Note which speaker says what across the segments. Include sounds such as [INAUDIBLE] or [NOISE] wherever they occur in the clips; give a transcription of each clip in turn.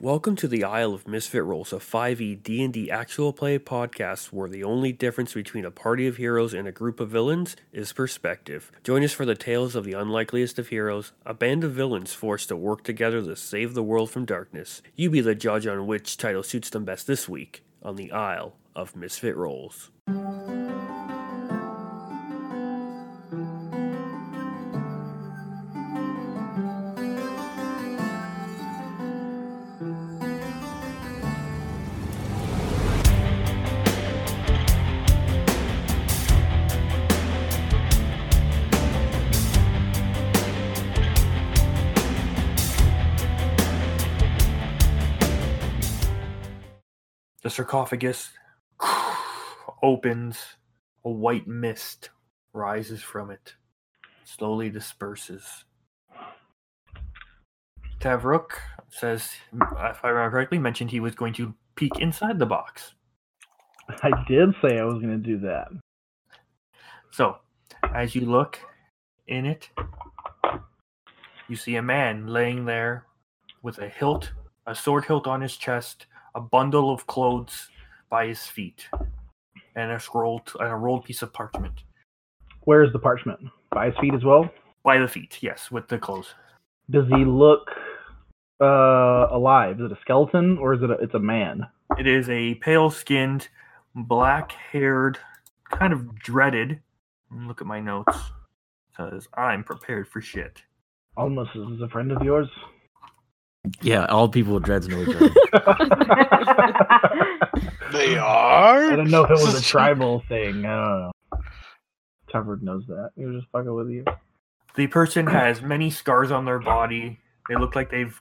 Speaker 1: Welcome to the Isle of Misfit Rolls, a E 5e D&D actual play podcast where the only difference between a party of heroes and a group of villains is perspective. Join us for the tales of the unlikeliest of heroes, a band of villains forced to work together to save the world from darkness. You be the judge on which title suits them best this week on the Isle of Misfit Rolls. The sarcophagus opens. A white mist rises from it, slowly disperses. Tavruk says, if I remember correctly, mentioned he was going to peek inside the box.
Speaker 2: I did say I was going to do that.
Speaker 1: So, as you look in it, you see a man laying there with a hilt, a sword hilt on his chest, a bundle of clothes by his feet, and a scroll and a rolled piece of parchment
Speaker 2: Where is the parchment? By his feet as well?
Speaker 1: by the feet. Yes, with the clothes.
Speaker 2: Does he look uh, alive? Is it a skeleton or is it a, it's a man?
Speaker 1: It is a pale-skinned, black-haired, kind of dreaded. Look at my notes. Says I'm prepared for shit.
Speaker 2: Almost is this a friend of yours? [LAUGHS]
Speaker 3: Yeah, all people with dreads know each other.
Speaker 2: I
Speaker 4: They are.
Speaker 2: don't know if it was a tribal thing. I don't know. Tavard knows that. He was just fucking with you.
Speaker 1: The person has many scars on their body. They look like they've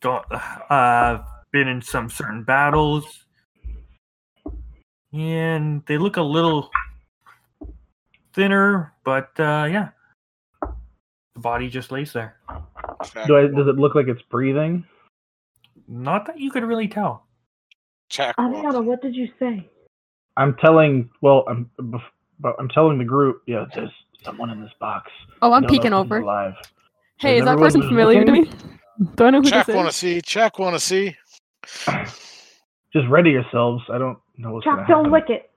Speaker 1: gone, uh, been in some certain battles. And they look a little thinner, but uh, yeah. The body just lays there.
Speaker 2: Do I, does it look like it's breathing?
Speaker 1: Not that you could really tell.
Speaker 4: Check.
Speaker 5: Ariana, what did you say?
Speaker 2: I'm telling. Well, I'm. bef- But I'm telling the group. Yeah, there's someone in this box.
Speaker 6: Oh,
Speaker 2: Don't
Speaker 6: I'm
Speaker 2: know if
Speaker 6: peeking
Speaker 2: he's
Speaker 6: over.
Speaker 2: Alive.
Speaker 6: Hey, is that
Speaker 2: Everyone
Speaker 6: person
Speaker 2: was
Speaker 6: familiar to
Speaker 2: looking.
Speaker 6: [LAUGHS] me? Do I know who [LAUGHS]
Speaker 4: Check.
Speaker 6: this
Speaker 4: Want to
Speaker 6: is?
Speaker 4: see? Check. Want to see?
Speaker 2: Just ready yourselves. I don't know what's
Speaker 5: Chuck,
Speaker 2: gonna
Speaker 5: don't
Speaker 2: happen.
Speaker 5: lick it.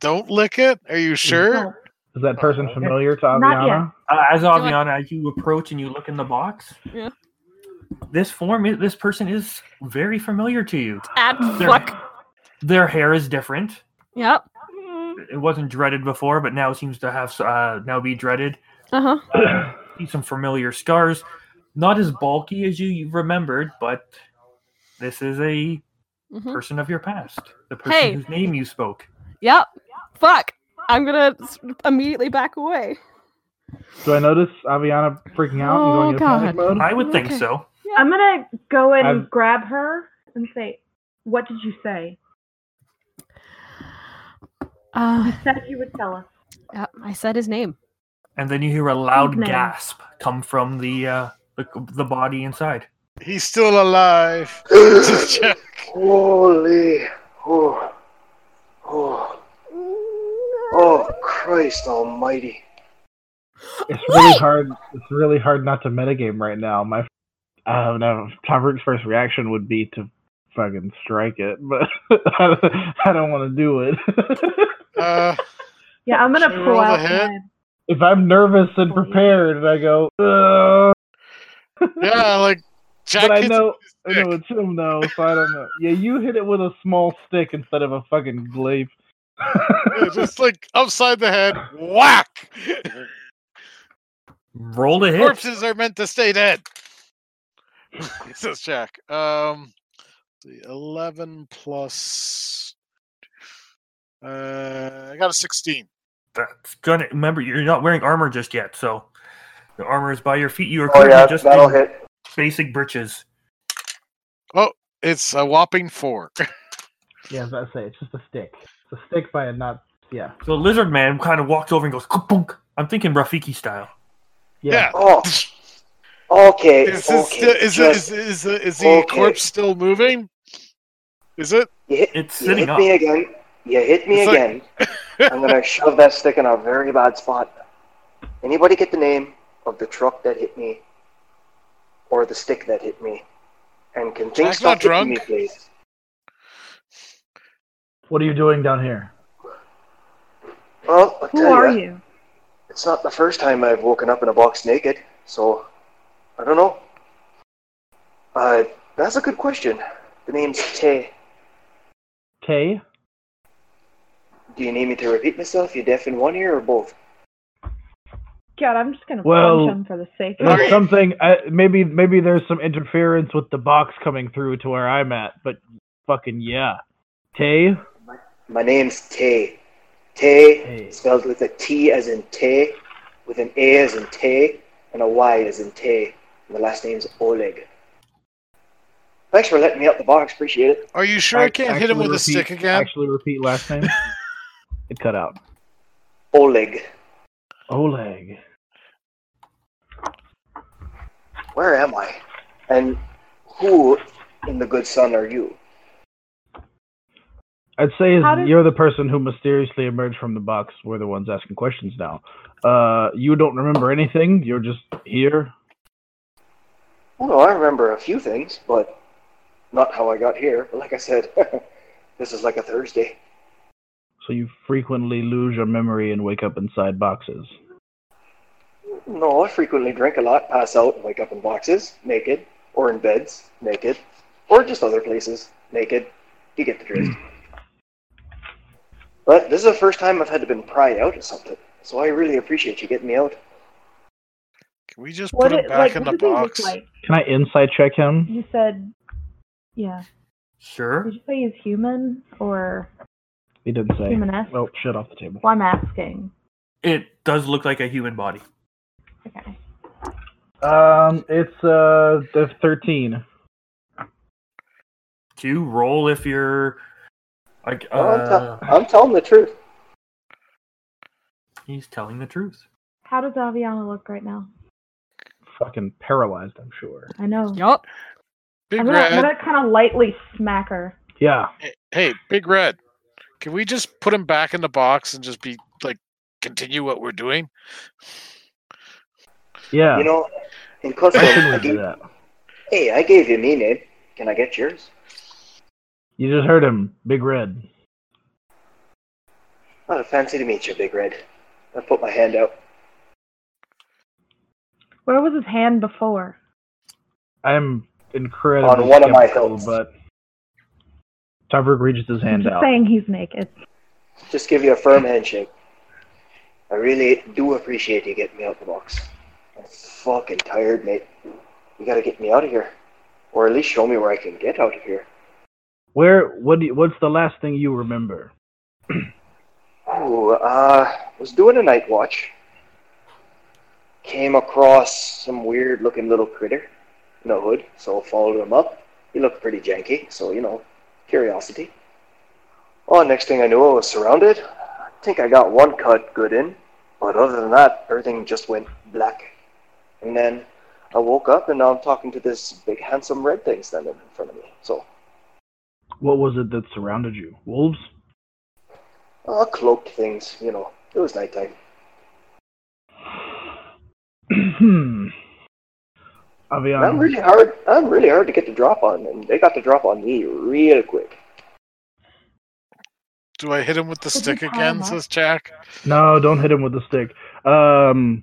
Speaker 4: Don't lick it. Are you sure?
Speaker 5: No.
Speaker 2: Is that person
Speaker 1: Uh,
Speaker 2: familiar to
Speaker 5: Not yet.
Speaker 2: Aviana?
Speaker 1: Uh, as
Speaker 6: I-
Speaker 1: Aviana, as you approach and you look in the box,
Speaker 6: Yeah.
Speaker 1: this form, is- this person is very familiar to you.
Speaker 6: Ad
Speaker 1: Their-
Speaker 6: fuck.
Speaker 1: Their hair is different.
Speaker 6: Yep.
Speaker 1: it wasn't dreaded before, but now seems to have uh, now be dreaded.
Speaker 6: Uh huh.
Speaker 1: Uh, see some familiar scars, not as bulky as you you remembered, but this is a
Speaker 6: hmm
Speaker 1: person of your past, the person
Speaker 6: Hey.
Speaker 1: whose name you spoke.
Speaker 6: Yep. Fuck. I'm gonna s- immediately back away.
Speaker 2: Do I notice Aviana freaking out
Speaker 6: Oh,
Speaker 2: and going into panic mode?
Speaker 1: I would think
Speaker 6: Okay.
Speaker 1: so.
Speaker 5: I'm gonna go and
Speaker 2: I've-
Speaker 5: grab her and say, "What did you say?
Speaker 6: Uh,
Speaker 5: Said you would tell us."
Speaker 6: yep, I said his name.
Speaker 1: And then you hear a loud
Speaker 5: Evening.
Speaker 1: gasp come from the, uh, the the body inside.
Speaker 4: He's still alive. [LAUGHS] Uh, Check.
Speaker 7: Holy. Oh. Oh. Oh, Christ almighty.
Speaker 2: It's really hard. It's really hard not to metagame right now. My, I don't know. Tavert's first reaction would be to fucking strike it, but [LAUGHS] I don't want to do it. [LAUGHS]
Speaker 4: Uh,
Speaker 5: Yeah, I'm gonna
Speaker 4: Should we
Speaker 5: pull
Speaker 4: roll the
Speaker 5: out.
Speaker 4: hit?
Speaker 5: my-
Speaker 2: if I'm nervous and prepared, and I go, "Ugh,"
Speaker 4: yeah, like Jack.
Speaker 2: but I
Speaker 4: hits-
Speaker 2: know, I know it's him though, so I don't know. Yeah, you hit it with a small stick instead of a fucking glaive. [LAUGHS]
Speaker 4: yeah, [LAUGHS] just like upside the head. Whack.
Speaker 2: [LAUGHS]
Speaker 1: Roll to hit.
Speaker 4: Corpses are meant to stay dead. [LAUGHS] Says Jack. Um, the eleven plus. Uh, I got a sixteen.
Speaker 1: That's gonna remember you're not wearing armor just yet, so the armor is by your feet. You are
Speaker 7: Oh,
Speaker 1: currently
Speaker 7: yeah,
Speaker 1: just
Speaker 7: that'll
Speaker 1: in
Speaker 7: hit.
Speaker 1: basic breeches.
Speaker 4: It's a whopping four. [LAUGHS]
Speaker 2: Yeah, I was about to say it's just a stick. It's a stick by a not. Yeah.
Speaker 1: So lizard man kind of walks over and goes, "Kaplunk." I'm thinking Rafiki style.
Speaker 4: yeah.
Speaker 7: Oh. Okay.
Speaker 4: Is,
Speaker 7: okay.
Speaker 4: it still, is, it- is,
Speaker 7: just-
Speaker 4: is, the- is the
Speaker 7: okay.
Speaker 4: corpse still moving? Is it?
Speaker 7: you hit,
Speaker 1: It's
Speaker 7: you
Speaker 1: sitting
Speaker 7: hit
Speaker 1: up.
Speaker 7: me again. You hit me
Speaker 4: It's like-
Speaker 7: again.
Speaker 4: [LAUGHS]
Speaker 7: I'm going to shove that stick in a very bad spot. Anybody get the name of the truck that hit me? Or the stick that hit me? And can things
Speaker 4: Jack's not
Speaker 7: stop hitting me,
Speaker 4: drunk.
Speaker 7: please?
Speaker 2: What are you doing down here?
Speaker 7: Well, I'll
Speaker 5: Who
Speaker 7: tell
Speaker 5: are
Speaker 7: ya,
Speaker 5: you?
Speaker 7: it's not the first time I've woken up in a box naked, so I don't know. Uh, that's a good question. The name's Tay.
Speaker 2: Tay?
Speaker 7: Do you need me to repeat myself? You deaf in one ear or both?
Speaker 5: God, I'm just gonna
Speaker 2: Well-
Speaker 5: punch him for the sake of
Speaker 2: There's
Speaker 5: it.
Speaker 2: something. I, maybe maybe there's some interference with the box coming through to where I'm at. But fucking yeah, Tay.
Speaker 7: My name's Tay. Tay
Speaker 2: Tay.
Speaker 7: spelled with a T as in Tay, with an A as in Tay, and a Y as in Tay. And the last name's Oleg. Thanks for letting me out the box. Appreciate it.
Speaker 4: Are you sure I
Speaker 2: Ac-
Speaker 4: can't hit him
Speaker 2: actually
Speaker 4: with a
Speaker 2: repeat-
Speaker 4: stick again?
Speaker 2: Actually, repeat last name. [LAUGHS] it cut out.
Speaker 7: Oleg.
Speaker 2: Oleg.
Speaker 7: Where am I? And who in the good sun are you?
Speaker 2: I'd say
Speaker 5: How did-
Speaker 2: you're the person who mysteriously emerged from the box. We're the ones asking questions now. Uh, you don't remember anything. You're just here.
Speaker 7: Well, no, I remember a few things, but not how I got here. But like I said, [LAUGHS] this is like a Thursday.
Speaker 2: So you frequently lose your memory and wake up inside boxes.
Speaker 7: No, I frequently drink a lot, pass out, and wake up in boxes, naked, or in beds, naked, or just other places, naked. You get the drift. but this is the first time I've had to been pried out of something, so I really appreciate you getting me out.
Speaker 4: Can we just
Speaker 5: What
Speaker 4: put him
Speaker 5: it-
Speaker 4: back
Speaker 5: like,
Speaker 4: in
Speaker 5: what
Speaker 4: the
Speaker 5: do they look
Speaker 4: box?
Speaker 5: like?
Speaker 2: Can I insight check him?
Speaker 5: You said, yeah.
Speaker 8: Sure.
Speaker 5: Did you say he's human or
Speaker 2: He didn't say.
Speaker 5: human-esque?
Speaker 2: Oh, shit off the table.
Speaker 5: Well, I'm asking.
Speaker 8: It does look like a human body.
Speaker 5: Okay.
Speaker 2: Um, it's uh, the thirteen.
Speaker 8: Do you roll if you're like
Speaker 2: Oh,
Speaker 7: No, Oh, I'm,
Speaker 8: uh,
Speaker 7: tell- I'm telling the truth.
Speaker 8: he's telling the truth.
Speaker 5: How does Aviana look right now?
Speaker 2: Fucking paralyzed, I'm sure.
Speaker 5: I know.
Speaker 6: Yup.
Speaker 4: Big
Speaker 5: I'm gonna,
Speaker 4: Red. eh,
Speaker 5: I'm gonna kind of lightly smack her.
Speaker 2: Yeah.
Speaker 4: Hey, Big Red. Can we just put him back in the box and just be like continue what we're doing?
Speaker 2: Yeah.
Speaker 7: You know, in
Speaker 2: Why
Speaker 7: custom, I
Speaker 2: shouldn't we do
Speaker 7: gave,
Speaker 2: that?
Speaker 7: hey, I gave you me name. Can I get yours?
Speaker 2: You just heard him, Big Red.
Speaker 7: What a fancy to meet you, Big Red. I put my hand out.
Speaker 5: Where was his hand before?
Speaker 2: I'm incredibly
Speaker 7: On one of my
Speaker 2: skeptical,
Speaker 7: hills.
Speaker 2: but Tavrook reaches his hand
Speaker 5: just
Speaker 2: out.
Speaker 5: saying he's naked.
Speaker 7: Just give you a firm handshake. I really do appreciate you getting me out the box. I'm fucking tired, mate. You gotta get me out of here. Or at least show me where I can get out of here.
Speaker 2: Where? What? Do you, what's the last thing you remember?
Speaker 7: Ooh, uh, was doing a night watch. Came across some weird looking little critter in a hood, so followed him up. He looked pretty janky, so, you know, curiosity. Well, next thing I knew, I was surrounded. I think I got one cut good in, but other than that, everything just went black. And then I woke up and now I'm talking to this big, handsome red thing standing in front of me. So,
Speaker 2: What was it that surrounded you? Wolves? [CLEARS THROAT]
Speaker 7: uh, cloaked things, you know, it was nighttime.
Speaker 2: Hmm.
Speaker 7: And I'm
Speaker 2: Avian,
Speaker 7: really hard. I'm really hard to get the drop on, and they got the drop on me real quick.
Speaker 4: Do I hit him with the
Speaker 5: Could we
Speaker 4: stick
Speaker 5: tie him
Speaker 4: again?
Speaker 5: up?
Speaker 4: Says Jack.
Speaker 2: no, don't hit him with the stick. Um,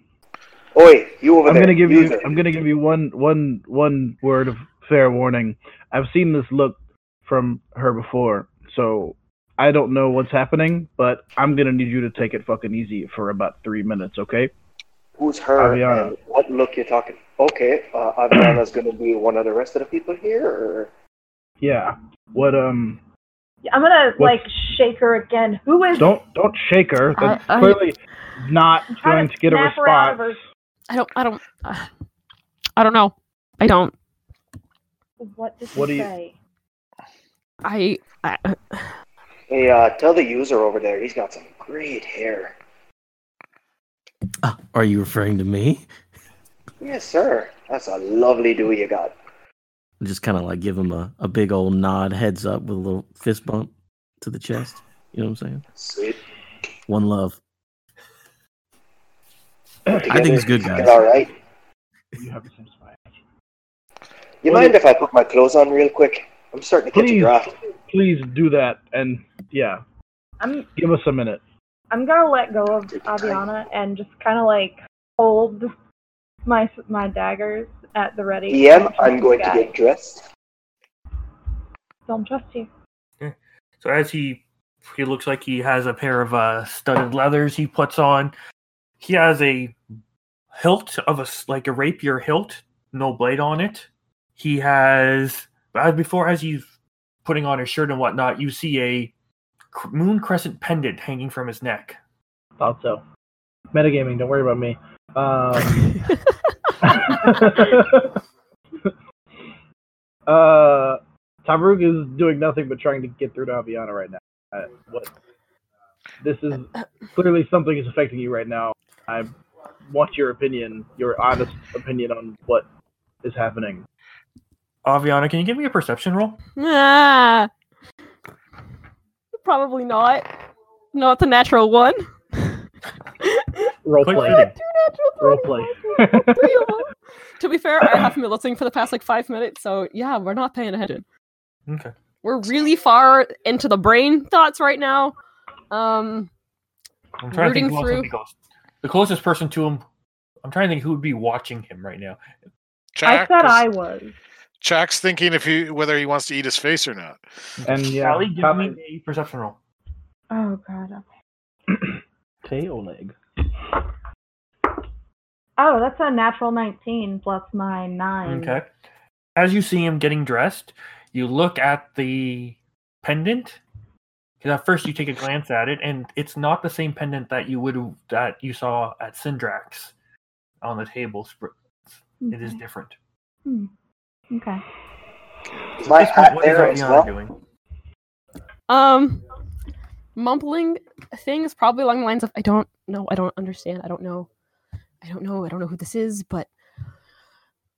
Speaker 7: Oi, you over
Speaker 2: I'm
Speaker 7: there?
Speaker 2: gonna give
Speaker 7: you.
Speaker 2: you.
Speaker 7: there.
Speaker 2: I'm gonna give you one, one, one word of fair warning. I've seen this look from her before, so I don't know what's happening. But I'm gonna need you to take it fucking easy for about three minutes, okay?
Speaker 7: Who's her?
Speaker 2: Aviana.
Speaker 7: and what look you talking? Okay, uh,
Speaker 2: [CLEARS THROAT]
Speaker 7: Aviana's gonna be one of the rest of the people here. Or...
Speaker 2: Yeah. What? Um.
Speaker 5: I'm gonna
Speaker 2: What-
Speaker 5: like shake her again. Who is?
Speaker 2: Don't don't shake her.
Speaker 6: I-
Speaker 2: That's
Speaker 6: I-
Speaker 2: clearly not
Speaker 5: I'm trying
Speaker 2: going
Speaker 5: to
Speaker 2: to get a
Speaker 5: snap her out of
Speaker 2: response.
Speaker 6: I don't. I don't. Uh, I don't know. I don't.
Speaker 5: What did
Speaker 2: What do
Speaker 5: he
Speaker 2: you-
Speaker 5: say?
Speaker 6: I. I uh,
Speaker 7: Hey, uh, tell the user over there. He's got some great hair.
Speaker 3: Ah, [LAUGHS] Are you referring to me?
Speaker 7: Yes, sir. That's a lovely do you got.
Speaker 3: Just kind of like give him a, a big old nod, heads up with a little fist bump to the chest. You know what I'm saying?
Speaker 7: Sweet.
Speaker 3: One love.
Speaker 7: Put
Speaker 3: I think
Speaker 2: [CLEARS THROAT]
Speaker 7: together,
Speaker 3: it's good,
Speaker 7: fucking
Speaker 3: guys.
Speaker 7: All right.
Speaker 2: You have the same spine.
Speaker 7: You
Speaker 2: Well,
Speaker 7: mind if I put my clothes on real quick? I'm starting to catch a
Speaker 2: Please.
Speaker 7: draft.
Speaker 2: Please do that, and yeah,
Speaker 5: I'm
Speaker 2: give us a minute.
Speaker 5: I'm gonna let go of
Speaker 7: Take your time.
Speaker 5: Aviana and just kind of like hold my my daggers at the ready.
Speaker 7: EM,
Speaker 5: Don't trust
Speaker 7: I'm
Speaker 5: this
Speaker 7: going to
Speaker 5: guy.
Speaker 7: get dressed.
Speaker 5: Don't trust you.
Speaker 1: So as he he looks like he has a pair of uh, studded leathers he puts on. He has a hilt of a s- like a rapier hilt, no blade on it. He has as before as he's putting on his shirt and whatnot. You see a cr- moon crescent pendant hanging from his neck.
Speaker 2: Thought so. Metagaming, don't worry about me. Um, uh, Tabrug is doing nothing but trying to get through to Aviana right now. Uh, what? This is clearly something is affecting you right now. I want your opinion, your honest opinion on what is happening.
Speaker 1: Aviana, can you give me a perception roll?
Speaker 6: [LAUGHS] Ah. Probably not. No, it's a natural one.
Speaker 2: Role
Speaker 1: Quick
Speaker 2: play.
Speaker 1: fitting.
Speaker 2: Role [LAUGHS] play.
Speaker 6: Three of [LAUGHS] them. to be fair, I have been listening for the past like five minutes, so yeah, we're not paying attention.
Speaker 1: Okay.
Speaker 6: We're really far into the brain thoughts right now. Um,
Speaker 1: I'm trying to
Speaker 6: Rooting
Speaker 1: think who else would
Speaker 6: through.
Speaker 1: be close. The closest person to him. I'm trying to think who would be watching him right now.
Speaker 5: I
Speaker 4: Jack
Speaker 5: said
Speaker 4: is-
Speaker 5: I was.
Speaker 4: Jack's thinking if he whether he wants to eat his face or not.
Speaker 2: and yeah,
Speaker 1: Allie, give
Speaker 2: Tabrug-
Speaker 1: me a perception roll.
Speaker 5: Oh god.
Speaker 2: tail leg.
Speaker 5: Oh, that's a natural 19 plus my
Speaker 6: Um,
Speaker 5: nine.
Speaker 1: Okay. As you see him getting dressed, you look at the pendant. 'Cause at first you take a glance at it, and it's not the same pendant that you would that you saw at Syndrax on the table. sp- It is
Speaker 5: Okay.
Speaker 6: Mm-hmm.
Speaker 1: different.
Speaker 5: Okay.
Speaker 7: Is my
Speaker 1: At this point,
Speaker 7: hat
Speaker 1: what is
Speaker 7: there as
Speaker 1: Ariana
Speaker 7: well?
Speaker 1: doing?
Speaker 6: um, mumbling things probably along the lines of I don't know, I don't understand, I don't know, I don't know, I don't know who this is, but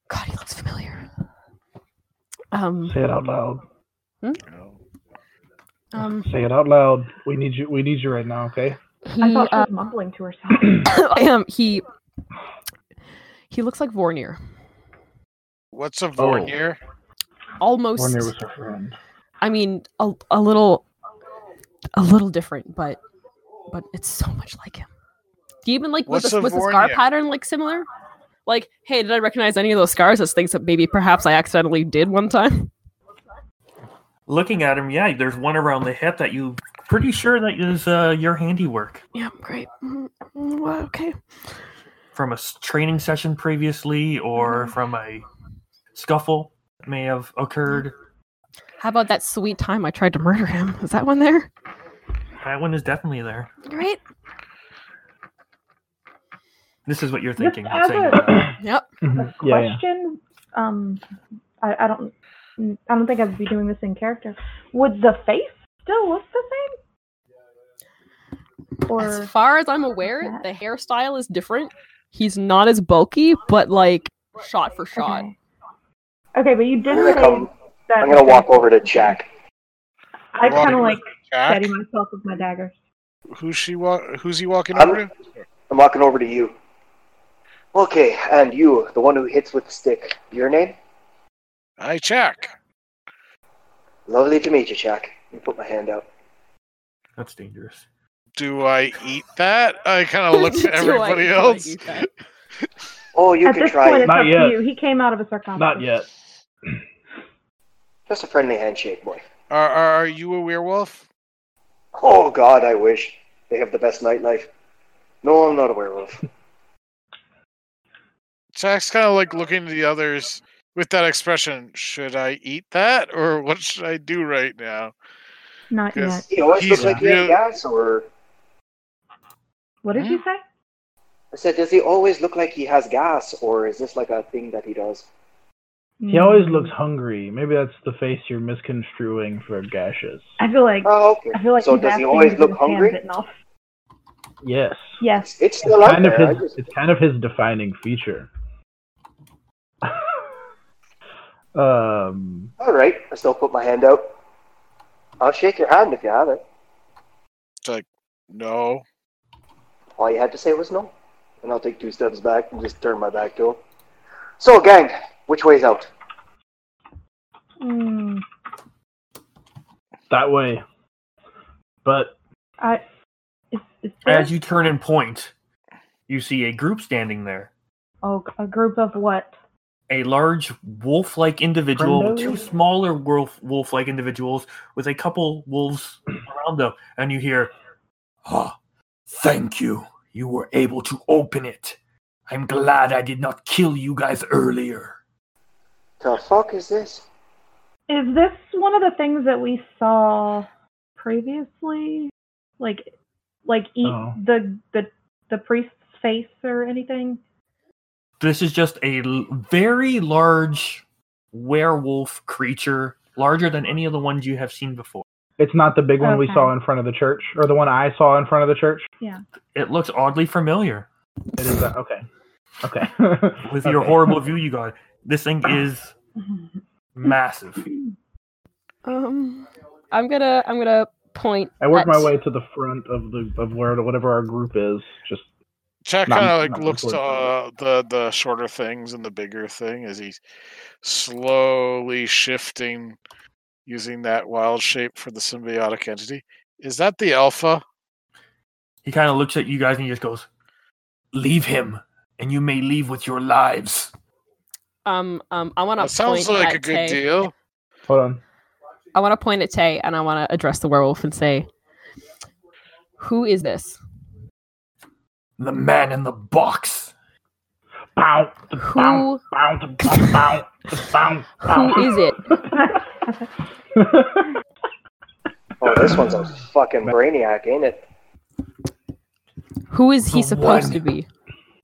Speaker 6: God, he looks familiar. Um,
Speaker 2: Say it out loud.
Speaker 6: um,
Speaker 2: Say it out loud. We need you. We need you right now. Okay.
Speaker 6: he,
Speaker 5: I thought she
Speaker 6: uh,
Speaker 5: was mumbling to herself.
Speaker 6: [COUGHS] um, he, he looks like Vornir,
Speaker 4: What's a Vornier?
Speaker 6: almost.
Speaker 2: Warner was her friend.
Speaker 6: I mean, a, a little, a little different, but but it's so much like him. Even like was
Speaker 4: What's
Speaker 6: the,
Speaker 4: a
Speaker 6: was the scar
Speaker 4: Vornia?
Speaker 6: pattern like similar? Like, hey, did I recognize any of those scars as things that maybe perhaps I accidentally did one time?
Speaker 1: Looking at him, yeah, there's one around the hip that you pretty sure that is uh, your handiwork
Speaker 6: [LAUGHS] Yeah, great. Mm, mm, well, okay.
Speaker 1: from a s- training session previously, or from a scuffle that may have occurred.
Speaker 6: How about that sweet time I tried to murder him? Is that one there?
Speaker 1: That one is definitely there.
Speaker 6: Great.
Speaker 1: This is what you're
Speaker 5: Just
Speaker 1: thinking. I'm
Speaker 5: as
Speaker 1: saying
Speaker 5: a-
Speaker 1: that.
Speaker 6: Yep.
Speaker 2: [LAUGHS]
Speaker 5: a
Speaker 2: Mm, Yeah, yeah.
Speaker 5: question. Um, I, I don't. I don't think I'd be doing this in character. Would the face still look the same? Or
Speaker 6: As far as I'm aware,
Speaker 5: that.
Speaker 6: the hairstyle is different. He's not as bulky, but like shot for shot.
Speaker 5: okay. Okay, but you did
Speaker 7: I'm gonna
Speaker 5: say
Speaker 7: come.
Speaker 5: that.
Speaker 7: I'm gonna walk over to Jack.
Speaker 5: I
Speaker 4: Walk
Speaker 5: kind of
Speaker 4: over.
Speaker 5: like
Speaker 4: Jack,
Speaker 5: steady myself with my daggers.
Speaker 4: who's she? Wa- who's he walking
Speaker 7: I'm-
Speaker 4: over to?
Speaker 7: I'm walking over to you. Okay, and you, the one who hits with the stick. Your name?
Speaker 4: I Jack.
Speaker 7: Lovely to meet you, Jack. You put my hand out.
Speaker 1: That's dangerous.
Speaker 4: Do I eat that? I
Speaker 6: [LAUGHS]
Speaker 4: kind of looked
Speaker 6: Do
Speaker 4: at
Speaker 6: I-
Speaker 4: everybody
Speaker 6: do I
Speaker 4: else.
Speaker 6: do that?
Speaker 7: Oh, you
Speaker 5: At
Speaker 7: can
Speaker 5: this
Speaker 7: try.
Speaker 5: point,
Speaker 7: it.
Speaker 5: it's
Speaker 2: Not
Speaker 5: up
Speaker 2: yet.
Speaker 5: to you. He came out of a sarcophagus.
Speaker 2: Not yet.
Speaker 7: Just a friendly handshake, boy.
Speaker 4: Are, are are you a werewolf?
Speaker 7: Oh God, I wish they have the best nightlife. No, I'm not
Speaker 5: [LAUGHS]
Speaker 7: a werewolf.
Speaker 4: Jack's kind of like looking to the others with that expression. Should I eat that, or what should I do right now?
Speaker 5: Not yet.
Speaker 4: Because
Speaker 7: You always
Speaker 4: he's
Speaker 7: look like you have
Speaker 4: real-
Speaker 7: gas, or
Speaker 5: What did you say?
Speaker 7: I said, does he always look like he has gas, or is this like a thing that he does?
Speaker 6: Hmm.
Speaker 2: He always
Speaker 5: Mm.
Speaker 2: looks hungry. Maybe that's the face you're misconstruing for gashes.
Speaker 5: I feel like.
Speaker 7: Oh, okay.
Speaker 5: I feel like.
Speaker 7: so
Speaker 5: he's
Speaker 7: does he
Speaker 5: asking
Speaker 7: always
Speaker 5: with
Speaker 7: look
Speaker 5: his hand
Speaker 7: hungry?
Speaker 5: bitten off.
Speaker 2: Yes.
Speaker 5: Yes.
Speaker 7: It's, it's
Speaker 2: It's
Speaker 7: still out
Speaker 2: kind of
Speaker 7: there. I
Speaker 2: his.
Speaker 7: just-
Speaker 2: It's kind of his defining feature. [LAUGHS] um.
Speaker 7: All right, I still put my hand out. I'll shake your hand if you have it.
Speaker 4: No.
Speaker 7: All you had to say was no, and I'll take two steps back and just turn my back to him. So, gang, which way's out?
Speaker 5: Hmm.
Speaker 2: that way. But
Speaker 5: I. Is, is there
Speaker 1: As you turn and point, you see a group standing there.
Speaker 5: oh, a group of what?
Speaker 1: A large wolf like individual,
Speaker 2: Friendo?
Speaker 1: two smaller wolf wolf like individuals with a couple wolves around them, and you hear, Ah, thank you. You were able to open it. I'm glad I did not kill you guys earlier.
Speaker 7: The fuck is this?
Speaker 5: Is this one of the things that we saw previously? Like, like eat
Speaker 2: Oh.
Speaker 5: the the the priest's face or anything?
Speaker 1: this is just a l- very large werewolf creature, larger than any of the ones you have seen before.
Speaker 2: it's not the big one we
Speaker 5: Okay.
Speaker 2: saw in front of the church, or the one I saw in front of the church.
Speaker 1: It looks oddly familiar
Speaker 2: It is that. Okay.
Speaker 7: [LAUGHS]
Speaker 2: Okay.
Speaker 1: with your
Speaker 2: Okay.
Speaker 1: horrible view you got. This thing is
Speaker 7: [LAUGHS]
Speaker 1: massive.
Speaker 6: Um, I'm gonna I'm gonna point.
Speaker 2: I work
Speaker 6: at-
Speaker 2: my way to the front of the of where whatever our group is. Just
Speaker 4: Jack
Speaker 2: Not-
Speaker 4: kind of like
Speaker 2: not
Speaker 4: looks to uh,
Speaker 2: important.
Speaker 4: the the shorter things and the bigger thing as he's slowly shifting, using that wild shape for the symbiotic entity. Is that the alpha?
Speaker 1: He kind of looks at you guys and he just goes, "Leave him, and you may leave with your lives."
Speaker 6: Um, um, I want to.
Speaker 4: That sounds like a good deal.
Speaker 2: hold on.
Speaker 6: I want to point at Tay and I want to address the werewolf and say, "Who is this?
Speaker 1: The man in the box.
Speaker 2: Bow.
Speaker 6: Who
Speaker 2: Bow. Bow. Bow. Bow. bow.
Speaker 6: who is it?
Speaker 7: Oh, this one's a fucking brainiac, ain't it?
Speaker 6: Who is he
Speaker 1: The
Speaker 6: supposed
Speaker 1: one.
Speaker 6: to be?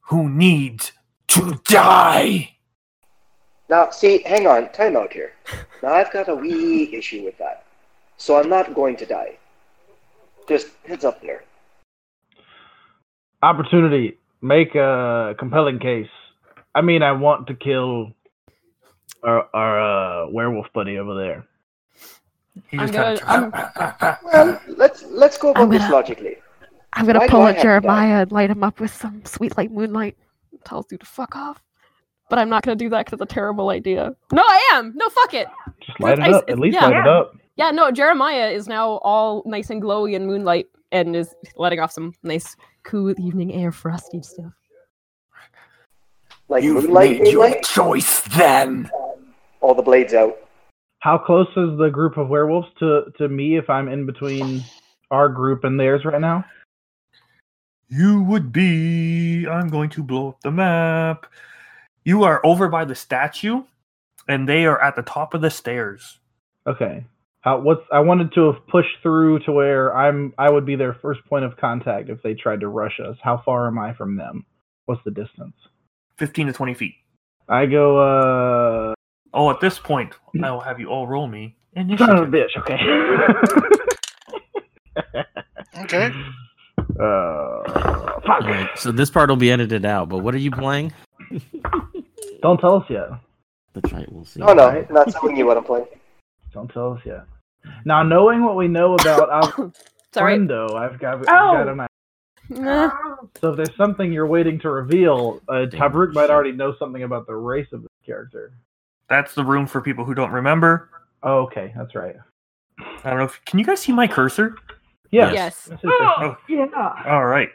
Speaker 1: Who needs to die?"
Speaker 7: Now, see, hang on, time out here. Now, I've got a wee issue with that. So I'm not going to die. Just heads up there.
Speaker 2: [LAUGHS] Opportunity. Make a compelling case. I mean, I want to kill our our uh, werewolf buddy over there.
Speaker 1: He
Speaker 6: I'm
Speaker 1: just kind
Speaker 6: gonna-
Speaker 1: of.
Speaker 7: Well, let's let's go
Speaker 6: I'm
Speaker 7: about this
Speaker 6: gonna-
Speaker 7: logically.
Speaker 6: I'm gonna
Speaker 7: Why do
Speaker 6: pull
Speaker 7: I
Speaker 6: out
Speaker 7: have to die?
Speaker 6: Jeremiah and light him up with some sweet light moonlight. and Tells you to fuck off. But I'm not gonna do that because it's a terrible idea. No, I am. No, fuck it.
Speaker 2: Just light
Speaker 6: That's
Speaker 2: it
Speaker 6: ice-
Speaker 2: up. At least
Speaker 6: yeah.
Speaker 2: light it up.
Speaker 6: Yeah, no. Jeremiah is now all nice and glowy in moonlight and is letting off some nice, cool evening air, frosty stuff.
Speaker 1: [LAUGHS]
Speaker 7: Like moonlight, moonlight,
Speaker 1: choice then.
Speaker 7: all the blades out.
Speaker 2: How close is the group of werewolves to to me? If I'm in between our group and theirs right now.
Speaker 1: You would be. I'm going to blow up the map. You are over by the statue, and they are at the top of the stairs.
Speaker 2: Okay. How, what's I wanted to have pushed through to where I'm I would be their first point of contact if they tried to rush us. How far am I from them? What's the distance?
Speaker 1: 15 to 20 feet.
Speaker 2: I go uh
Speaker 1: Oh, at this point, I will have you all roll me.
Speaker 2: son
Speaker 5: Oh,
Speaker 2: of a
Speaker 1: Initiative.
Speaker 2: bitch, okay.
Speaker 4: Okay.
Speaker 2: Mm-hmm. uh
Speaker 3: All
Speaker 2: fuck.
Speaker 3: right, so this part will be edited out. But what are you playing?
Speaker 2: Don't tell us yet.
Speaker 3: That's right. We'll see.
Speaker 7: No, Oh, no, not telling you what I'm playing.
Speaker 2: Don't tell us yet. Now knowing what we know
Speaker 6: [COUGHS]
Speaker 2: about
Speaker 6: Sorry.
Speaker 2: Alfredo, I've got I've got
Speaker 5: Oh.
Speaker 2: an idea.
Speaker 6: Nah.
Speaker 2: So if there's something you're waiting to reveal, uh,
Speaker 3: Damn
Speaker 2: Tabruk might
Speaker 3: shit.
Speaker 2: already know something about the race of this character.
Speaker 1: That's the room for people who don't remember.
Speaker 2: Oh, okay, that's right.
Speaker 1: I don't know if. Can you guys see my cursor?
Speaker 2: Yeah.
Speaker 6: Yes.
Speaker 2: That's interesting.
Speaker 5: [LAUGHS] Oh, yeah.
Speaker 1: All right.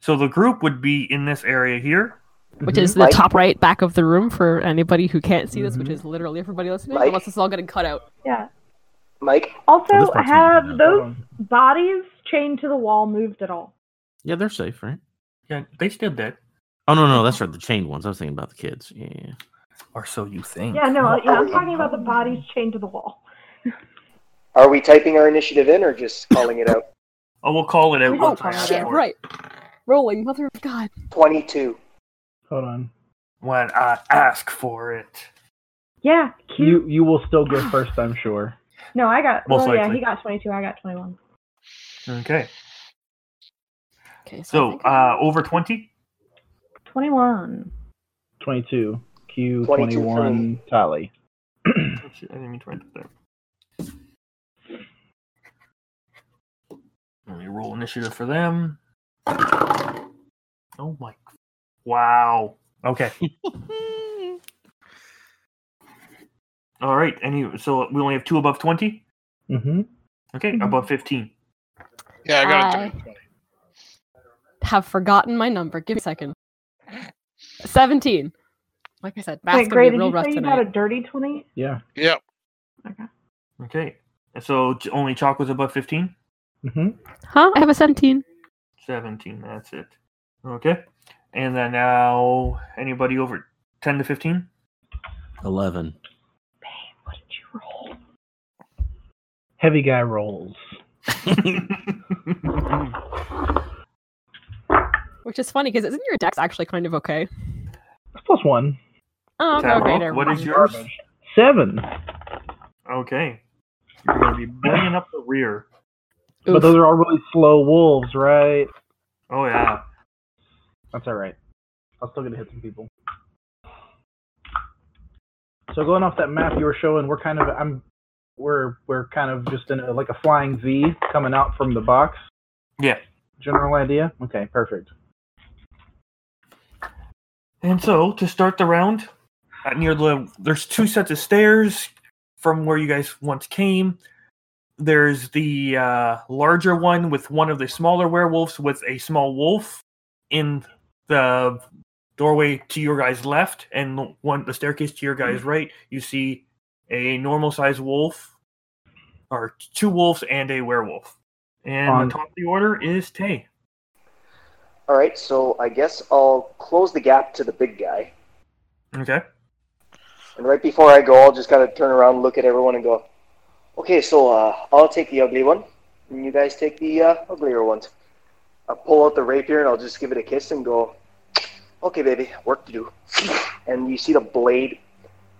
Speaker 1: So the group would be in this area here.
Speaker 6: Which is the
Speaker 7: Light.
Speaker 6: top right back of the room for anybody who can't see this, which
Speaker 5: Mm-hmm.
Speaker 6: is literally everybody listening,
Speaker 7: Light.
Speaker 6: unless it's all getting cut out.
Speaker 5: Yeah.
Speaker 7: Mike,
Speaker 3: Well, this
Speaker 5: Also,
Speaker 3: part's easy
Speaker 5: have
Speaker 3: now.
Speaker 5: those bodies chained to the wall moved at all?
Speaker 3: Yeah, they're safe, right?
Speaker 1: Yeah, they still dead.
Speaker 3: Oh no, no, that's right. The chained ones. I was thinking about the kids. Yeah.
Speaker 1: Or so you think.
Speaker 5: Yeah, no, yeah, I'm talking about the bodies chained to the wall.
Speaker 7: are we typing our initiative in or just calling it out?
Speaker 1: Oh, we'll call it out.
Speaker 5: We
Speaker 1: We'll
Speaker 5: don't call
Speaker 1: time it
Speaker 5: it
Speaker 6: Yeah,
Speaker 5: out.
Speaker 1: for
Speaker 6: right. Rolling, mother of God.
Speaker 7: 22.
Speaker 2: Hold on.
Speaker 1: When I ask for it.
Speaker 5: Yeah, cute.
Speaker 2: You you will still get first, I'm sure.
Speaker 5: no, I got.
Speaker 1: Most
Speaker 5: well, yeah,
Speaker 1: likely.
Speaker 5: he got 22. I got 21.
Speaker 1: Okay.
Speaker 6: Okay, so, I
Speaker 1: So
Speaker 6: think-
Speaker 1: uh, over 20?
Speaker 5: 21.
Speaker 2: Twenty two. Q
Speaker 7: 22
Speaker 2: twenty
Speaker 7: for
Speaker 2: one
Speaker 7: me.
Speaker 2: tally.
Speaker 1: Oh, shit, I didn't mean to write that there. Let me roll initiative for them. Oh my. Wow. Okay. All right. Any so we only have two above twenty.
Speaker 2: Mm-hmm.
Speaker 1: Okay,
Speaker 5: Mhm.
Speaker 1: above fifteen.
Speaker 4: Yeah, I got
Speaker 6: Aye.
Speaker 4: it. dirty 20.
Speaker 6: Have forgotten my number. Give me a second. Seventeen. Like I said, math's
Speaker 5: Wait,
Speaker 6: gonna
Speaker 5: Gray,
Speaker 6: be
Speaker 5: did
Speaker 6: real
Speaker 5: you
Speaker 6: rough
Speaker 5: say you
Speaker 6: tonight.
Speaker 5: had a dirty 20?
Speaker 2: Yeah.
Speaker 4: Yep.
Speaker 1: Okay. So j- only Chalk was above 15?
Speaker 2: Mm-hmm.
Speaker 6: Huh? I have a seventeen.
Speaker 1: 17, that's it. Okay. And then now anybody over 10 to 15?
Speaker 3: 11.
Speaker 5: What did you roll?
Speaker 2: Heavy guy rolls.
Speaker 6: Which is funny because isn't your dex actually kind of okay?
Speaker 2: That's plus one.
Speaker 6: Oh, okay,
Speaker 1: Tamara,
Speaker 6: okay, never
Speaker 1: what
Speaker 6: mind.
Speaker 1: is yours?
Speaker 2: Seven.
Speaker 1: Okay. You're going to be bringing up the rear.
Speaker 2: But
Speaker 6: Oof.
Speaker 2: those are all really slow wolves, right?
Speaker 1: Oh, yeah.
Speaker 2: That's all right. I'm still gonna hit some people. So going off that map you were showing, we're kind of I'm we're we're kind of just in a, like a flying V coming out from the box.
Speaker 1: Yeah.
Speaker 2: General idea. Okay, perfect.
Speaker 1: And so to start the round, at near the there's two sets of stairs from where you guys once came. There's the uh, larger one with one of the smaller werewolves with a small wolf in the doorway to your guys' left, and the one the staircase to your guys' right. You see a normal sized wolf, or two wolves and a werewolf. And
Speaker 2: On-
Speaker 1: the top of the order is Tay.
Speaker 7: All right, so I guess I'll close the gap to the big guy.
Speaker 1: Okay.
Speaker 7: And right before I go, I'll just kind of turn around, look at everyone, and go, okay, so uh, I'll take the ugly one, and you guys take the uh, uglier ones. I'll pull out the rapier and I'll just give it a kiss and go, okay, baby, work to do. And you see the blade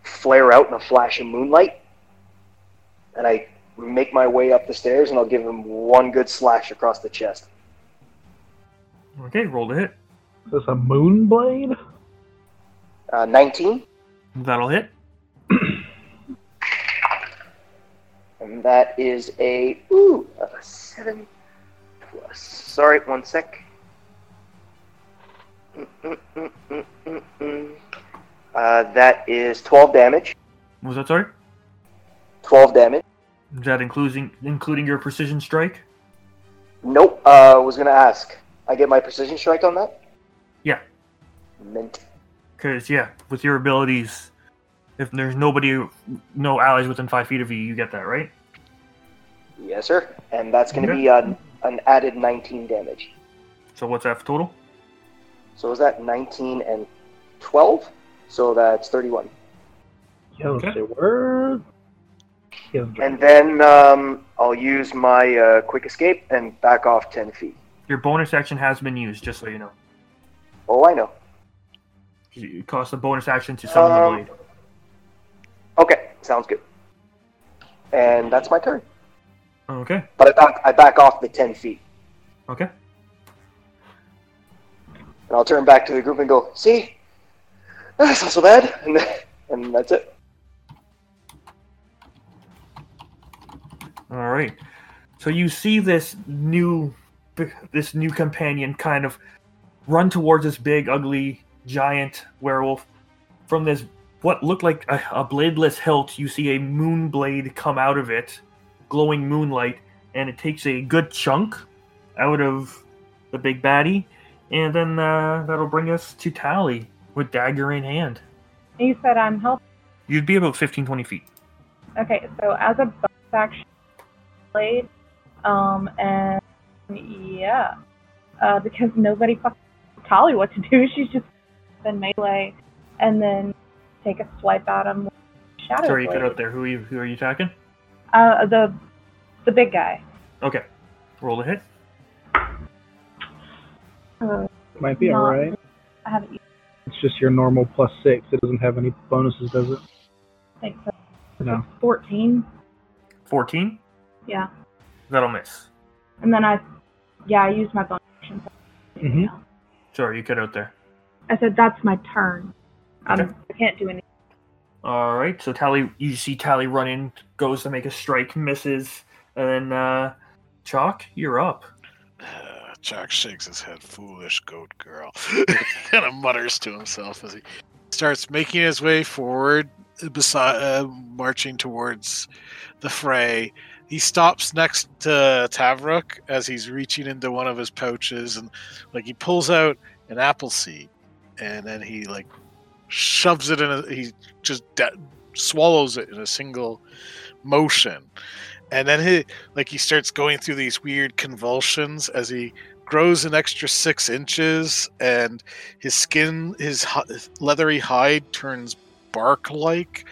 Speaker 7: flare out in a flash of moonlight. And I make my way up the stairs and I'll give him one good slash across the chest.
Speaker 1: Okay, roll to hit.
Speaker 2: Is this a moon blade?
Speaker 7: Uh, 19,
Speaker 1: That'll hit.
Speaker 7: and that is a, ooh, a 7 plus. Sorry, one sec. Mm, mm, mm, mm, mm, mm. Uh, that is 12 damage.
Speaker 1: Was that sorry?
Speaker 7: 12 damage.
Speaker 1: Is that including including your precision strike?
Speaker 7: Nope, uh, I was going to ask. I get my precision strike on that?
Speaker 1: Yeah.
Speaker 7: Mint.
Speaker 1: Because yeah, with your abilities, if there's nobody, no allies within five feet of you, you get that right.
Speaker 7: Yes, sir. And that's going to be an, an added 19 damage.
Speaker 1: So what's that for total?
Speaker 7: So is that 19 and 12? So that's 31.
Speaker 2: Yo,
Speaker 1: Okay.
Speaker 2: say word. Yes,
Speaker 7: And then um, I'll use my uh, quick escape and back off 10 feet.
Speaker 1: Your bonus action has been used, just so you know.
Speaker 7: Oh, I know.
Speaker 1: It costs a bonus action to summon
Speaker 7: Um,
Speaker 1: the blade.
Speaker 7: Okay, sounds good. And that's my turn.
Speaker 1: Okay.
Speaker 7: But I back, I back off the 10 feet.
Speaker 1: Okay.
Speaker 7: And I'll turn back to the group and go, see? That's not so bad. [LAUGHS] And, and that's it.
Speaker 1: All right. So you see this new this new companion kind of run towards this big ugly giant werewolf from this what looked like a, a bladeless hilt you see a moon blade come out of it glowing moonlight and it takes a good chunk out of the big baddie and then uh, that'll bring us to tally with dagger in hand
Speaker 5: And you said I'm helping.
Speaker 1: you'd be about 15 20 feet
Speaker 5: Okay, so as a bonus action, blade, um, and yeah, uh, because nobody fucking told Tali what to do. [LAUGHS] She's just been melee, and then take a swipe at him. With shadow
Speaker 1: sorry you
Speaker 5: blade.
Speaker 1: cut out there who are you, who are you attacking
Speaker 5: Uh, the the big guy.
Speaker 1: okay roll a hit
Speaker 5: Uh,
Speaker 2: might Oh, be
Speaker 5: not-
Speaker 2: all right.
Speaker 5: I haven't used
Speaker 2: It's just your normal plus six. It doesn't have any bonuses, does it?
Speaker 5: it so
Speaker 2: No.
Speaker 5: fourteen.
Speaker 1: 14
Speaker 5: Yeah,
Speaker 1: that'll miss
Speaker 5: and then I, yeah, I used my bonus action.
Speaker 2: Mhm.
Speaker 1: Sorry, you cut out there.
Speaker 5: I said that's my turn. Um,
Speaker 1: Okay.
Speaker 5: I can't do anything.
Speaker 1: All right, so Tally, you see Tally run in, goes to make a strike, misses, and then uh, Chalk, you're up.
Speaker 4: Uh, [LAUGHS] Jock shakes his head, foolish goat girl, kind of mutters to himself as he starts making his way forward, beside, uh, marching towards the fray. He stops next to Tavrok as he's reaching into one of his pouches, and like he pulls out an apple seed, and then he like shoves it in. A, he just de- swallows it in a single motion, and then he like he starts going through these weird convulsions as he grows an extra six inches and his skin his hu- leathery hide turns bark like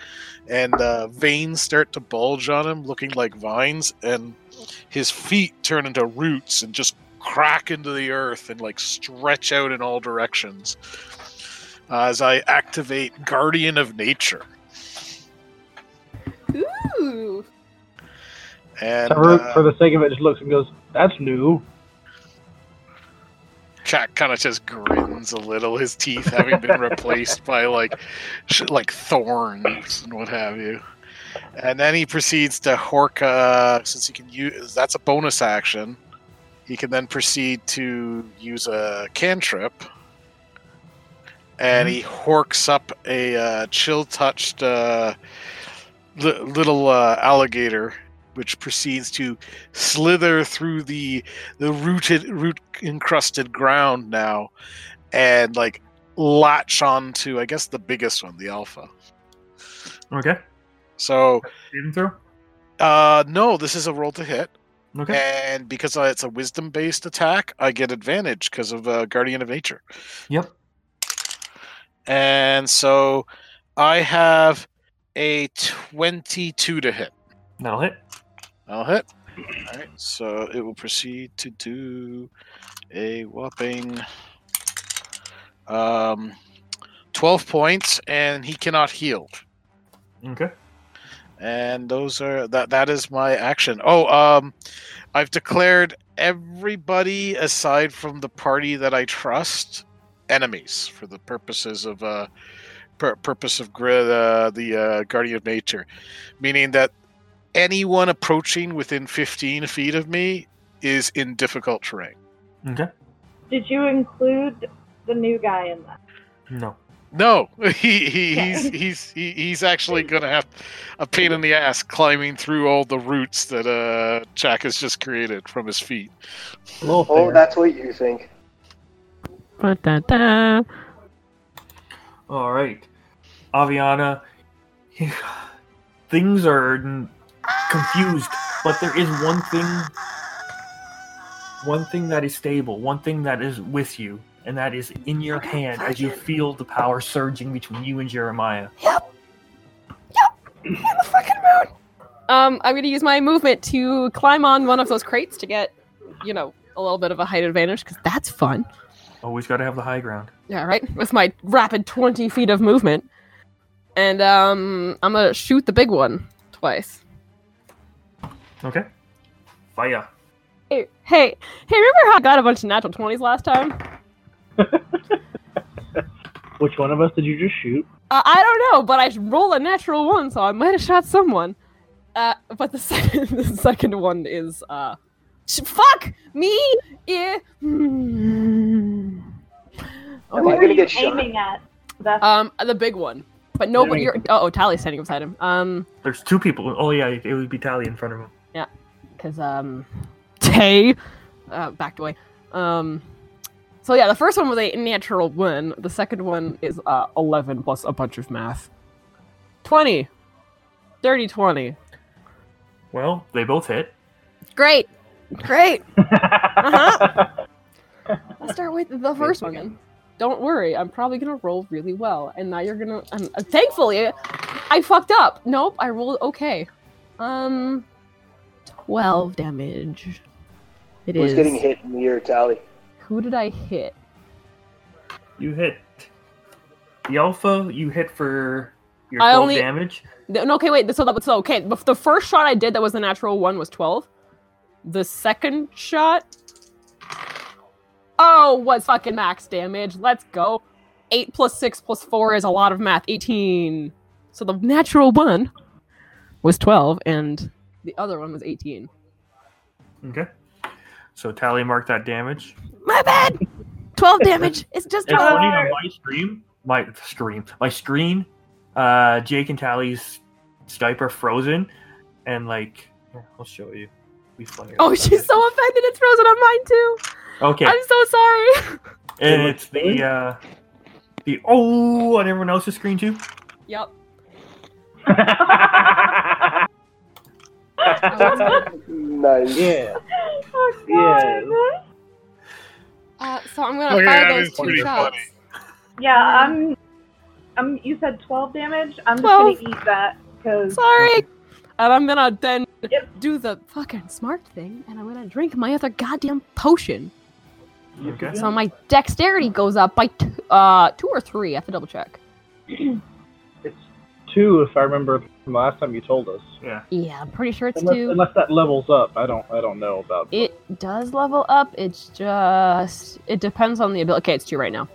Speaker 4: and uh, veins start to bulge on him looking like vines and his feet turn into roots and just crack into the earth and like stretch out in all directions uh, as i activate guardian of nature
Speaker 6: Ooh.
Speaker 4: and
Speaker 2: Tavruk,
Speaker 4: uh,
Speaker 2: for the sake of it, just looks and goes, "That's new."
Speaker 4: Jack kind of just grins a little, his teeth having been replaced by like sh- like thorns and what have you. And then he proceeds to Horka since he can use that's a bonus action. He can then proceed to use a cantrip, and he horks up a uh, chill touched uh, li- little uh, alligator, which proceeds to slither through the the rooted root encrusted ground now and like latch on to i guess the biggest one the alpha
Speaker 1: Okay.
Speaker 4: so
Speaker 1: Saving throw.
Speaker 4: uh no this is a roll to hit
Speaker 1: Okay.
Speaker 4: and because uh, it's a wisdom based attack i get advantage because of uh, guardian of nature
Speaker 1: Yep.
Speaker 4: and so i have a 22 to hit
Speaker 1: That'll hit.
Speaker 4: i'll hit all right so it will proceed to do a whopping um 12 points and he cannot heal
Speaker 1: Okay.
Speaker 4: and those are that that is my action oh um i've declared everybody aside from the party that i trust enemies for the purposes of uh pur- purpose of grid uh, the uh, guardian of nature meaning that anyone approaching within 15 feet of me is in difficult terrain
Speaker 1: Okay.
Speaker 5: Did you include the new guy in that?
Speaker 1: No.
Speaker 4: No, [LAUGHS] he, he he's he's he, he's actually gonna have a pain in the ass climbing through all the roots that uh Jack has just created from his feet.
Speaker 2: Little
Speaker 7: Oh,
Speaker 2: fair.
Speaker 7: that's what you think.
Speaker 6: Ba-da-da.
Speaker 1: All right. Aviana, [SIGHS] things are n- confused, but there is one thing one thing that is stable, one thing that is with you, and that is in your hand as you feel the power surging between you and Jeremiah.
Speaker 6: Um, I'm gonna use my movement to climb on one of those crates to get, you know, a little bit of a height advantage because that's fun.
Speaker 1: Always got to have the high ground.
Speaker 6: Yeah, right. With my rapid 20 feet of movement, and um, I'm gonna shoot the big one twice.
Speaker 1: Okay. Fire.
Speaker 6: Hey, hey, hey! Remember how I got a bunch of natural 20s last time?
Speaker 2: Which one of us did you just
Speaker 6: [LAUGHS]
Speaker 2: shoot?
Speaker 6: Uh, I don't know, but I roll a natural one, so I might have shot someone. Uh, but the [LAUGHS] second, the second one is uh, sh- fuck me. Yeah. Hmm.
Speaker 7: Am I
Speaker 5: Who are
Speaker 7: gonna
Speaker 5: you
Speaker 7: get shot?
Speaker 5: aiming at? That's
Speaker 6: Um, the big one, but nobody.
Speaker 2: Yeah.
Speaker 6: You're, oh, oh, Tally's standing beside him. Um,
Speaker 1: There's two people. Oh yeah, it would be Tally in front of him.
Speaker 6: because um, [LAUGHS] Tay, uh, backed away. Um, so yeah, the first one was a natural one. The second one is uh, eleven plus a bunch of math. Twenty. Dirty twenty.
Speaker 1: Well, they both hit.
Speaker 6: Great. Great. Uh-huh. I'll start with the first one. then. Don't worry, I'm probably gonna roll really well, and now you're gonna. Um, uh, thankfully, I fucked up. Nope, I rolled okay. Um, twelve damage. It is.
Speaker 7: Who's getting hit near Tally?
Speaker 6: Who did I hit?
Speaker 1: You hit the alpha. You hit for your
Speaker 6: I
Speaker 1: 12
Speaker 6: only-
Speaker 1: damage.
Speaker 6: No, no, okay, wait. So that was so okay. bef- The first shot I did that was the natural one was twelve. The second shot, oh, was fucking max damage. Let's go. Eight plus six plus four is a lot of math. Eighteen. So the natural one was twelve, and the other one was eighteen.
Speaker 1: Okay. So Tally marked that damage.
Speaker 4: [LAUGHS]
Speaker 6: My bad. Twelve damage. It's just
Speaker 1: It's
Speaker 5: Oh.
Speaker 1: funny on my stream. my screen, my screen, uh, Jake and Tally's Skype are frozen, and like, here, I'll show you. We flare.
Speaker 6: Oh, she's so offended. It's frozen on mine too.
Speaker 1: okay.
Speaker 6: I'm so sorry.
Speaker 1: and it's the uh, the oh on everyone else's screen too.
Speaker 6: yep. Uh,
Speaker 7: Nice.
Speaker 2: yeah.
Speaker 5: [LAUGHS] Oh,
Speaker 2: Yeah.
Speaker 5: God.
Speaker 6: Uh, so I'm gonna
Speaker 4: Okay,
Speaker 6: fire
Speaker 4: that
Speaker 6: those
Speaker 4: is
Speaker 6: two
Speaker 4: pretty
Speaker 6: shots.
Speaker 4: funny.
Speaker 5: Yeah, I'm. I'm. You said twelve damage. I'm just
Speaker 6: Twelve.
Speaker 5: gonna eat that because
Speaker 6: Sorry. And I'm gonna then
Speaker 5: Yep.
Speaker 6: do the fucking smart thing, and I'm gonna drink my other goddamn potion.
Speaker 1: Okay.
Speaker 6: So my dexterity goes up by t- uh two or three. I have to double check.
Speaker 2: It's two, if I remember from the last time you told us.
Speaker 1: Yeah.
Speaker 6: Yeah, I'm pretty sure it's
Speaker 2: Unless,
Speaker 6: two.
Speaker 2: unless that levels up, I don't. I don't know about.
Speaker 6: It does level up. It's just it depends on the ability. Okay, it's two right now.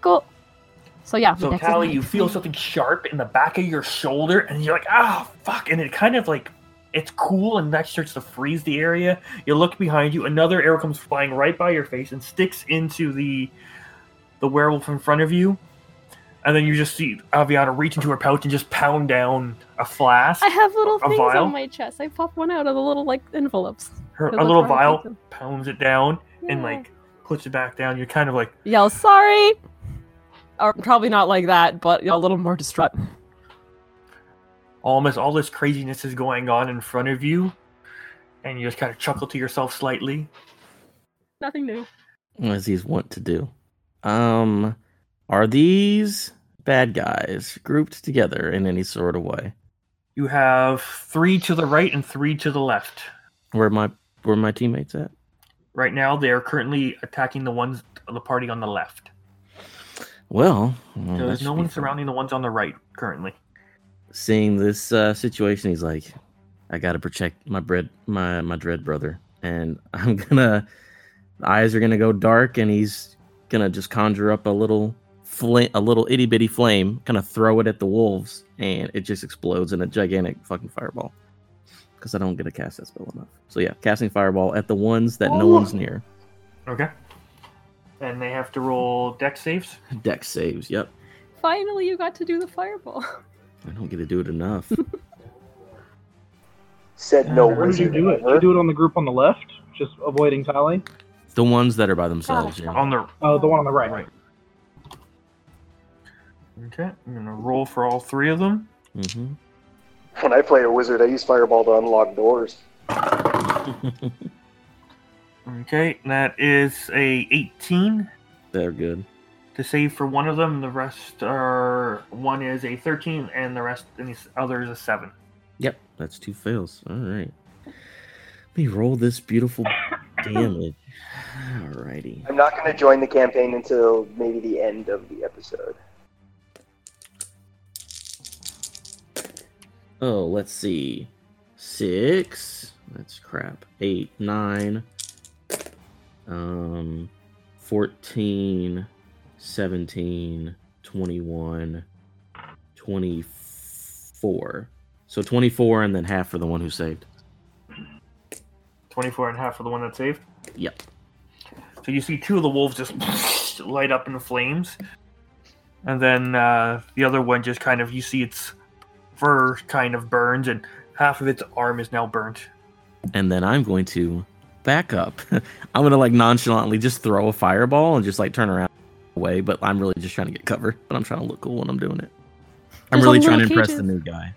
Speaker 6: Cool. So yeah. my
Speaker 1: So
Speaker 6: dex is
Speaker 1: Callie, you feel
Speaker 6: 19.
Speaker 1: something sharp in the back of your shoulder, and you're like, "Ah, fuck!" And it kind of like, it's cool, and that starts to freeze the area. You look behind you, another arrow comes flying right by your face and sticks into the the werewolf in front of you, and then you just see Aviana reach into her pouch and just pound down a flask,
Speaker 6: I have little
Speaker 1: A
Speaker 6: things
Speaker 1: vial?
Speaker 6: on my chest. I pop one out of the little like envelopes.
Speaker 1: her
Speaker 6: It
Speaker 1: a
Speaker 6: looks
Speaker 1: little
Speaker 6: like
Speaker 1: vial,
Speaker 6: something.
Speaker 1: pounds it down, and
Speaker 6: Yeah.
Speaker 1: like puts it back down. You're kind of like,
Speaker 6: yell sorry, or probably not like that, but a little more distraught.
Speaker 1: almost all this craziness is going on in front of you, and you just kind of chuckle to yourself slightly.
Speaker 6: Nothing new.
Speaker 3: As he's wont to do. Um, are these bad guys grouped together in any sort of way?
Speaker 1: You have three to the right and three to the left.
Speaker 3: Where my where my teammates at?
Speaker 1: Right now, they are currently attacking the ones the party on the left.
Speaker 3: Well,
Speaker 1: So
Speaker 3: well, that
Speaker 1: there's
Speaker 3: should
Speaker 1: no
Speaker 3: be
Speaker 1: one
Speaker 3: fun.
Speaker 1: surrounding the ones on the right currently.
Speaker 3: Seeing this uh, situation, he's like, "I gotta protect my bread, my my dread brother," and [LAUGHS] I'm gonna. The eyes are gonna go dark, and he's gonna just conjure up a little flame, a little itty bitty flame, kind of throw it at the wolves, and it just explodes in a gigantic fucking fireball. Because I don't get to cast that spell enough. So yeah, casting fireball at the ones that no one's near.
Speaker 1: Okay. And they have to roll deck saves.
Speaker 3: Deck saves. Yep,
Speaker 6: Finally, you got to do the [LAUGHS] fireball.
Speaker 3: I don't get to do it enough. [LAUGHS]
Speaker 7: Said no
Speaker 3: Uh,
Speaker 2: Where did you
Speaker 7: wizard.
Speaker 2: do it? Did you do it on the group on the left, just avoiding Tally.
Speaker 3: the ones that are by themselves. Yeah.
Speaker 1: On the
Speaker 2: Oh, the one on the right.
Speaker 1: right. Okay. I'm gonna roll for all three of them.
Speaker 3: hmm
Speaker 7: When I play a wizard, I use fireball to unlock doors.
Speaker 3: Mm-hmm. [LAUGHS]
Speaker 1: Okay. That is a 18
Speaker 3: They're good.
Speaker 1: to save for one of them. The rest are one is a 13, and the rest and the other is a seven.
Speaker 3: Yep, that's two fails. All right. Let me roll this beautiful damage. Alrighty.
Speaker 7: I'm not going to join the campaign until maybe the end of the episode.
Speaker 3: Oh, let's see. Six. That's crap. Eight, nine, um, 14, 17, 21, 24. So 24 and then half for the one who saved.
Speaker 1: 24 and a half for the one that saved.
Speaker 3: Yep.
Speaker 1: So you see two of the wolves just [LAUGHS] light up in flames, and then uh, the other one just kind of you see its fur kind of burns, and half of its arm is now burnt.
Speaker 3: and then I'm going to back up. [LAUGHS] I'm gonna like nonchalantly just throw a fireball and just like turn around away, but I'm really just trying to get cover. But I'm trying to look cool when I'm doing it. I'm
Speaker 6: There's
Speaker 3: really
Speaker 6: all
Speaker 3: trying to
Speaker 6: little
Speaker 3: impress the
Speaker 6: cages.
Speaker 3: new guy.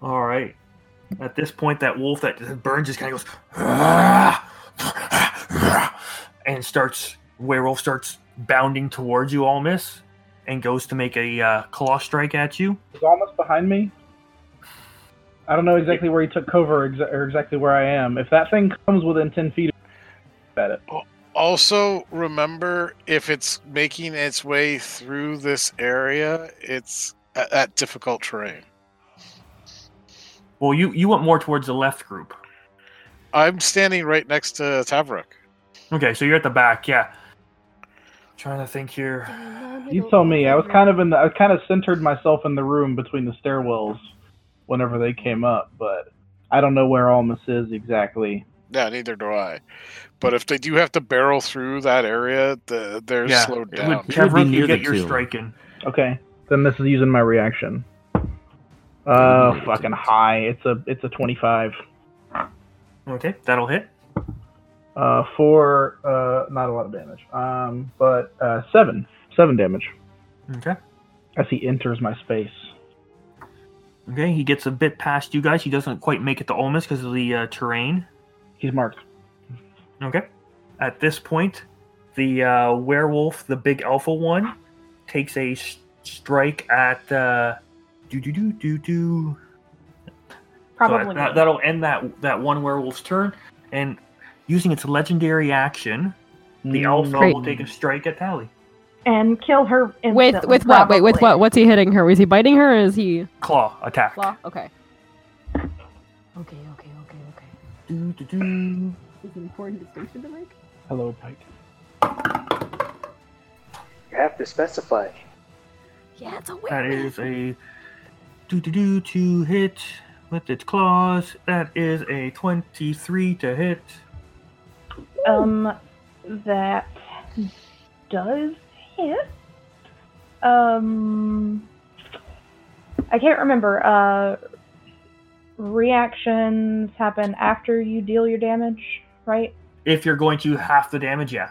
Speaker 1: All right. At this point, that wolf that just burned just kind of goes "Ah!" [LAUGHS] and starts werewolf starts bounding towards you, all miss, and goes to make a uh, claw strike at you.
Speaker 2: He's almost behind me. I don't know exactly where he took cover exa- or exactly where I am. If that thing comes within ten feet, of- at it.
Speaker 4: Also, remember if it's making its way through this area, it's a- at difficult terrain.
Speaker 1: Well, you you went more towards the left group.
Speaker 4: I'm standing right next to Tavrok.
Speaker 1: Okay, so you're at the back, yeah. Trying to think here.
Speaker 2: You tell me. I was kind of in the. I kind of centered myself in the room between the stairwells, whenever they came up. But I don't know where Almas is exactly.
Speaker 4: Yeah, neither do I. But if they do have to barrel through that area, the, they're
Speaker 1: Yeah,
Speaker 4: slowed
Speaker 1: It would,
Speaker 4: down.
Speaker 3: would
Speaker 1: Tavrook,
Speaker 3: be
Speaker 1: you
Speaker 3: near
Speaker 1: get
Speaker 3: the
Speaker 1: your
Speaker 3: two.
Speaker 1: strike in.
Speaker 2: Okay, then this is using my reaction.
Speaker 3: Oh,
Speaker 2: Oh,
Speaker 3: yeah,
Speaker 2: fucking
Speaker 3: it's-
Speaker 2: high. It's a it's a twenty five.
Speaker 1: Okay, that'll hit.
Speaker 2: Uh, for uh, not a lot of damage. Um, but uh, seven, seven damage
Speaker 1: Okay.
Speaker 2: as he enters my space.
Speaker 1: Okay, he gets a bit past you guys. He doesn't quite make it to Olmus because of the uh, terrain.
Speaker 2: He's marked.
Speaker 1: Okay. At this point, the uh, werewolf, the big alpha one, takes a s- strike at. Uh, do do do do do.
Speaker 6: Probably
Speaker 1: So
Speaker 6: not.
Speaker 1: that, that'll end that that one werewolf's turn, and using its legendary action, the alpha
Speaker 6: Great.
Speaker 1: will take a strike at Tally.
Speaker 5: and kill her instantly,
Speaker 6: with with what? Wait, with what?
Speaker 5: probably.
Speaker 6: What's he hitting her? Is he biting her? or Is he
Speaker 1: Claw attack.
Speaker 6: claw? Okay. Okay, okay, okay, okay.
Speaker 1: Do, do, do.
Speaker 6: Is an important distinction to make?
Speaker 2: Hello, Pike.
Speaker 7: You have to specify.
Speaker 6: Yeah, it's a
Speaker 1: That
Speaker 6: weird.
Speaker 1: is a do do do to hit with its claws. That is a twenty-three to hit.
Speaker 2: Oh.
Speaker 5: Um, that does hit. Um, I can't remember. Uh, reactions happen after you deal your damage, right?
Speaker 1: If you're going to half the damage, yeah,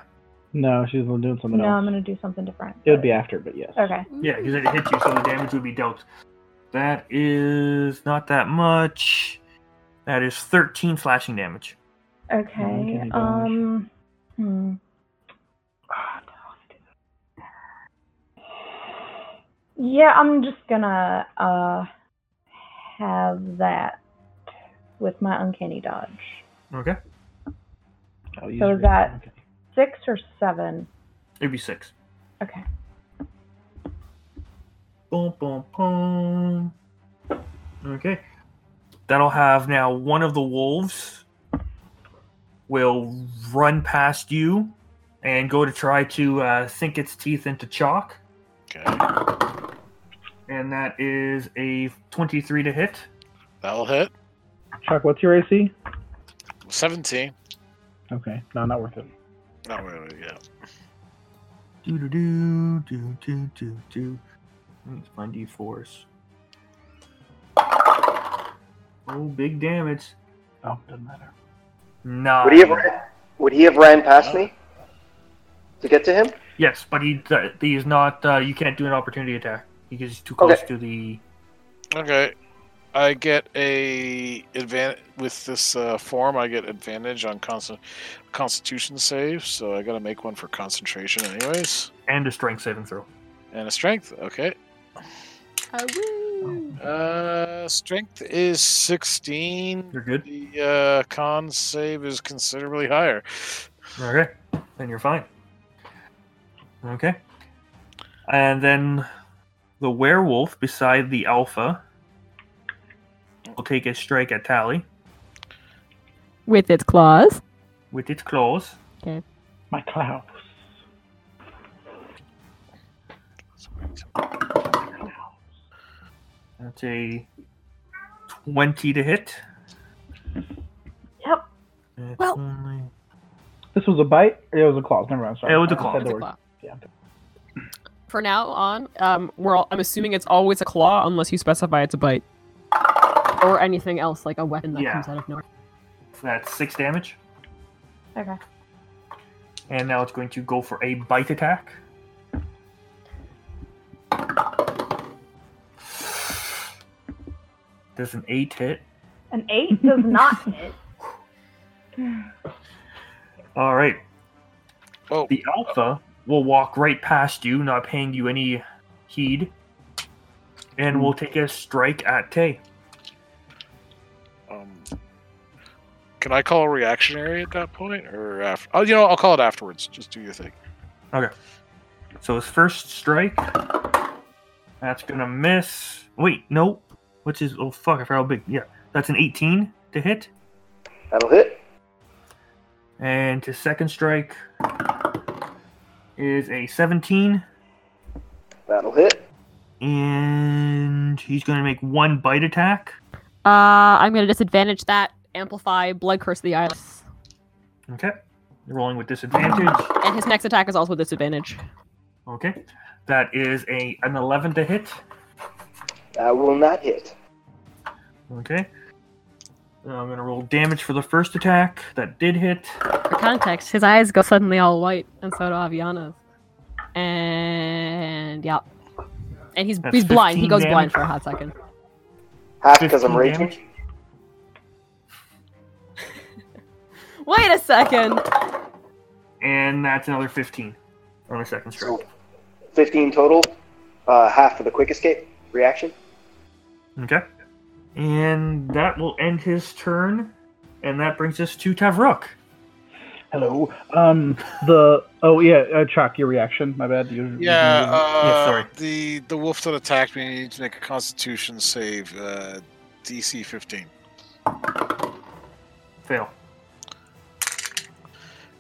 Speaker 2: No, she's doing something
Speaker 5: no, I'm
Speaker 2: else.
Speaker 5: gonna do something different.
Speaker 2: It would be after, but yes.
Speaker 5: okay.
Speaker 1: yeah, because it hits you, so the damage would be dealt. That is not that much. That is thirteen slashing damage.
Speaker 2: Okay,
Speaker 5: Okay.
Speaker 2: damage.
Speaker 5: Um. Hmm. Yeah, I'm just gonna uh have that with my uncanny dodge.
Speaker 1: Okay,
Speaker 2: I'll use
Speaker 5: So
Speaker 2: it.
Speaker 5: that-
Speaker 2: Okay.
Speaker 5: Six or seven.
Speaker 1: it'd be six.
Speaker 5: Okay.
Speaker 1: Boom, boom, boom. Okay, that'll have now one of the wolves will run past you and go to try to uh, sink its teeth into chalk,
Speaker 4: Okay.
Speaker 1: and that is a twenty-three to hit.
Speaker 4: That'll hit.
Speaker 2: Chuck, what's your AC?
Speaker 4: 17.
Speaker 2: Okay, no, not worth it.
Speaker 4: Not really, Oh, yeah.
Speaker 1: Do do do do do do do. Let's find d4s. Oh, big damage.
Speaker 2: Oh, doesn't matter.
Speaker 1: Nine.
Speaker 7: Would he have ran, would he have ran past me to get to him?
Speaker 1: Yes, but he uh, he is not. Uh, you can't do an opportunity attack because he's too close
Speaker 7: Okay.
Speaker 1: to the.
Speaker 4: Okay. I get a advantage with this uh, form. I get advantage on constant Constitution save, so I got to make one for concentration, anyways,
Speaker 1: and a strength saving throw.
Speaker 4: and a strength. Okay.
Speaker 6: Howoo.
Speaker 4: Uh, strength is sixteen.
Speaker 1: You're good.
Speaker 4: The uh, con save is considerably higher.
Speaker 1: Okay, then you're fine. Okay, and then the werewolf beside the alpha will take a strike at Tally
Speaker 6: With its claws.
Speaker 1: with its claws.
Speaker 2: My clouds.
Speaker 1: That's a twenty to hit.
Speaker 5: Yep.
Speaker 1: It's
Speaker 6: Well-
Speaker 1: only-
Speaker 2: This was a bite. Or it was a claws. Never mind. Sorry.
Speaker 1: It was a
Speaker 2: I said
Speaker 1: claw.
Speaker 2: the
Speaker 1: It was
Speaker 6: It's a
Speaker 2: word.
Speaker 6: claw.
Speaker 2: Yeah.
Speaker 6: For now on, um, we're all, I'm assuming it's always a claw unless you specify it's a bite or anything else like a weapon that
Speaker 1: Yeah.
Speaker 6: comes out of nowhere.
Speaker 1: That's six damage,
Speaker 5: Okay.
Speaker 1: and now it's going to go for a bite attack. Does an eight hit?
Speaker 5: An eight does [LAUGHS] not hit.
Speaker 1: All right.
Speaker 4: Oh,
Speaker 1: The alpha will walk right past you, not paying you any heed, and will take a strike at Tay.
Speaker 4: um, can I call a reactionary at that point, or after? Oh, you know, I'll call it afterwards. Just do your thing.
Speaker 1: So his first strike, that's gonna miss. Wait, no. What's his? Oh fuck! I forgot how big. Yeah, that's an 18 to hit,
Speaker 7: That'll hit.
Speaker 1: and his second strike is a 17,
Speaker 7: That'll hit.
Speaker 1: and he's gonna make one bite attack.
Speaker 6: Uh, I'm gonna disadvantage that, amplify blood curse of the eyelids.
Speaker 1: Okay. You're rolling with disadvantage.
Speaker 6: And his next attack is also disadvantage.
Speaker 1: Okay. That is a an 11 to hit.
Speaker 7: That will not hit.
Speaker 1: Okay. Now I'm going to roll damage for the first attack. That did hit.
Speaker 6: For context, his eyes go suddenly all white, and so do Aviana's. And yeah, and he's
Speaker 1: That's
Speaker 6: he's blind. He
Speaker 1: 15
Speaker 6: goes blind
Speaker 1: damage.
Speaker 6: for a hot second.
Speaker 7: Half because I'm
Speaker 1: 15
Speaker 7: raging.
Speaker 1: damage.
Speaker 6: Wait a second.
Speaker 1: And that's another 15 on the second strike.
Speaker 7: So 15 total, uh, half for the quick escape reaction.
Speaker 1: Okay. And that will end his turn. And that brings us to Tavrook.
Speaker 2: Hello. Um, the oh yeah, uh, Chuck, your reaction. My bad. You,
Speaker 4: Yeah, uh,
Speaker 1: Yeah, sorry.
Speaker 4: The the wolf that attacked me needs to make a Constitution save, uh, DC 15.
Speaker 1: Fail.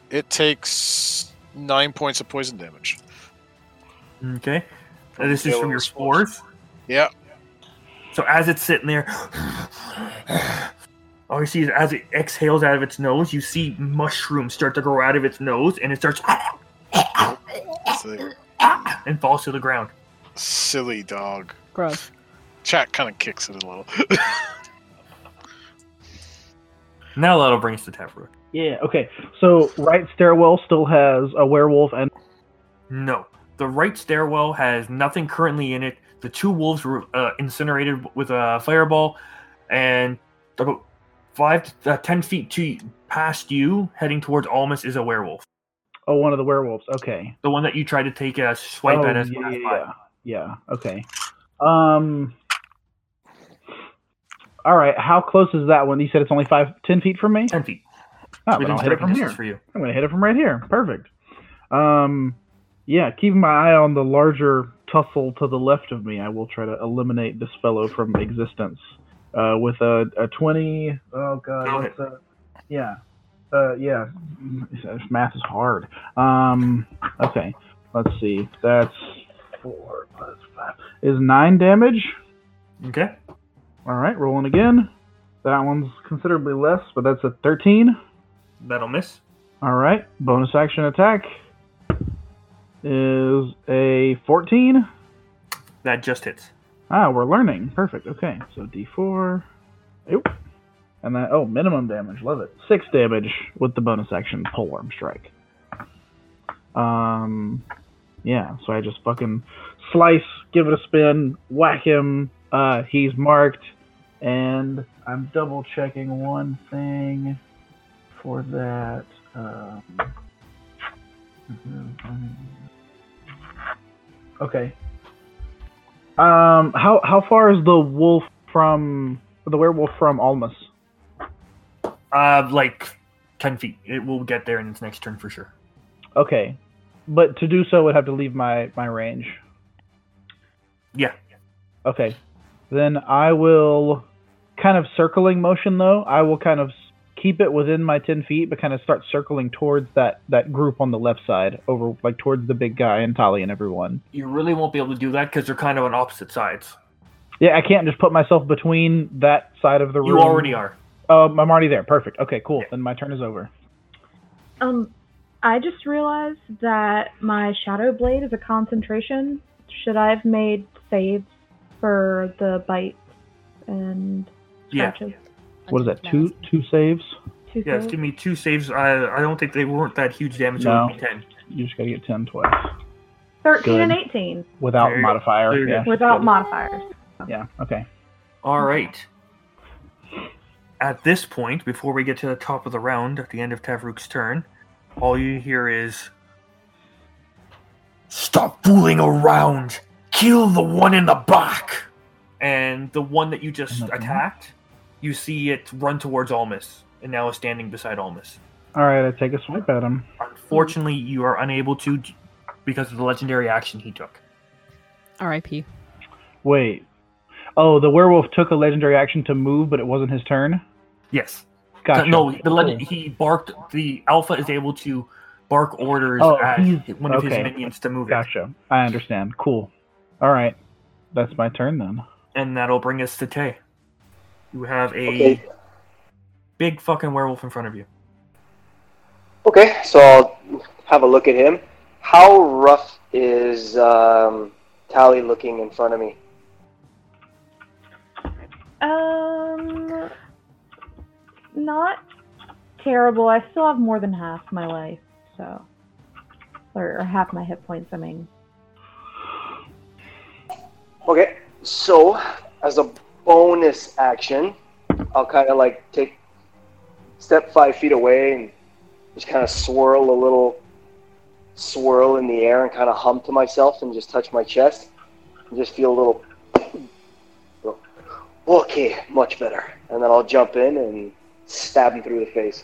Speaker 4: It takes nine points of poison damage.
Speaker 1: Okay. Uh, this is from your spores.
Speaker 4: Yeah.
Speaker 1: So as it's sitting there, [SIGHS] all you see is as it exhales out of its nose, you see mushrooms start to grow out of its nose, and it starts [SIGHS]
Speaker 4: Silly,
Speaker 1: and falls to the ground.
Speaker 4: silly dog.
Speaker 6: Gross.
Speaker 4: Chat kind of kicks it a little.
Speaker 1: Now that'll bring us to Tavrook.
Speaker 2: yeah. Okay. So right stairwell still has a werewolf and
Speaker 1: No. The right stairwell has nothing currently in it. The two wolves were uh, incinerated with a fireball, and about five to uh, ten feet to past you, heading towards Almas, is a werewolf.
Speaker 2: oh one of the werewolves. Okay.
Speaker 1: The one that you tried to take a swipe
Speaker 2: oh,
Speaker 1: at as
Speaker 2: yeah,
Speaker 1: last
Speaker 2: yeah,
Speaker 1: time.
Speaker 2: yeah. Yeah, Okay. Um. All right. How close is that one? You said it's only five, ten feet from me.
Speaker 1: ten feet.
Speaker 2: Oh,
Speaker 1: We
Speaker 2: then
Speaker 1: didn't
Speaker 2: I'll hit it
Speaker 1: strike
Speaker 2: from
Speaker 1: distance
Speaker 2: here.
Speaker 1: for you.
Speaker 2: I'm gonna hit it from right here. Perfect. Um, yeah, keeping my eye on the larger tussle to the left of me, I will try to eliminate this fellow from existence uh, with a, a twenty. Oh
Speaker 1: Go
Speaker 2: god,
Speaker 1: ahead.
Speaker 2: what's that? Yeah, uh, yeah. Math is hard. Um, okay, let's see. That's four plus five is nine damage.
Speaker 1: Okay.
Speaker 2: All right, rolling again. That one's considerably less, but that's a thirteen.
Speaker 1: That'll miss.
Speaker 2: All right, bonus action attack is a 14.
Speaker 1: That just hits.
Speaker 2: Ah, we're learning. Perfect. Okay, so D4. Oop. And that, oh, minimum damage. Love it. Six damage with the bonus action polearm strike. Um, yeah, so I just fucking slice, give it a spin, whack him. Uh, he's marked. And I'm double checking one thing for that. Um, mhm, mhm. okay. Um, how how far is the wolf from the werewolf from Almas?
Speaker 1: Uh, like ten feet. It will get there in its next turn for sure.
Speaker 2: Okay, but to do so would have to leave my my range.
Speaker 1: Yeah.
Speaker 2: Okay, then I will kind of circling motion though. I will kind of s- keep it within my ten feet, but kind of start circling towards that that group on the left side, over like towards the big guy and Tali and everyone.
Speaker 1: You really won't be able to do that because they're kind of on opposite sides.
Speaker 2: Yeah, I can't just put myself between that side of the room.
Speaker 1: You already are.
Speaker 2: Um, I'm already there. Perfect. Okay, cool.
Speaker 1: Yeah.
Speaker 2: Then my turn is over.
Speaker 5: Um, I just realized that my shadow blade is a concentration. Should I have made saves for the bites and
Speaker 1: Yeah.
Speaker 5: scratches?
Speaker 2: What is that? Two two saves.
Speaker 5: Two
Speaker 1: Yes,
Speaker 5: saves?
Speaker 1: give me two saves. I I don't think they weren't that huge damage. It
Speaker 2: No.
Speaker 1: would be ten.
Speaker 2: You just gotta get ten twice
Speaker 5: 13
Speaker 2: Good.
Speaker 5: and 18
Speaker 2: without
Speaker 1: There you go.
Speaker 2: modifier.
Speaker 1: There you go.
Speaker 2: Yeah,
Speaker 5: without
Speaker 2: good.
Speaker 5: modifiers.
Speaker 2: Yeah. Okay.
Speaker 1: All right. At this point, before we get to the top of the round, at the end of Tavrook's turn, all you hear is Stop fooling around! Kill the one in the back! And the one that you just
Speaker 2: Nothing.
Speaker 1: attacked, you see it run towards Almas, and now is standing beside Almas.
Speaker 2: All right. I take a swipe at him.
Speaker 1: Unfortunately, you are unable to d- because of the legendary action he took.
Speaker 6: R.I.P.
Speaker 2: Wait. Oh, the werewolf took a legendary action to move, but it wasn't his turn.
Speaker 1: Yes.
Speaker 2: Gotcha.
Speaker 1: No, the legend,
Speaker 2: Cool.
Speaker 1: he barked. The alpha is able to bark orders
Speaker 2: Oh,
Speaker 1: at
Speaker 2: he's-
Speaker 1: one of
Speaker 2: okay.
Speaker 1: his minions to move it,
Speaker 2: Gotcha. I understand. Cool. All right. That's my turn then.
Speaker 1: and that'll bring us to Tay. You have a
Speaker 7: Okay.
Speaker 2: Oh,
Speaker 1: big fucking werewolf in front of you.
Speaker 7: Okay, so I'll have a look at him. How rough is um, Tally looking in front of me?
Speaker 5: Um, not terrible. I still have more than half my life, so or, or half my hit points. I mean,
Speaker 7: Okay, so as a bonus action, I'll kind of like take step five feet away and just kind of swirl a little swirl in the air and kind of hum to myself and just touch my chest and just feel a little. go, Okay, much better. And then I'll jump in and stab him through the face.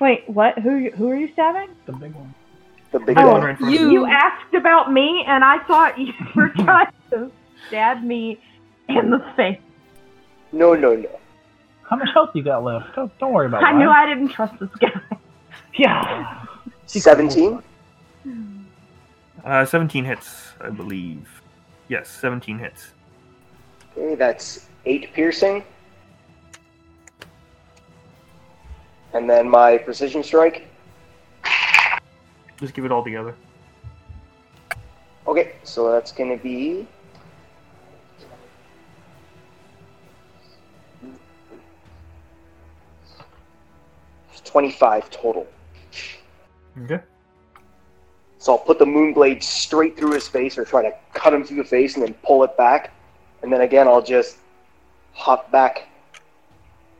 Speaker 5: wait, what? Who who are you stabbing?
Speaker 2: The big one.
Speaker 7: The big
Speaker 1: I
Speaker 7: guy.
Speaker 1: want her in front of
Speaker 6: You-
Speaker 1: me.
Speaker 5: You asked about me, and I thought you were trying to stab me in the face.
Speaker 7: No, no, no.
Speaker 2: How much health you got left? Don't, don't worry about
Speaker 5: I knew
Speaker 2: life.
Speaker 5: I didn't trust this guy. [LAUGHS]
Speaker 2: Yeah.
Speaker 7: 17?
Speaker 1: Uh, 17 hits, I believe. Yes, 17 hits.
Speaker 7: Okay, that's eight piercing. And then my precision strike.
Speaker 1: Just give it all together.
Speaker 7: Okay, so that's going to be. Twenty-five total.
Speaker 1: Okay.
Speaker 7: So I'll put the moonblade straight through his face, or try to cut him through the face, and then pull it back. And then again, I'll just hop back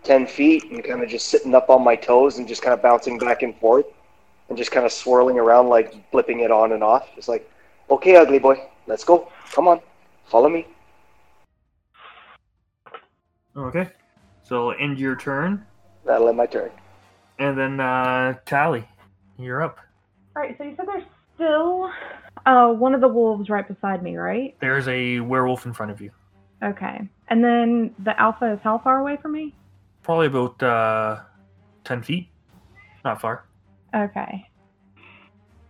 Speaker 7: ten feet and kind of just sitting up on my toes and just kind of bouncing back and forth, and just kind of swirling around, like flipping it on and off. Just like, okay, ugly boy, let's go. Come on, follow me.
Speaker 1: Okay. So end your turn,
Speaker 7: That'll end my turn.
Speaker 1: and then uh, Tally, you're up.
Speaker 5: All right, so you said there's still uh, one of the wolves right beside me, right?
Speaker 1: There's a werewolf in front of you.
Speaker 5: Okay. And then the alpha is how far away from me?
Speaker 1: Probably about uh, 10 feet. Not far.
Speaker 5: Okay.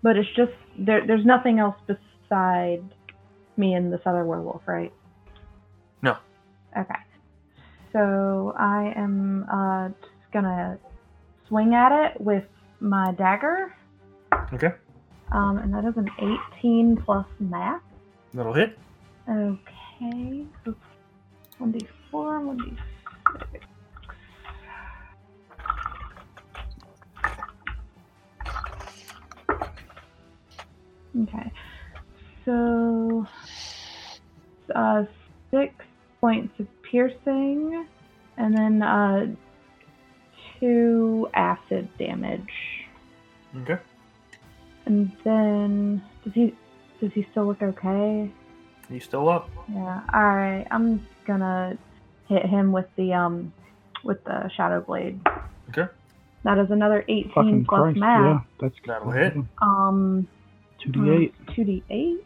Speaker 5: But it's just there. There's nothing else beside me and this other werewolf, right?
Speaker 1: No.
Speaker 5: Okay. So I am uh, just gonna swing at it with my dagger,
Speaker 1: Okay.
Speaker 5: um, and that is an 18 plus math.
Speaker 1: That'll hit.
Speaker 5: Okay. Oops. 1d4, 1d6. Okay. So, uh, six points of piercing, and then uh, two acid damage.
Speaker 1: Okay.
Speaker 5: And then, does he does he still look okay?
Speaker 1: You still up?
Speaker 5: Yeah. All right. I'm gonna hit him with the um with the shadow blade.
Speaker 1: Okay.
Speaker 5: That is another 18
Speaker 2: Fucking
Speaker 5: plus
Speaker 2: Christ. Yeah,
Speaker 5: math.
Speaker 2: that's
Speaker 1: That'll hit.
Speaker 5: Um.
Speaker 2: 2d8.
Speaker 5: 2d8.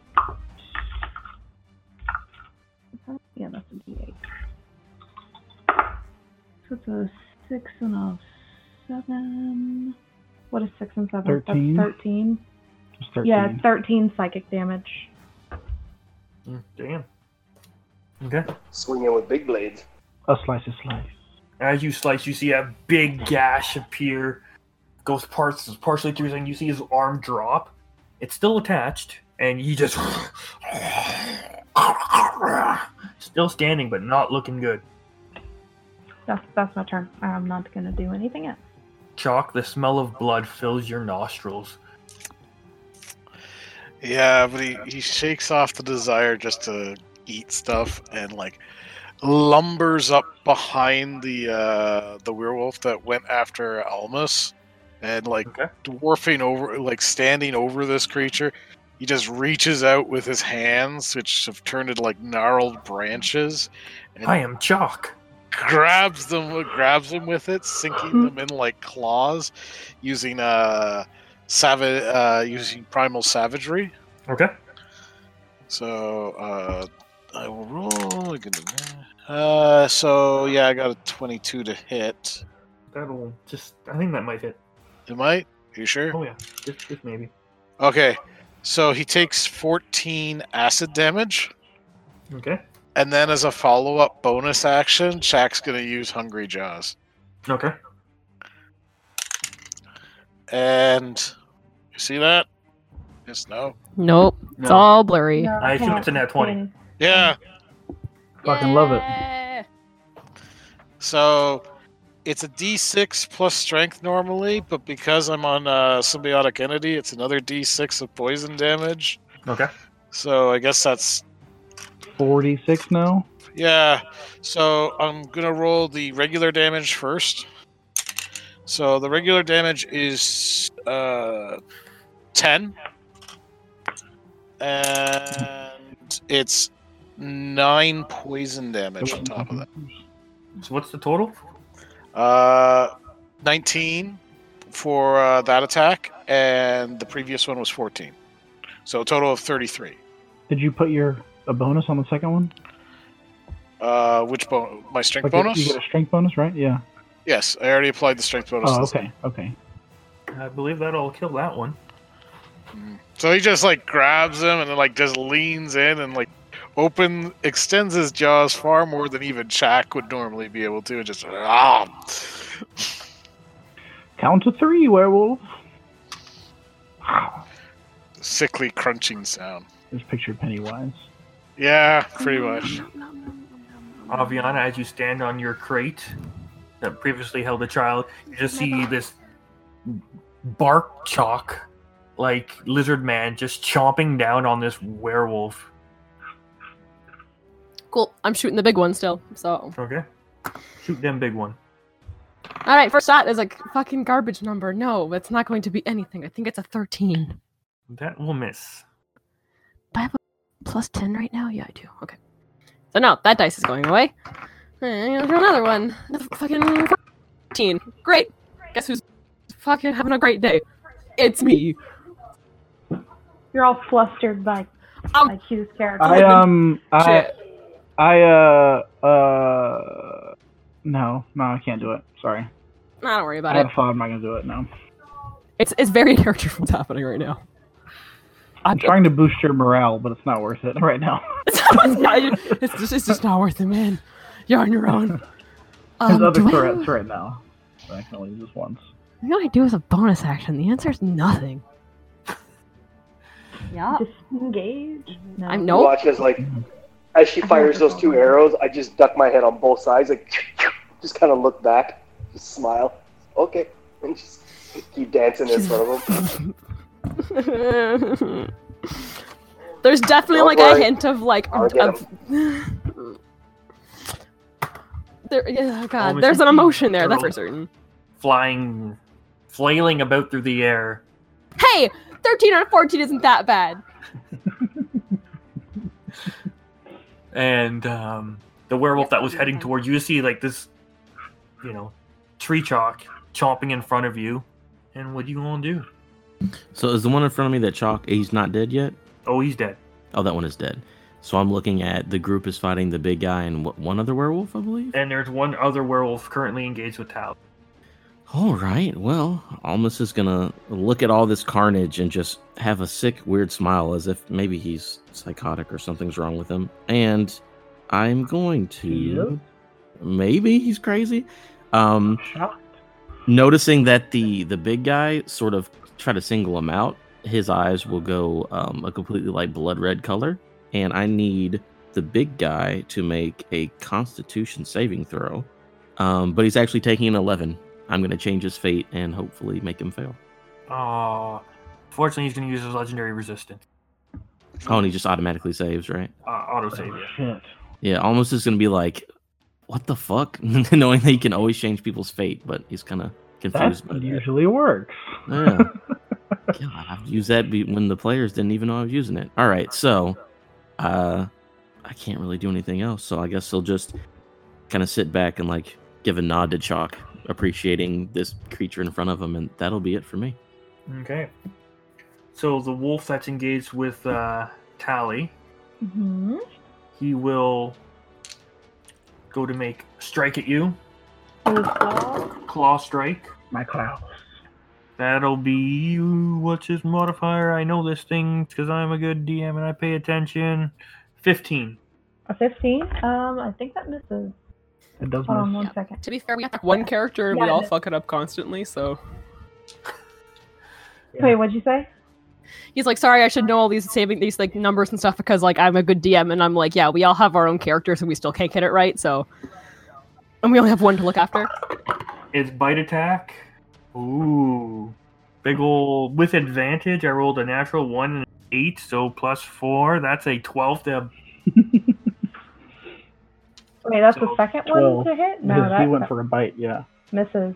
Speaker 5: Yeah, that's a d8. So it's a six and a seven. What is six and seven? That's
Speaker 2: Thirteen.
Speaker 5: 13.
Speaker 2: Just 13.
Speaker 5: Yeah, 13 psychic damage.
Speaker 1: Mm, Damn. Okay.
Speaker 7: Swinging with big blades.
Speaker 2: A slice of slice.
Speaker 1: As you slice, you see a big gash appear, goes parts partially through, and you see his arm drop. It's still attached, and he just [LAUGHS] still standing, but not looking good.
Speaker 5: That's that's my turn. I'm not gonna do anything else.
Speaker 1: Chalk, the smell of blood fills your nostrils.
Speaker 4: Yeah, but he, he shakes off the desire just to eat stuff and like lumbers up behind the uh, the werewolf that went after Almas and like
Speaker 1: Okay.
Speaker 4: dwarfing over like standing over this creature. He just reaches out with his hands, which have turned into like gnarled branches, and
Speaker 1: I am Chalk.
Speaker 4: grabs them grabs them with it, sinking them in like claws, using uh savage uh using primal savagery.
Speaker 1: Okay.
Speaker 4: So uh, I will roll. again. Uh, so yeah, I got a twenty-two to hit.
Speaker 1: That'll just. I think that might hit.
Speaker 4: It might. You sure?
Speaker 1: Oh yeah, just, just maybe.
Speaker 4: Okay. So he takes fourteen acid damage,
Speaker 1: Okay.
Speaker 4: and then as a follow-up bonus action, Shaq's gonna use Hungry Jaws,
Speaker 1: Okay.
Speaker 4: And you see that? Yes, no.
Speaker 6: Nope. It's
Speaker 1: No.
Speaker 6: all blurry.
Speaker 5: No,
Speaker 1: I assume it's a nat 20.
Speaker 4: Yeah.
Speaker 2: Fucking love it.
Speaker 6: it.
Speaker 4: So it's a D6 plus strength normally, but because I'm on uh, symbiotic entity, it's another D6 of poison damage.
Speaker 1: Okay.
Speaker 4: So I guess that's
Speaker 2: Forty six now.
Speaker 4: yeah. So I'm gonna roll the regular damage first. So the regular damage is uh, ten, and it's nine poison damage on top of that.
Speaker 1: So what's the total?
Speaker 4: Uh, 19 for uh, that attack, and the previous one was 14. So a total of 33.
Speaker 2: Did you put your a bonus on the second one?
Speaker 4: Uh, which bon- my strength
Speaker 2: Like a-
Speaker 4: bonus?
Speaker 2: you get a strength bonus, right? Yeah.
Speaker 4: Yes, I already applied the strength bonus.
Speaker 2: Oh, okay, okay.
Speaker 1: I believe that'll kill that one.
Speaker 4: So he just like grabs him and then like just leans in and like open extends his jaws far more than even Shaq would normally be able to, and just ah.
Speaker 2: Count to three, werewolf.
Speaker 4: sickly crunching sound.
Speaker 2: Just picture Pennywise.
Speaker 4: Yeah, pretty much.
Speaker 1: Aviana, as you stand on your crate that previously held a child, you just see this bark chalk, like lizard man, just chomping down on this werewolf.
Speaker 6: Cool. I'm shooting the big one still. So,
Speaker 1: Okay. Shoot them big one.
Speaker 6: all right. First shot is like fucking garbage number. No, that's not going to be anything. I think it's a 13.
Speaker 1: That will miss.
Speaker 6: Do I have a plus 10 right now? Yeah, I do. Okay. So no, that dice is going away. And I'll throw another one. Another fucking 14. Great. Guess who's fucking having a great day? It's me.
Speaker 5: You're all flustered by
Speaker 6: Um,
Speaker 5: my cutest character.
Speaker 2: I um I
Speaker 6: Shit.
Speaker 2: I uh uh no no I can't do it. Sorry,
Speaker 6: Nah, don't worry
Speaker 2: I
Speaker 6: about
Speaker 2: had
Speaker 6: it.
Speaker 2: a thought. I'm not gonna do it now.
Speaker 6: It's it's very [LAUGHS] narrative what's happening right now.
Speaker 2: I'm
Speaker 6: [LAUGHS]
Speaker 2: trying to boost your morale, but it's not worth it [LAUGHS] right now.
Speaker 6: it's, not- it's just, it's just not worth it, man. You're on your own.
Speaker 5: Oh,
Speaker 2: There's
Speaker 6: Um,
Speaker 2: other
Speaker 6: do I-
Speaker 2: threats right now. So I can only use this once.
Speaker 6: What do I do with a bonus action? The answer is nothing. Yeah.
Speaker 5: Disengage? No.
Speaker 6: I'm
Speaker 7: You
Speaker 6: no.
Speaker 7: Watch as like as she
Speaker 5: I
Speaker 7: fires
Speaker 5: don't
Speaker 7: those two arrows, I just duck my head on both sides, like [LAUGHS] just kind of look back, just smile, okay, and just keep dancing in front of
Speaker 2: [LAUGHS]
Speaker 7: them.
Speaker 6: [LAUGHS] There's definitely
Speaker 7: Don't
Speaker 6: like
Speaker 7: worry.
Speaker 6: a hint of like
Speaker 7: Oh I'll
Speaker 6: of,
Speaker 7: get
Speaker 6: there. yeah, oh God,
Speaker 1: Almost
Speaker 6: there's an
Speaker 1: empty
Speaker 6: emotion there. That's
Speaker 1: turtle.
Speaker 6: for certain.
Speaker 1: Flying, flailing about through the air.
Speaker 6: Hey, 13 out of 14 isn't that bad.
Speaker 1: and um, the werewolf that was heading towards you. You see, like this, you know, tree chalk chomping in front of you. And what do you want to do?
Speaker 3: So is the one in front of me that chalk? He's not dead yet.
Speaker 1: Oh, he's dead.
Speaker 3: Oh, that one is dead. So I'm looking at the group is fighting the big guy and what, one other werewolf, I believe.
Speaker 1: And there's one other werewolf currently engaged with Tal.
Speaker 3: All right. Well, Almus is gonna look at all this carnage and just have a sick, weird smile, as if maybe he's psychotic or something's wrong with him. And I'm going to
Speaker 2: Yeah.
Speaker 3: maybe he's crazy. Um,
Speaker 2: Shocked.
Speaker 3: noticing that the the big guy sort of try to single him out his eyes will go um, a completely like blood red color and i need the big guy to make a constitution saving throw um, but he's actually taking an 11 i'm going to change his fate and hopefully make him fail
Speaker 1: Uh, fortunately, he's going to use his legendary resistance.
Speaker 3: oh and he just automatically saves right
Speaker 1: Uh, auto save.
Speaker 2: Oh,
Speaker 1: yeah.
Speaker 2: shit.
Speaker 3: yeah almost is going to be like what the fuck [LAUGHS] knowing that he can always change people's fate but he's kind of confused by
Speaker 2: That
Speaker 3: that.
Speaker 2: usually works.
Speaker 3: Yeah. [LAUGHS] God, I've used that be- when the players didn't even know I was using it. All right, so uh, I can't really do anything else. So I guess they'll just kind of sit back and like give a nod to Chalk, appreciating this creature in front of them, and that'll be it for me.
Speaker 1: Okay. So the wolf that's engaged with uh, Tally,
Speaker 5: Mhm.
Speaker 1: he will go to make strike at you,
Speaker 5: Please roll.
Speaker 1: claw strike.
Speaker 2: My cloud.
Speaker 1: That'll be you. What's his modifier? I know this thing because I'm a good DM and I pay attention. 15.
Speaker 5: A 15? Um, I think that misses.
Speaker 2: It does
Speaker 5: Hold on
Speaker 2: miss.
Speaker 5: one
Speaker 6: Yeah.
Speaker 5: second.
Speaker 6: To be fair, we have one character and we
Speaker 5: Yeah.
Speaker 6: all fuck it up constantly, so
Speaker 2: Yeah.
Speaker 5: Wait, what'd you say?
Speaker 6: He's like, sorry, I should know all these saving these like numbers and stuff because like I'm a good DM and I'm like, yeah, we all have our own characters and we still can't get it right, so and we only have one to look
Speaker 7: [LAUGHS]
Speaker 6: after.
Speaker 1: It's bite attack. Ooh. Big ol' with advantage. I rolled a natural one and an eight, so plus four. That's a twelve to
Speaker 5: Wait, that's the
Speaker 1: So,
Speaker 5: second
Speaker 2: twelve.
Speaker 5: one to hit? No,
Speaker 2: Because
Speaker 5: that
Speaker 2: he went for a bite, yeah.
Speaker 5: misses.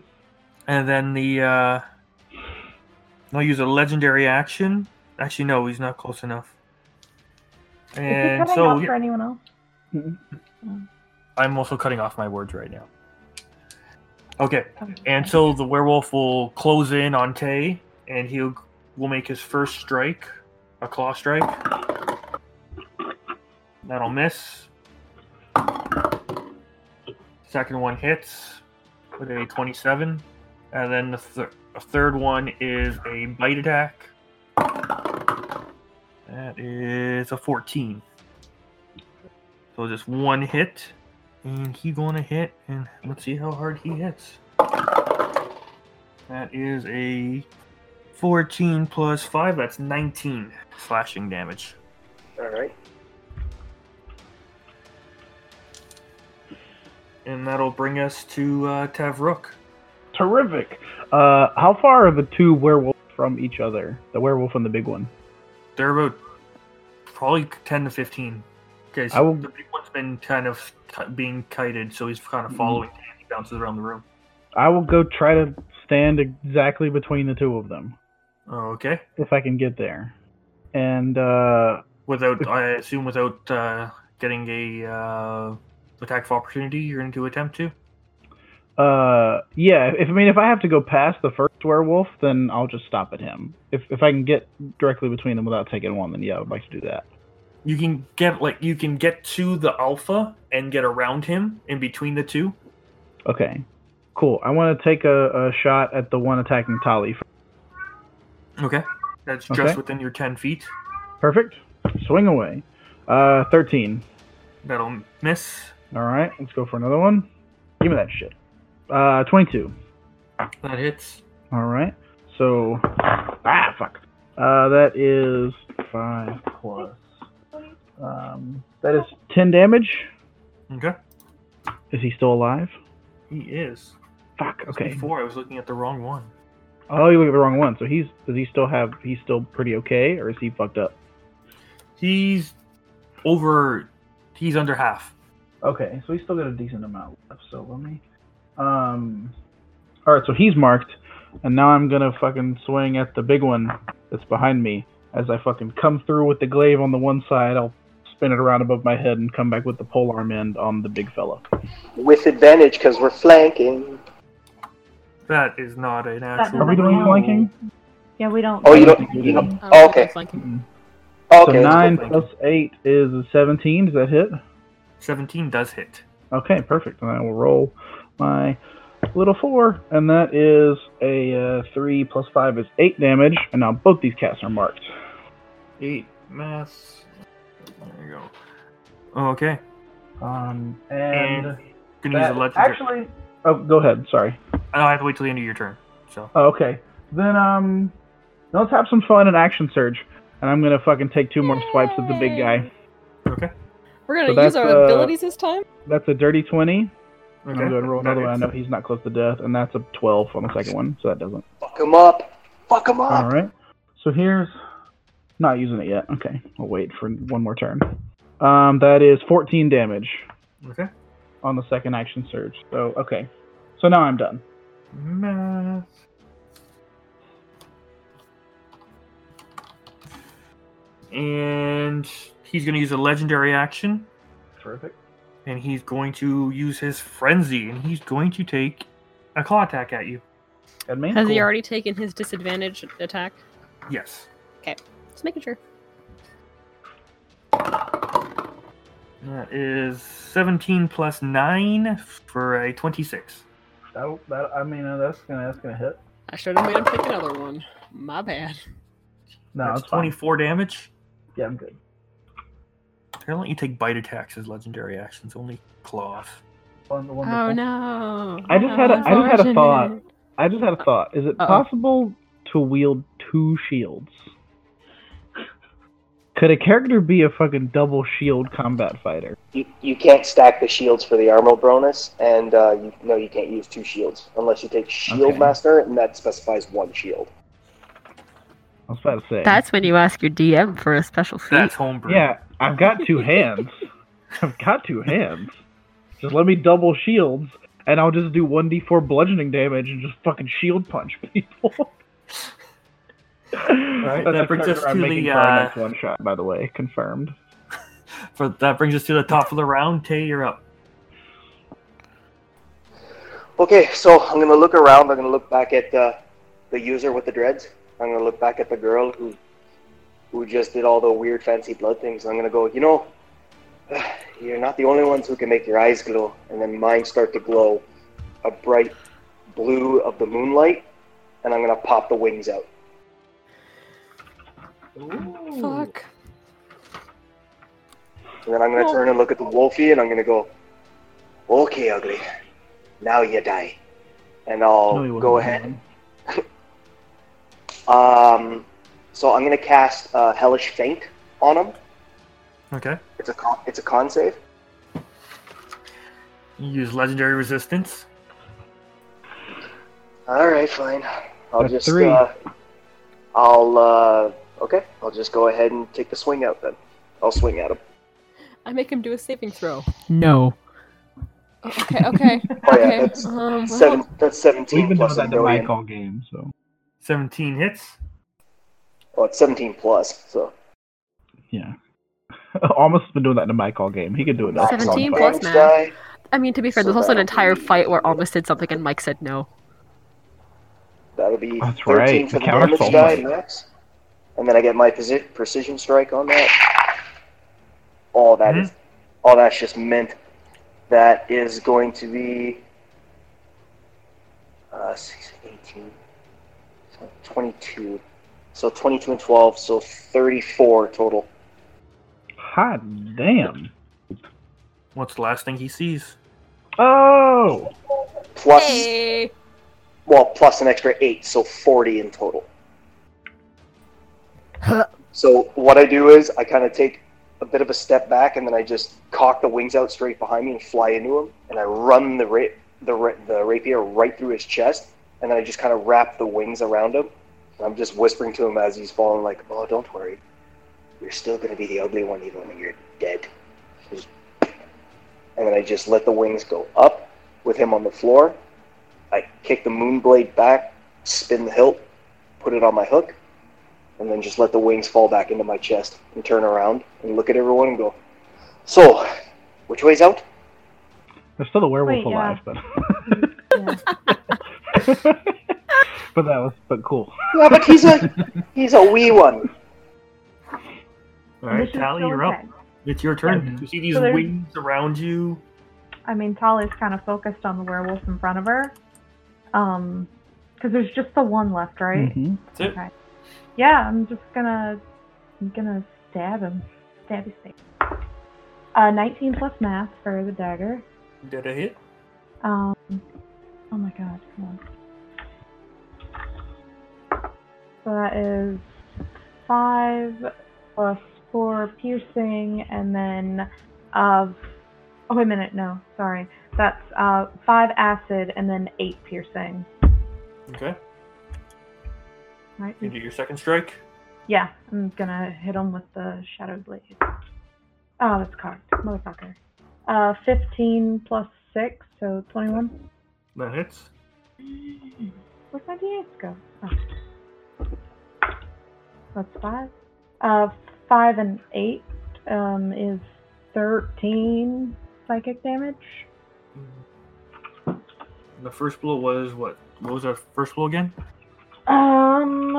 Speaker 1: and then the uh I'll use a legendary action. Actually no, he's not close enough.
Speaker 5: Is he
Speaker 1: And
Speaker 5: cutting
Speaker 1: so
Speaker 5: off for anyone else?
Speaker 1: I'm also cutting off my words right now. Okay. And so the werewolf will close in on Tay, and he'll will make his first strike, a claw strike. That'll miss. Second one hits with a 27, and then the thir- the third one is a bite attack. That is a 14. So just one hit, and he gonna hit, and let's see how hard he hits. That is a 14 plus 5, that's 19 slashing damage.
Speaker 7: All right.
Speaker 1: And that'll bring us to uh, Tavrook.
Speaker 2: Terrific. Uh, how far are the two werewolves from each other? The werewolf and the big one.
Speaker 1: They're about probably 10 to 15. Okay, so
Speaker 2: I will-
Speaker 1: the big one's been kind of ki- being kited, so he's kind of
Speaker 2: Mhm.
Speaker 1: following him. He bounces around the room.
Speaker 2: I will go try to stand exactly between the two of them
Speaker 1: Okay.
Speaker 2: if I can get there. And uh, [LAUGHS]
Speaker 1: Without, I assume, without uh, getting a uh, attack of opportunity, you're going to attempt to?
Speaker 2: uh, yeah, if I mean if I have to go past the first werewolf, then I'll just stop at him. If if I can get directly between them without taking one, then yeah, I would like to do that.
Speaker 1: you can get like you can get to the alpha and get around him in between the two
Speaker 2: Okay, cool. I want to take a, a shot at the one attacking Tali.
Speaker 1: okay that's
Speaker 2: Okay.
Speaker 1: just within your 10 feet
Speaker 2: Perfect. Swing away. Uh, thirteen.
Speaker 1: that'll miss
Speaker 2: All right, let's go for another one. Give me that shit. Uh, 22.
Speaker 1: that hits
Speaker 2: All right. So, ah, fuck. Uh, that is five plus. Um, that is 10 damage.
Speaker 1: okay
Speaker 2: Is he still alive?
Speaker 1: he is
Speaker 2: Fuck. Okay.
Speaker 1: before i was looking at the wrong one
Speaker 2: Oh, you look at the wrong one. So he's does he still have? He's still pretty okay, or is he fucked up?
Speaker 1: he's over he's under half
Speaker 2: Okay, so he's still got a decent amount left. So let me. Um. All right, so he's marked, and now I'm gonna fucking swing at the big one that's behind me. As I fucking come through with the glaive on the one side, I'll spin it around above my head and come back with the polearm end on the big fella.
Speaker 7: With advantage because we're flanking.
Speaker 1: that is not a natural
Speaker 2: Are we doing
Speaker 5: Wow.
Speaker 2: flanking?
Speaker 5: Yeah, we don't.
Speaker 7: Oh, you
Speaker 2: I
Speaker 7: don't.
Speaker 2: think we
Speaker 7: You
Speaker 2: did.
Speaker 7: don't
Speaker 6: I don't
Speaker 7: okay.
Speaker 6: think it's like-
Speaker 2: Mm-mm.
Speaker 7: Okay.
Speaker 2: So
Speaker 7: let's go
Speaker 2: nine
Speaker 7: flanking.
Speaker 2: plus eight is a seventeen. Does that hit?
Speaker 1: 17 does hit
Speaker 2: Okay, perfect. And I will roll my little four, and that is a uh, three plus five is eight damage. And now both these cats are marked.
Speaker 1: eight mass there you go okay
Speaker 2: Um,
Speaker 1: and,
Speaker 2: and,
Speaker 1: gonna use
Speaker 2: that,
Speaker 1: Eh, a legendary
Speaker 2: actually, oh, go ahead. Sorry.
Speaker 1: i have to wait till the end of your turn so
Speaker 2: Oh, okay, then um, then let's have some fun in action surge, and I'm gonna fucking take two more swipes at the big guy.
Speaker 1: okay
Speaker 6: We're gonna
Speaker 2: So
Speaker 6: use
Speaker 2: that's,
Speaker 6: our
Speaker 2: uh,
Speaker 6: abilities this time.
Speaker 2: That's a dirty twenty.
Speaker 1: okay
Speaker 2: I'm gonna roll
Speaker 1: That
Speaker 2: another one. I
Speaker 1: hits.
Speaker 2: know he's not close to death, and that's a twelve on the second one, so that doesn't.
Speaker 7: Fuck him up. Fuck him
Speaker 2: All
Speaker 7: up.
Speaker 2: right. So here's not using it yet. Okay, I'll wait for one more turn. Um, that is 14 damage
Speaker 1: okay
Speaker 2: on the second action surge. So okay, so now I'm done.
Speaker 1: Math. And he's going to use a legendary action,
Speaker 2: Terrific.
Speaker 1: and he's going to use his frenzy, and he's going to take a claw attack at you.
Speaker 2: And me.
Speaker 6: Has he
Speaker 2: Cool.
Speaker 6: already taken his disadvantage attack?
Speaker 1: Yes.
Speaker 6: Just making sure.
Speaker 1: That is 17 plus 9 for a 26.
Speaker 2: That, that, I mean, uh, that's gonna that's gonna hit.
Speaker 6: I should have made him take another one. My bad.
Speaker 2: No,
Speaker 1: That's
Speaker 2: it's fine.
Speaker 1: 24 damage.
Speaker 2: Yeah, I'm good.
Speaker 1: Apparently, you take bite attacks as legendary actions, only claws.
Speaker 2: Won- wonderful.
Speaker 6: Oh no.
Speaker 2: I just had a- I just had a thought. I just had a thought. Is it
Speaker 6: Uh-oh.
Speaker 2: possible to wield two shields. Could a character be a fucking double shield combat fighter?
Speaker 7: You, you can't stack the shields for the armor bonus, and uh, you, no, you can't use two shields unless you take Shield
Speaker 2: Okay.
Speaker 7: Master, and that specifies one shield.
Speaker 2: I was about to say.
Speaker 9: That's when you ask your DM for a special feat.
Speaker 1: That's homebrew.
Speaker 2: yeah, I've got two hands. I've got two hands. Just let me double shields, and I'll just do 1d4 bludgeoning damage and just fucking shield punch people. [LAUGHS] Right,
Speaker 1: that brings us to the, uh,
Speaker 2: next one shot, by the way, confirmed.
Speaker 1: For that brings us to the top of the round. Tay, you're up.
Speaker 7: Okay, so I'm gonna look around. I'm gonna look back at uh, the user with the dreads. I'm gonna look back at the girl who who just did all the weird fancy blood things. I'm gonna go. You know, [SIGHS] you're not the only ones who can make your eyes glow, and then mine start to glow a bright blue of the moonlight, and I'm gonna pop the wings out. Oh,
Speaker 6: Fuck.
Speaker 7: And then I'm gonna
Speaker 6: Oh.
Speaker 7: turn and look at the wolfie, and I'm gonna go, "Okay, ugly, now you die." And I'll
Speaker 2: No, he wasn't
Speaker 7: go ahead.
Speaker 2: wrong.
Speaker 7: Um, so I'm gonna cast uh, Hellish Faint on him.
Speaker 1: Okay.
Speaker 7: It's a con, it's a con save.
Speaker 1: You use legendary resistance.
Speaker 7: All right, fine. I'll
Speaker 2: That's
Speaker 7: just
Speaker 2: three.
Speaker 7: Uh, I'll uh, okay. I'll just go ahead and take the swing out then. I'll swing at him.
Speaker 6: I make him do a saving throw.
Speaker 9: No.
Speaker 6: Oh, okay, okay,
Speaker 7: Oh yeah,
Speaker 6: okay.
Speaker 7: that's
Speaker 6: um, well,
Speaker 7: seven.
Speaker 2: We've
Speaker 7: That's
Speaker 2: been
Speaker 7: seventeen
Speaker 2: doing
Speaker 7: plus a
Speaker 2: that to Mike
Speaker 7: million.
Speaker 2: all game, so
Speaker 1: 17 hits.
Speaker 7: Oh, it's seventeen plus. So
Speaker 2: yeah. [LAUGHS] Almost been doing that to Mike all game. He could do it. to us all
Speaker 9: 17
Speaker 2: fucking-
Speaker 9: plus
Speaker 7: Damage
Speaker 9: math.
Speaker 7: die.
Speaker 9: I mean, to be fair,
Speaker 7: So
Speaker 9: there's also an
Speaker 7: that'll
Speaker 9: entire
Speaker 7: be-
Speaker 9: fight where almost did something and Mike said no.
Speaker 7: That'll be
Speaker 2: That's
Speaker 7: thirteen
Speaker 2: right,
Speaker 7: for
Speaker 2: the
Speaker 7: the damage
Speaker 2: counterfall
Speaker 7: die
Speaker 2: might.
Speaker 7: max. And then I get my posi- precision strike on that. All that is,
Speaker 2: Mm-hmm.
Speaker 7: all that's just meant. That is going to be uh, 6, 18, so 22. So 22 and 12, so 34 total.
Speaker 2: Hot damn!
Speaker 1: What's the last thing he sees?
Speaker 2: Oh,
Speaker 7: Plus,
Speaker 6: hey.
Speaker 7: well, plus an extra 8, so 40 in total.
Speaker 9: Huh.
Speaker 7: So what I do is I kind of take a bit of a step back and then I just cock the wings out straight behind me and fly into him and I run the ra- the ra- the rapier right through his chest and then I just kind of wrap the wings around him. And I'm just whispering to him as he's falling like, "Oh, don't worry. You're still going to be the ugly one even when you're dead." Just- And then I just let the wings go up with him on the floor. I kick the moon blade back, spin the hilt, put it on my hook, and then just let the wings fall back into my chest and turn around and look at everyone and go, So, which way's out?
Speaker 2: there's still a werewolf
Speaker 5: Wait, yeah.
Speaker 2: alive, [LAUGHS] but. [LAUGHS] but that was but cool.
Speaker 7: Yeah, but he's a he's a wee one.
Speaker 1: All right,
Speaker 5: This is
Speaker 1: Tally,
Speaker 5: so
Speaker 1: you're up.
Speaker 5: intense.
Speaker 1: It's your turn.
Speaker 2: Mhm.
Speaker 1: You see these
Speaker 5: So there's-
Speaker 1: wings around you.
Speaker 5: I mean, Tali's kind of focused on the werewolf in front of her. Um, because there's just the one left, right?
Speaker 2: Mhm.
Speaker 1: That's it.
Speaker 5: Yeah, I'm just gonna, I'm gonna stab him, stab his face. Uh, 19 plus math for the dagger.
Speaker 1: Did I hit?
Speaker 5: Um, oh my god, come on. So that is five plus four piercing, and then, uh, oh wait a minute, no, sorry. That's uh, five acid and then eight piercing.
Speaker 1: Okay.
Speaker 5: Right?
Speaker 1: You do your second strike.
Speaker 5: Yeah, I'm gonna hit him with the shadow blade. Oh, that's cocked, motherfucker. Uh, 15 plus six, so 21.
Speaker 1: That hits.
Speaker 5: Where'd my D8s go? Oh. That's five. Uh, five and eight um, is 13 psychic damage.
Speaker 1: The first blow was what? What was our first blow again?
Speaker 5: Um,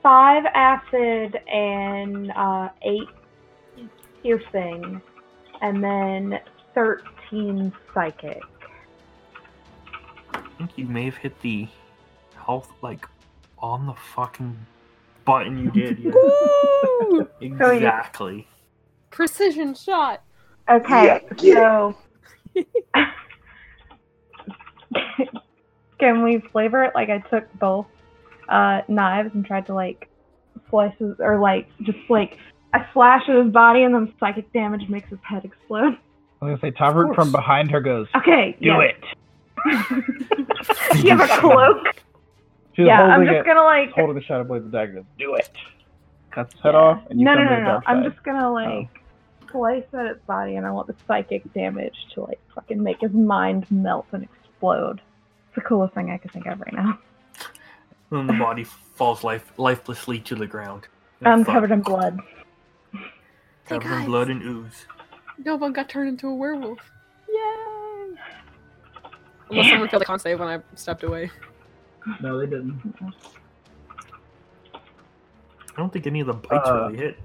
Speaker 5: five acid and uh, eight piercing, and then 13 psychic.
Speaker 1: I think you may have hit the health like on the fucking button. You did. Yeah. [LAUGHS]
Speaker 6: Woo!
Speaker 1: exactly.
Speaker 6: Precision shot.
Speaker 5: Okay,
Speaker 7: Yeah, get
Speaker 5: so. [LAUGHS] Can we flavor it like I took both uh, knives and tried to like slice his, or like just like I slash at his body and then psychic damage makes his head explode.
Speaker 2: I was gonna say Tavert from behind her goes,
Speaker 5: Okay,
Speaker 2: "Do
Speaker 5: yes.
Speaker 2: it."
Speaker 5: [LAUGHS] you have a cloak.
Speaker 2: She's
Speaker 5: yeah, I'm
Speaker 2: holding
Speaker 5: just
Speaker 2: it,
Speaker 5: gonna like.
Speaker 2: holding the shadow blade. The dagger goes, "Do it." Cuts his head off, and you
Speaker 5: no,
Speaker 2: come to
Speaker 5: no, no,
Speaker 2: the
Speaker 5: no.
Speaker 2: dark
Speaker 5: I'm
Speaker 2: side. Oh.
Speaker 5: just gonna like slice at its body, and I want the psychic damage to like fucking make his mind melt and explode. It's the coolest thing I could think of right now.
Speaker 1: And the body falls life lifelessly to the ground.
Speaker 5: I'm covered in blood.
Speaker 6: Thank
Speaker 1: Covered in
Speaker 6: God.
Speaker 1: blood and ooze.
Speaker 6: No one got turned into a werewolf. Yay! Unless someone killed a con save when I stepped away.
Speaker 2: No, they didn't.
Speaker 1: I don't think any of the bites
Speaker 2: Uh,
Speaker 1: really hit.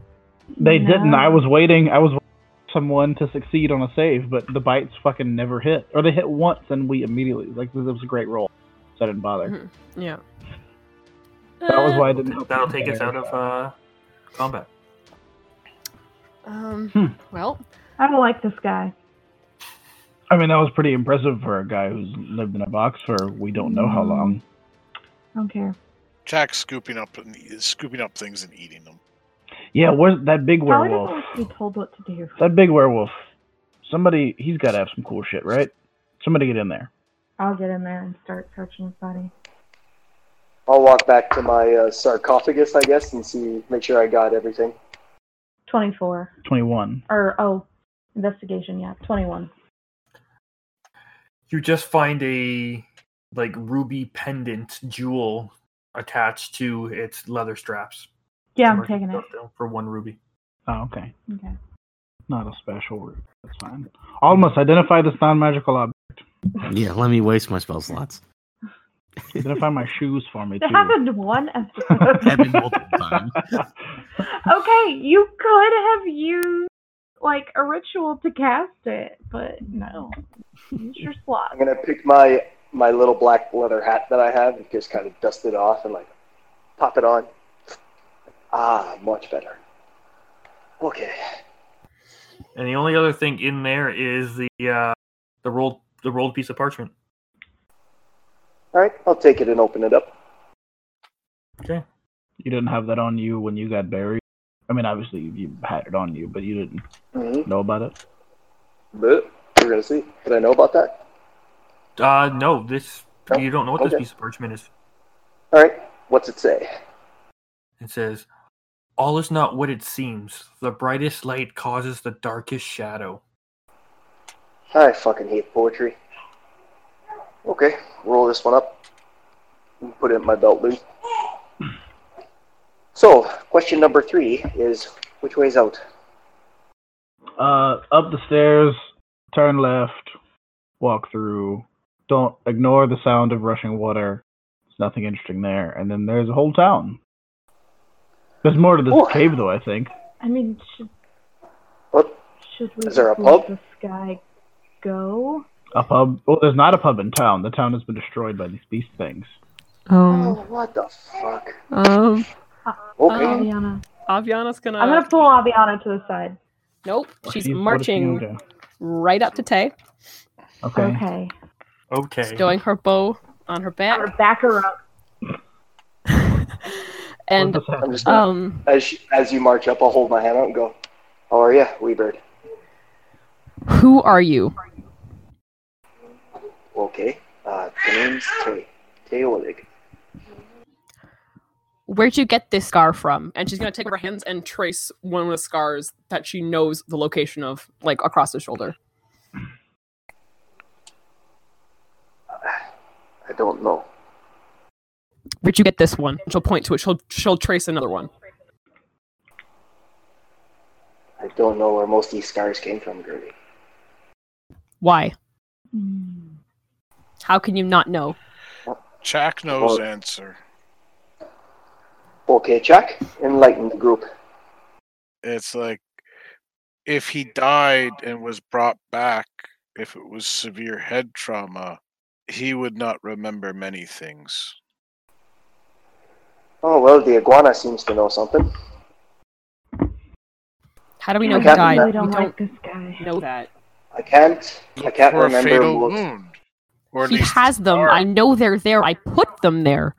Speaker 2: They
Speaker 5: No.
Speaker 2: didn't. I was waiting. I was waiting for someone to succeed on a save, but the bites fucking never hit, or they hit once, and we immediately like this was a great roll, so I didn't bother.
Speaker 6: Mhm. Yeah. Uh,
Speaker 2: That was why I didn't. help
Speaker 1: That'll
Speaker 2: you.
Speaker 1: take us out of uh, combat.
Speaker 6: Um.
Speaker 2: Hmm.
Speaker 6: Well,
Speaker 5: I don't like this guy.
Speaker 2: I mean, that was pretty impressive for a guy who's lived in a box for we don't know how long.
Speaker 5: I don't care.
Speaker 4: Jack's scooping up and e-, scooping up things and eating them.
Speaker 2: Yeah, where's that big
Speaker 5: Probably
Speaker 2: werewolf?
Speaker 5: doesn't like to be told what to do.
Speaker 2: That big werewolf. Somebody, he's got to have some cool shit, right? Somebody get in there.
Speaker 5: I'll get in there and start searching his body.
Speaker 7: I'll walk back to my uh, sarcophagus, I guess, and see, make sure I got everything.
Speaker 5: 24.
Speaker 2: 21.
Speaker 5: Or, oh, investigation, yeah, 21.
Speaker 1: You just find a like ruby pendant jewel attached to its leather straps.
Speaker 5: Yeah, I'm
Speaker 1: Mark
Speaker 5: taking it.
Speaker 1: Duffield for one ruby.
Speaker 2: Oh, okay.
Speaker 5: Okay.
Speaker 2: Not a special route. That's fine. Almost identified as non magical object.
Speaker 3: Yeah, let me waste my spell slots.
Speaker 2: Identify my shoes for me,
Speaker 5: That
Speaker 2: too.
Speaker 5: happened one episode.
Speaker 3: Happened multiple times.
Speaker 5: okay, you could have used, like, a ritual to cast it, but no. Use your slot.
Speaker 7: I'm gonna pick my my little black leather hat that I have and just kind of dust it off and like pop it on. Ah, much better. Okay.
Speaker 1: And the only other thing in there is the uh, the rolled the rolled piece of parchment.
Speaker 7: All right, I'll take it and open it up.
Speaker 2: You didn't have that on you when you got buried. I mean, obviously, you- you had it on you, but you didn't
Speaker 7: Mm-hmm.
Speaker 2: know about it.
Speaker 7: But we're gonna see. Did I know about that?
Speaker 1: Uh, no, this
Speaker 7: Oh,
Speaker 1: you don't know what this
Speaker 7: okay.
Speaker 1: piece of parchment is.
Speaker 7: All right. What's it say?
Speaker 1: It says, "All is not what it seems. The brightest light causes the darkest shadow."
Speaker 7: I fucking hate poetry. Okay, roll this one up and put it in my belt loop. So, question number three is which way is out?
Speaker 2: Uh, up the stairs, turn left, walk through. Don't ignore the sound of rushing water. There's nothing interesting there. And then there's a whole town. There's more to this
Speaker 7: Cool.
Speaker 2: cave, though, I think.
Speaker 5: I mean, should,
Speaker 7: What?
Speaker 5: should we
Speaker 7: Is there a
Speaker 5: just let
Speaker 7: pub?
Speaker 5: this guy go?
Speaker 2: A pub. Well, there's not a pub in town. The town has been destroyed by these beast things.
Speaker 9: Um,
Speaker 7: Oh, what the fuck?
Speaker 9: um,
Speaker 7: Okay.
Speaker 6: Um,
Speaker 5: Aviana.
Speaker 6: Aviana's gonna.
Speaker 5: I'm gonna pull Aviana to the side.
Speaker 6: Nope,
Speaker 2: What
Speaker 6: she's
Speaker 2: do you- what does she
Speaker 6: marching
Speaker 2: do?
Speaker 6: right up to Tay.
Speaker 2: Okay.
Speaker 5: Okay.
Speaker 1: Okay.
Speaker 6: She's doing her bow on her
Speaker 5: Or
Speaker 6: back,
Speaker 5: back her
Speaker 6: [LAUGHS]
Speaker 5: up.
Speaker 2: What
Speaker 6: and
Speaker 2: does that-
Speaker 7: I'm just
Speaker 6: um,
Speaker 7: as sh- as you march up, I'll hold my hand out and go. How are you, Weebird?
Speaker 6: who are you?
Speaker 7: Okay. Uh, the name's Tay. Teolig.
Speaker 6: Where'd you get this scar from? And she's gonna take her hands and trace one of the scars that she knows the location of, like across the shoulder.
Speaker 7: I don't know.
Speaker 6: Where'd you get this one? She'll point to it. She'll she'll trace another one.
Speaker 7: I don't know where most of these scars came from, Gertie.
Speaker 6: Why?
Speaker 5: Hmm.
Speaker 6: How can you not know?
Speaker 4: Jack knows
Speaker 7: Oh.
Speaker 4: answer.
Speaker 7: Okay, Chuck. Enlighten the group.
Speaker 4: It's like if he died and was brought back, if it was severe head trauma, he would not remember many things.
Speaker 7: Oh well, the iguana seems to know something.
Speaker 6: How do we know
Speaker 7: I
Speaker 6: who
Speaker 7: can't
Speaker 6: died?
Speaker 7: remember.
Speaker 5: We don't
Speaker 6: we
Speaker 5: like this guy.
Speaker 6: know that.
Speaker 7: I can't. I can't
Speaker 4: for a
Speaker 7: remember.
Speaker 4: fatal
Speaker 7: most-
Speaker 4: wound. Or at
Speaker 6: He
Speaker 4: least
Speaker 6: has them.
Speaker 4: scar.
Speaker 6: I know they're there. I put them there.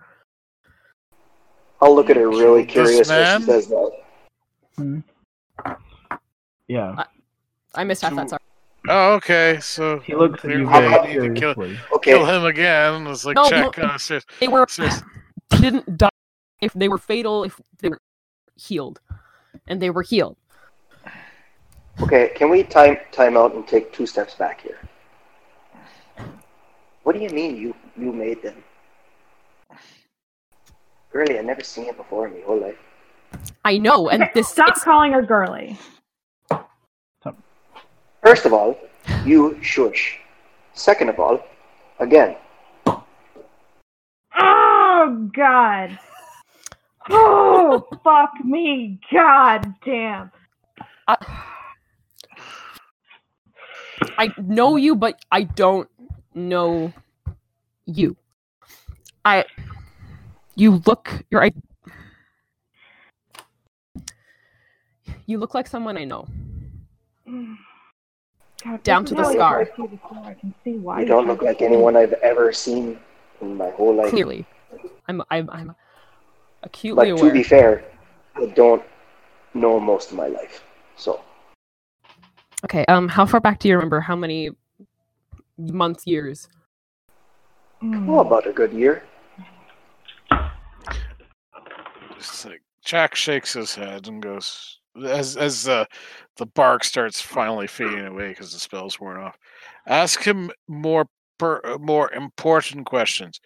Speaker 7: I'll look at her really
Speaker 4: This
Speaker 7: curious when
Speaker 4: man?
Speaker 7: she says that.
Speaker 2: Yeah.
Speaker 6: I missed half that.
Speaker 4: So-
Speaker 6: Sorry.
Speaker 4: Oh, okay. So
Speaker 2: He looks at
Speaker 4: clearly
Speaker 2: you
Speaker 4: you
Speaker 2: very
Speaker 4: need to kill,
Speaker 2: seriously.
Speaker 7: Okay,
Speaker 4: kill him again. It's like
Speaker 6: No,
Speaker 4: check.
Speaker 6: no.
Speaker 4: Uh, ser-
Speaker 6: They were
Speaker 4: seriously.
Speaker 6: [SIGHS] they didn't die if they were fatal if they were healed, and they were healed.
Speaker 7: okay. Can we time time out and take two steps back here? What do you mean you you made them? Really, I've never seen it before in my whole life.
Speaker 6: I know, and
Speaker 5: Okay,
Speaker 6: this
Speaker 5: stop
Speaker 6: it's-
Speaker 5: calling her girly.
Speaker 7: First of all, you shush. Second of all, again,
Speaker 5: Oh God. Oh fuck me, God damn. [SIGHS]
Speaker 6: I know you, but I don't know you. I you look you're I you look like someone I know.
Speaker 5: God,
Speaker 6: Down
Speaker 5: this
Speaker 6: to
Speaker 5: is how
Speaker 6: the
Speaker 5: I
Speaker 6: scar.
Speaker 5: look like you before. I can see why
Speaker 7: you don't
Speaker 5: tried
Speaker 7: look
Speaker 5: to
Speaker 7: like
Speaker 5: kill me.
Speaker 7: anyone I've ever seen in my whole life.
Speaker 6: Clearly, I'm I'm I'm acutely
Speaker 7: But to
Speaker 6: aware.
Speaker 7: be fair, I don't know most of my life. So
Speaker 6: okay, um, how far back do you remember? How many months, years?
Speaker 5: Mm.
Speaker 7: well, oh, about a good year.
Speaker 4: It's like Jack shakes his head and goes as as uh, the bark starts finally fading away because the spell's worn off. Ask him more per, uh, more important questions.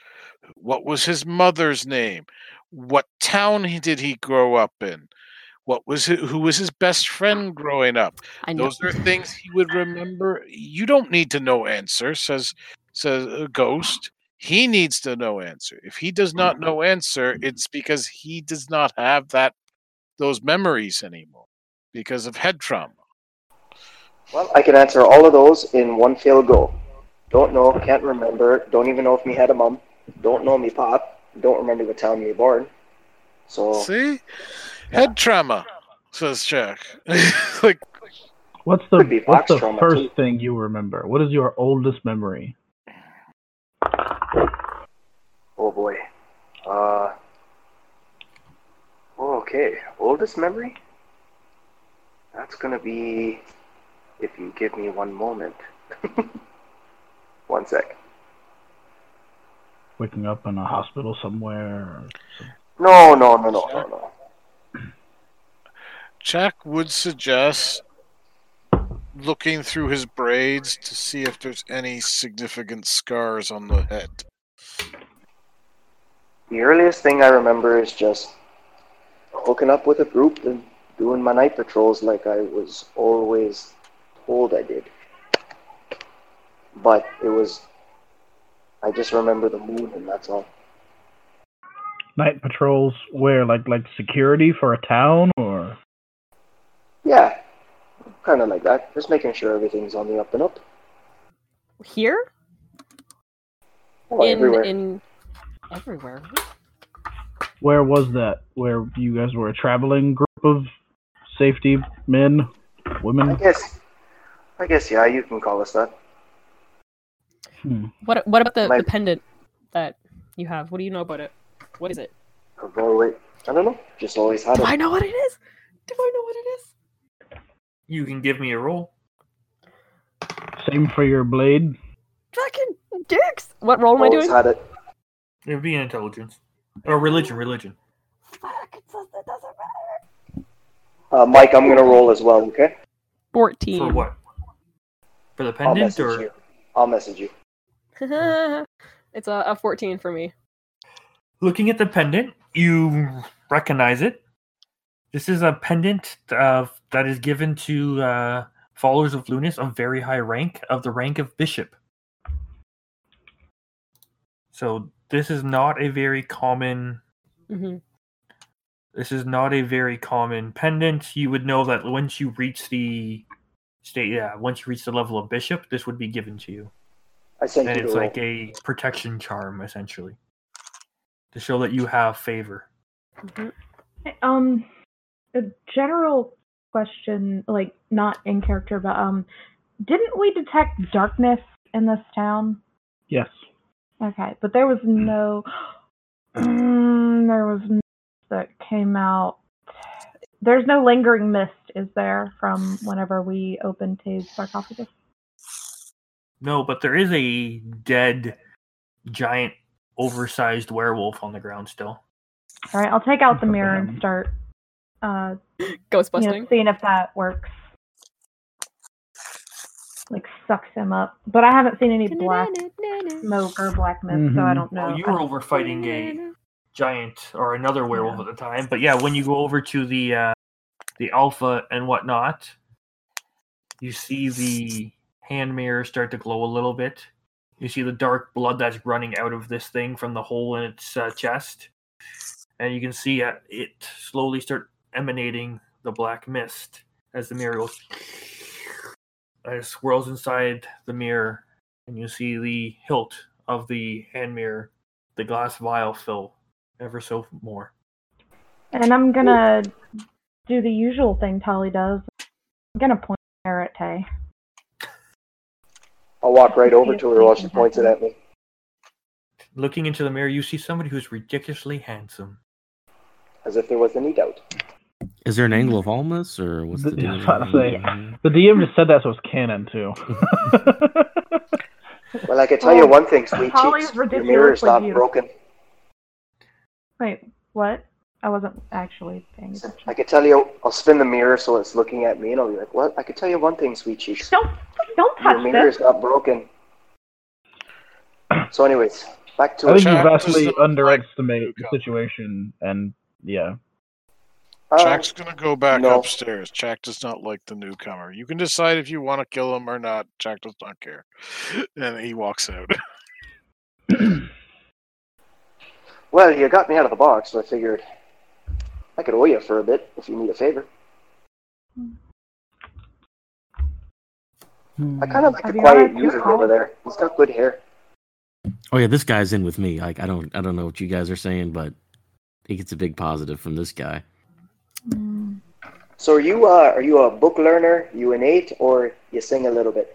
Speaker 4: What was his mother's name? What town he, did he grow up in? What was hi- who was his best friend growing up?
Speaker 6: I know.
Speaker 4: Those are things he would remember. You don't need to know answer, says says uh, Ghost. He needs to know answer. If he does
Speaker 6: Mm-hmm.
Speaker 4: not know answer, it's because he does not have that those memories anymore because of head trauma.
Speaker 7: Well, I can answer all of those in one fail go. Don't know, can't remember, don't even know if me had a mum, don't know me pop, don't remember what town me born. So
Speaker 4: See? Head trauma, says Jack. [LAUGHS] like
Speaker 2: What's the
Speaker 7: Could be
Speaker 2: what's
Speaker 7: box
Speaker 2: the
Speaker 7: trauma,
Speaker 2: first
Speaker 7: too.
Speaker 2: thing you remember? What is your oldest memory?
Speaker 7: Oh boy. Uh. oh, okay. Oldest memory? That's gonna be. If you give me one moment. [LAUGHS] one sec.
Speaker 2: Waking up in a hospital somewhere.
Speaker 7: No, no, no, no, no, no.
Speaker 4: Jack would suggest looking through his braids to see if there's any significant scars on the head.
Speaker 7: The earliest thing I remember is just hooking up with a group and doing my night patrols like I was always told I did. But it was. I just remember the moon and that's all.
Speaker 2: Night patrols where like like security for a town or
Speaker 7: Yeah, kind of like that. Just making sure everything's on the up and up.
Speaker 6: Here
Speaker 7: Oh,
Speaker 6: in
Speaker 7: everywhere.
Speaker 6: in everywhere.
Speaker 2: where was that? Where you guys were a traveling group of safety men,
Speaker 7: I
Speaker 2: women.
Speaker 7: guess. I guess yeah, you can call us that.
Speaker 2: Hmm.
Speaker 6: What what about the,
Speaker 7: My-
Speaker 6: the pendant that you have? What do you know about it? What is it?
Speaker 7: I've always, I don't know. Just always had
Speaker 6: Do I
Speaker 7: it.
Speaker 6: know what it is? Do I know what it is?
Speaker 1: You can give me a roll.
Speaker 2: Same for your blade.
Speaker 6: Fucking dicks! What role am I
Speaker 7: Always
Speaker 6: doing?
Speaker 7: had it.
Speaker 1: It would be an intelligence or religion. Religion.
Speaker 6: Fuck, it does- it doesn't matter.
Speaker 7: Uh, Mike, I'm gonna roll as well. Okay.
Speaker 1: For
Speaker 6: 14.
Speaker 1: what? For the
Speaker 7: I'll
Speaker 1: pendant,
Speaker 7: message
Speaker 1: or
Speaker 7: you. I'll message you.
Speaker 6: [LAUGHS] it's a, a 14 for me.
Speaker 1: looking at the pendant, you recognize it. This is a pendant uh, that is given to uh, followers of Lunas of very high rank, of the rank of bishop. So this is not a very common.
Speaker 6: hmm
Speaker 1: This is not a very common pendant. You would know that once you reach the state, yeah, once you reach the level of bishop, this would be given to you
Speaker 7: I sent
Speaker 1: and
Speaker 7: you
Speaker 1: it's
Speaker 7: the roll.
Speaker 1: like a protection charm essentially to show that you have favor Mm-hmm.
Speaker 5: Um, a general question, like not in character, but um, didn't we detect darkness in this town?
Speaker 2: Yes.
Speaker 5: Okay, but there was no. Mm, there was no that came out. There's no lingering mist, is there, from whenever we opened Tay's sarcophagus?
Speaker 1: No, but there is a dead, giant, oversized werewolf on the ground still. Oh,
Speaker 5: All right, I'll take out the mirror and start uh,
Speaker 6: Ghost
Speaker 5: you know,
Speaker 6: busting.
Speaker 5: seeing if that works. Like sucks him up, but I haven't seen any black smoke or black mist, so I
Speaker 2: Mhm.
Speaker 5: don't know.
Speaker 1: Well, Oh, you were over fighting a giant or another werewolf at the time, but yeah, when you go over to the uh, the alpha and whatnot, you see the hand mirror start to glow a little bit. You see the dark blood that's running out of this thing from the hole in its uh, chest, and you can see uh, it slowly start emanating the black mist as the mirror goes. And it swirls inside the mirror, and you see the hilt of the hand mirror the glass vial fill ever so more.
Speaker 5: and I'm gonna do the usual thing Tolly does. I'm gonna point the mirror at Tay.
Speaker 7: I'll walk right over to her while she points it at me.
Speaker 1: Looking into the mirror, you see somebody who's ridiculously handsome.
Speaker 7: As if there was any doubt.
Speaker 3: Is there an angle of almost or what's the
Speaker 2: That's
Speaker 3: deal?
Speaker 2: what I'm saying. The DM just said that, so it's canon too. [LAUGHS]
Speaker 7: Well, I can tell you one thing, sweet
Speaker 5: Holly's
Speaker 7: cheeks. Your mirror is
Speaker 5: Oh, ridiculously
Speaker 7: not
Speaker 5: beautiful.
Speaker 7: broken.
Speaker 5: Wait, what? I wasn't actually paying attention.
Speaker 7: I can tell you, I'll spin the mirror so it's looking at me, and I'll be like, "What? I can tell you one thing, sweet cheeks.
Speaker 5: Don't don't
Speaker 7: Your
Speaker 5: touch
Speaker 7: mirror
Speaker 5: this.
Speaker 7: is not broken." So, anyways, back to
Speaker 2: I
Speaker 7: it.
Speaker 2: think you
Speaker 4: Jack was
Speaker 2: vastly
Speaker 4: the-
Speaker 2: underestimate the situation, and yeah,
Speaker 7: Uh,
Speaker 4: Jack's gonna go back
Speaker 7: no.
Speaker 4: upstairs. Jack does not like the newcomer. You can decide if you want to kill him or not. Jack does not care, [LAUGHS] and he walks out. [LAUGHS]
Speaker 7: well, you got me out of the box, so I figured I could owe you for a bit if you need a favor.
Speaker 5: Hmm.
Speaker 7: I kind of like
Speaker 5: Have
Speaker 7: the
Speaker 5: you
Speaker 7: quiet
Speaker 5: got a
Speaker 7: user
Speaker 5: call?
Speaker 7: over there. He's got good hair.
Speaker 3: Oh yeah, this guy's in with me. Like I don't I don't know what you guys are saying, but he gets a big positive from this guy.
Speaker 7: So, are you uh, are you a book learner? You innate, or you sing a
Speaker 2: [LAUGHS]
Speaker 7: little bit?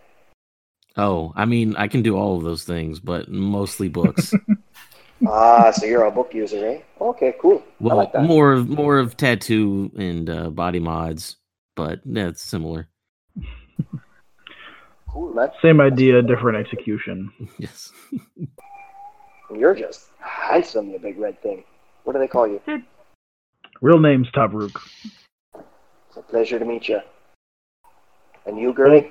Speaker 3: Oh, I mean I can do all of those things, but mostly books.
Speaker 7: ah, so you're a book user, eh? Okay, cool.
Speaker 3: well,
Speaker 7: I like that.
Speaker 3: more of more of tattoo and uh, body mods, but yeah, it's similar. [LAUGHS]
Speaker 7: Cool, man.
Speaker 2: same idea, different execution.
Speaker 3: Yes.
Speaker 7: You're just handsome, you big red thing. What do they call you?
Speaker 2: Real name's Tabruk.
Speaker 7: It's a pleasure to meet you. And you, girlie?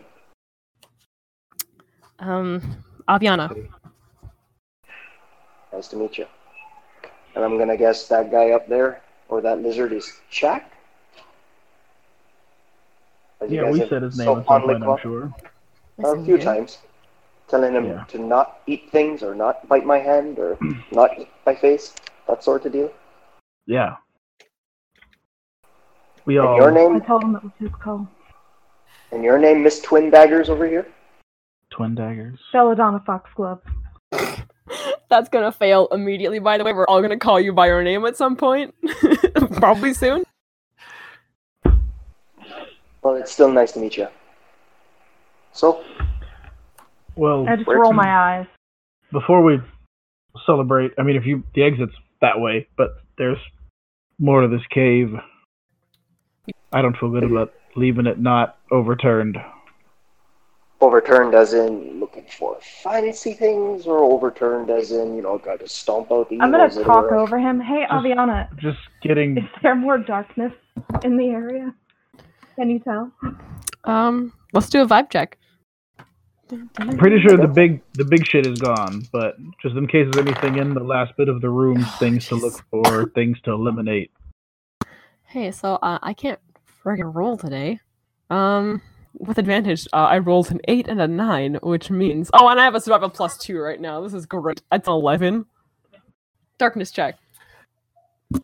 Speaker 6: Um, Aviana.
Speaker 2: Hmm.
Speaker 7: Nice to meet you. And I'm gonna guess that guy up there or that lizard is Chuck. As you
Speaker 2: Yeah,
Speaker 7: guys
Speaker 2: we
Speaker 7: have
Speaker 2: said his name
Speaker 7: so
Speaker 2: at some
Speaker 7: fondly
Speaker 2: point, I'm
Speaker 7: called-
Speaker 2: sure.
Speaker 7: a few times, telling him
Speaker 2: Yeah.
Speaker 7: to not eat things or not bite my hand or not eat my face, that sort of deal.
Speaker 2: Yeah. We
Speaker 7: And
Speaker 2: all.
Speaker 7: your
Speaker 5: I
Speaker 7: name,
Speaker 5: told him it was his call.
Speaker 7: and your name, Miss Twin Daggers over here.
Speaker 2: Twin daggers.
Speaker 5: Belladonna Foxglove.
Speaker 6: [LAUGHS] That's gonna fail immediately. By the way, we're all gonna call you by your name at some point, [LAUGHS] probably soon.
Speaker 7: Well, it's still nice to meet you. So,
Speaker 2: Well,
Speaker 5: I just
Speaker 7: Where
Speaker 5: roll
Speaker 7: to?
Speaker 5: my eyes.
Speaker 2: before we celebrate, I mean, if you the exit's that way, but there's more to this cave. I don't feel good about leaving it not overturned.
Speaker 7: overturned as in looking for fancy things, or overturned as in you know got to stomp out the
Speaker 5: I'm gonna
Speaker 7: evils that
Speaker 5: talk
Speaker 7: are-
Speaker 5: over him. Hey, Aviana,
Speaker 2: Just
Speaker 5: is
Speaker 2: getting
Speaker 5: there more darkness in the area? Can you tell?
Speaker 6: Um, let's do a vibe check.
Speaker 2: I'm pretty sure the big the big shit is gone, but just in case there's anything in the last bit of the room, things to look for, things to eliminate.
Speaker 6: Hey, so uh, I can't friggin' roll today. Um, with advantage, uh, I rolled an eight and a nine, which means oh, and I have a survival plus two right now. This is great. That's an eleven. Darkness check.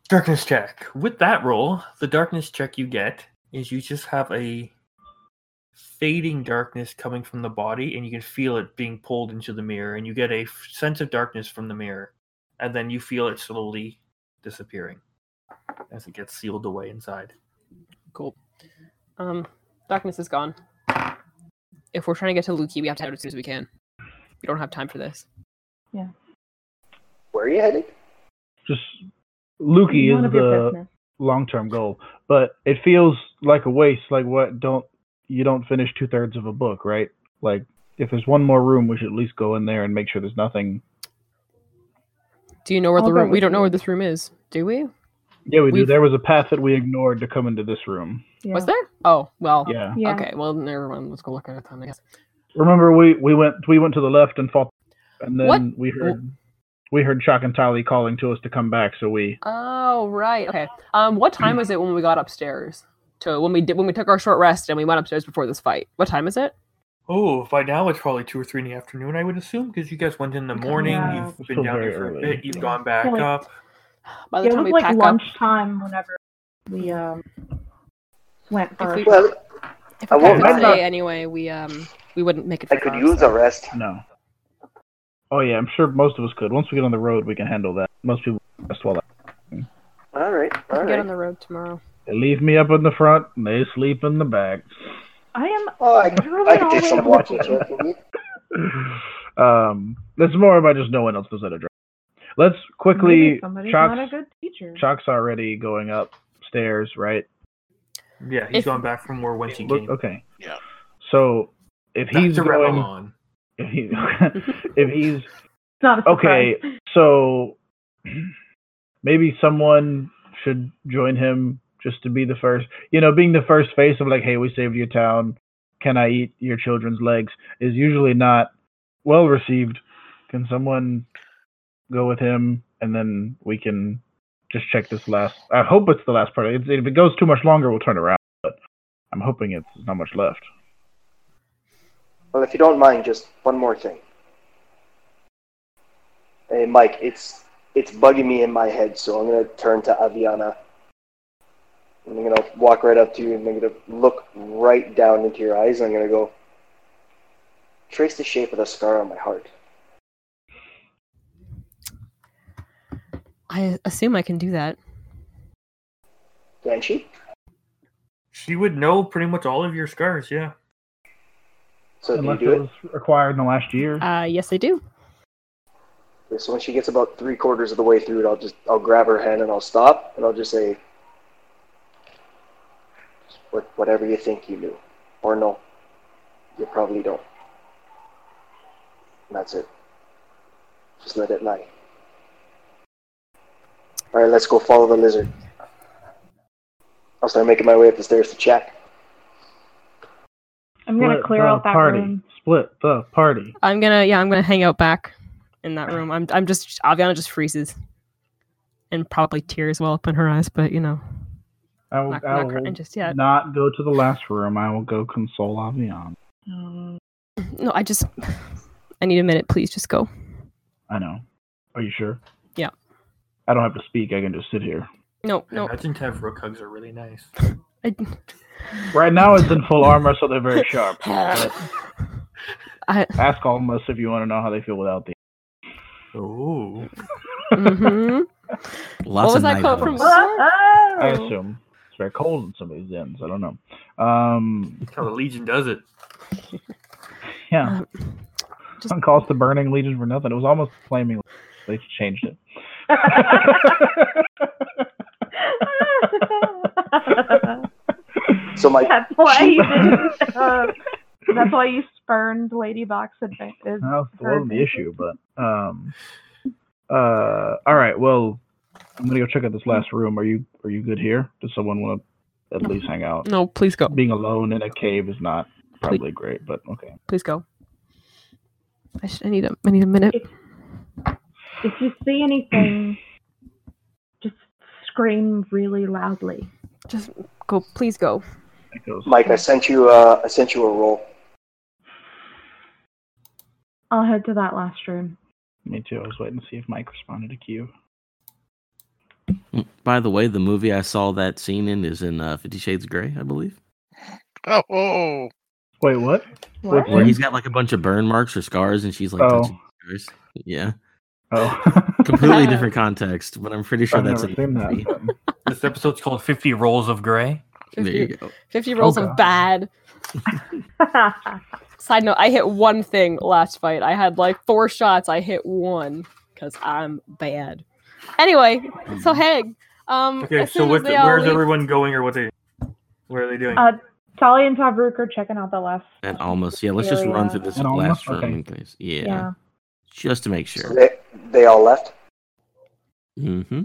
Speaker 1: Darkness check. With that roll, the darkness check you get is you just have a fading darkness coming from the body, and you can feel it being pulled into the mirror, and you get a f- sense of darkness from the mirror, and then you feel it slowly disappearing as it gets sealed away inside.
Speaker 6: Cool. Um, darkness is gone. If we're trying to get to Luki, we have to head out as soon as we can. We don't have time for this.
Speaker 7: Where are you headed?
Speaker 2: Just Lukey is
Speaker 5: None of your
Speaker 2: the
Speaker 5: business.
Speaker 2: long term goal, but it feels like a waste. Like what? Don't you don't finish two thirds of a book, right? Like if there's one more room, we should at least go in there and make sure there's nothing.
Speaker 6: Do you know where
Speaker 5: I'll
Speaker 6: the
Speaker 5: go
Speaker 6: room? We
Speaker 5: with
Speaker 6: don't know
Speaker 5: you.
Speaker 6: where this room is, do we?
Speaker 2: Yeah, we do.
Speaker 6: We've-
Speaker 2: There was a path that we ignored to come into this room.
Speaker 5: Yeah.
Speaker 6: Was there? Oh well.
Speaker 2: Yeah.
Speaker 5: Yeah.
Speaker 6: Okay. Well, never mind. Let's go look at it then. I guess.
Speaker 2: Remember, we we went we went to the left and fought, and then
Speaker 6: What?
Speaker 2: we heard we heard Shock and Tolly calling to us to come back. So we
Speaker 6: Oh right. Okay. Um, what time was it when we got upstairs? To when we did when we took our short rest and we went upstairs before this fight. What time is it?
Speaker 1: Oh, by now it's probably two or three in the afternoon, I would assume, because you guys went in the
Speaker 6: Okay.
Speaker 1: morning.
Speaker 5: Yeah.
Speaker 1: You've
Speaker 2: Still
Speaker 1: been down
Speaker 2: very
Speaker 1: there for
Speaker 2: early.
Speaker 1: a bit. You've
Speaker 5: Yeah.
Speaker 1: gone back
Speaker 5: Yeah, like-
Speaker 1: up.
Speaker 6: By the
Speaker 5: Yeah, it was
Speaker 6: time we
Speaker 5: like
Speaker 6: pack
Speaker 5: lunchtime whenever we um went
Speaker 6: If
Speaker 5: for
Speaker 6: we-
Speaker 7: Well,
Speaker 6: up, if we
Speaker 7: I
Speaker 6: pack up
Speaker 7: won't mind
Speaker 6: today
Speaker 7: that.
Speaker 6: anyway, we um we wouldn't make it.
Speaker 7: I
Speaker 6: very
Speaker 7: could
Speaker 6: far,
Speaker 7: use
Speaker 6: so-
Speaker 7: a rest.
Speaker 2: no. Oh yeah, I'm sure most of us could. Once we get on the road, we can handle that. Most people rest while
Speaker 7: All right,
Speaker 6: We
Speaker 7: all
Speaker 6: can Get on
Speaker 7: right.
Speaker 6: the road tomorrow.
Speaker 2: They leave me up in the front and they sleep in the back.
Speaker 5: I am
Speaker 7: Oh, I,
Speaker 5: literally
Speaker 7: I could take
Speaker 5: always
Speaker 7: some watching. so if you need.
Speaker 2: um, that's more about just no one else knows how to drive. Let's
Speaker 5: Maybe
Speaker 2: quickly.
Speaker 5: somebody's
Speaker 2: Chuck's,
Speaker 5: not a good teacher.
Speaker 2: Chuck's already going upstairs, right?
Speaker 1: Yeah, he's
Speaker 6: If-
Speaker 1: gone back from where whence he
Speaker 2: Look-
Speaker 1: came.
Speaker 2: okay.
Speaker 4: Yeah.
Speaker 2: So if
Speaker 1: Not
Speaker 2: he's
Speaker 1: to rattle
Speaker 2: going,
Speaker 1: on.
Speaker 2: if, he, [LAUGHS] if he's
Speaker 5: It's not a surprise.
Speaker 2: okay, so [CLEARS THROAT] maybe someone should join him just to be the first. You know, being the first face of like, hey, we saved your town. Can I eat your children's legs? Is usually not well received. Can someone go with him, and then we can just check this last. I hope it's the last part. It's, if it goes too much longer, we'll turn around. But I'm hoping it's not much left.
Speaker 7: Well, if you don't mind, just one more thing. Hey, Mike, it's it's bugging me in my head, so I'm gonna turn to Aviana. And I'm gonna walk right up to you, and I'm gonna look right down into your eyes, and I'm gonna go trace the shape of the scar on my heart.
Speaker 6: I assume I can do that.
Speaker 7: Can she?
Speaker 1: She would know pretty much all of your scars, yeah.
Speaker 7: So do you
Speaker 2: Unless
Speaker 7: do
Speaker 2: it
Speaker 7: it?
Speaker 2: was acquired in the last year.
Speaker 6: Uh, yes, I do.
Speaker 7: Okay, So when she gets about three quarters of the way through it, I'll just I'll grab her hand and I'll stop, and I'll just say, "Just what- whatever you think you knew, or no, you probably don't. And that's it. Just let it lie. All right, let's go follow the lizard. I'll start making my way up the stairs to check.
Speaker 5: I'm gonna
Speaker 2: Split
Speaker 5: clear
Speaker 2: the
Speaker 5: out that
Speaker 2: party.
Speaker 5: room.
Speaker 2: Split the party.
Speaker 6: I'm gonna yeah, I'm gonna hang out back in that room. I'm I'm just Aviana just freezes. And probably tears well up in her eyes, but you know,
Speaker 2: I will,
Speaker 6: not,
Speaker 2: I
Speaker 6: not
Speaker 2: will
Speaker 6: crying just yet.
Speaker 2: not go to the last room. I will go console Avian.
Speaker 5: Um,
Speaker 6: No, I just I need a minute, please just go.
Speaker 2: I know. Are you sure?
Speaker 6: Yeah.
Speaker 2: I don't have to speak. I can just sit here.
Speaker 6: No, no.
Speaker 1: Imagine Tevrook hugs are really nice.
Speaker 6: I,
Speaker 2: Right now, it's in full armor, so they're very sharp.
Speaker 6: [LAUGHS]
Speaker 2: But
Speaker 6: I
Speaker 2: ask almost if you want to know how they feel without the.
Speaker 1: Oh.
Speaker 6: mhm.
Speaker 3: Lots
Speaker 6: What was
Speaker 3: of
Speaker 6: that
Speaker 3: knife
Speaker 6: quote from-
Speaker 3: holes.
Speaker 2: I
Speaker 5: oh,
Speaker 2: assume it's very cold in some of these dens. I don't know. Um,
Speaker 1: That's how the Legion does it.
Speaker 2: yeah,
Speaker 6: Just-
Speaker 2: one calls the burning legion for nothing. It was almost flaming. They changed it.
Speaker 6: [LAUGHS]
Speaker 7: So my
Speaker 5: [LAUGHS] that's why you didn't. Uh, that's why you spurned Lady Box advantage.
Speaker 2: Well, it wasn't the issue, but um, uh, all right. Well, I'm gonna go check out this last room. Are you are you good here? Does someone want to at least hang out?
Speaker 6: no, please go.
Speaker 2: Being alone in a cave is not probably great, but okay.
Speaker 6: Please go. I should I need a I need a minute.
Speaker 5: If you see anything, just scream really loudly.
Speaker 6: Just go, please go.
Speaker 2: It goes.
Speaker 7: Mike, I sent you uh, I sent you a roll.
Speaker 5: I'll head to that last room. [LAUGHS]
Speaker 2: Me too. I was waiting to see if Mike responded to Q.
Speaker 3: By the way, the movie I saw that scene in is in uh, Fifty Shades of Grey, I believe,
Speaker 4: Oh, oh.
Speaker 2: Wait, what?
Speaker 5: What?
Speaker 3: where he's got like a bunch of burn marks or scars, and she's like,
Speaker 2: Oh.
Speaker 3: touching scars. yeah,
Speaker 2: Oh, [LAUGHS]
Speaker 3: completely different context, but I'm pretty sure
Speaker 2: I've
Speaker 3: that's
Speaker 2: never
Speaker 3: in the
Speaker 2: seen that.
Speaker 3: movie.
Speaker 2: one.
Speaker 1: This episode's called 50 Rolls of Grey.
Speaker 3: [LAUGHS] There you
Speaker 6: 50,
Speaker 3: go.
Speaker 6: 50 rolls
Speaker 2: Oh, God.
Speaker 6: of bad. Side note, I hit one thing last fight. I had like four shots. I hit one because I'm bad. Anyway,
Speaker 3: Mm.
Speaker 6: so Hag. Um,
Speaker 1: Okay,
Speaker 6: as
Speaker 1: so
Speaker 6: soon
Speaker 1: with
Speaker 6: as they
Speaker 1: the,
Speaker 6: all
Speaker 1: where's
Speaker 6: leave-
Speaker 1: everyone going or what they where are they doing?
Speaker 5: Uh, Tali and Tavruk are checking out the last.
Speaker 3: And almost, yeah. Let's just
Speaker 5: Yeah,
Speaker 3: run
Speaker 5: yeah.
Speaker 3: through this
Speaker 2: And
Speaker 3: last
Speaker 2: uh, almost,
Speaker 3: run
Speaker 2: okay.
Speaker 3: in case, yeah,
Speaker 5: yeah.
Speaker 3: just to make
Speaker 7: So
Speaker 3: sure.
Speaker 7: they, they all left.
Speaker 3: Mm-hmm.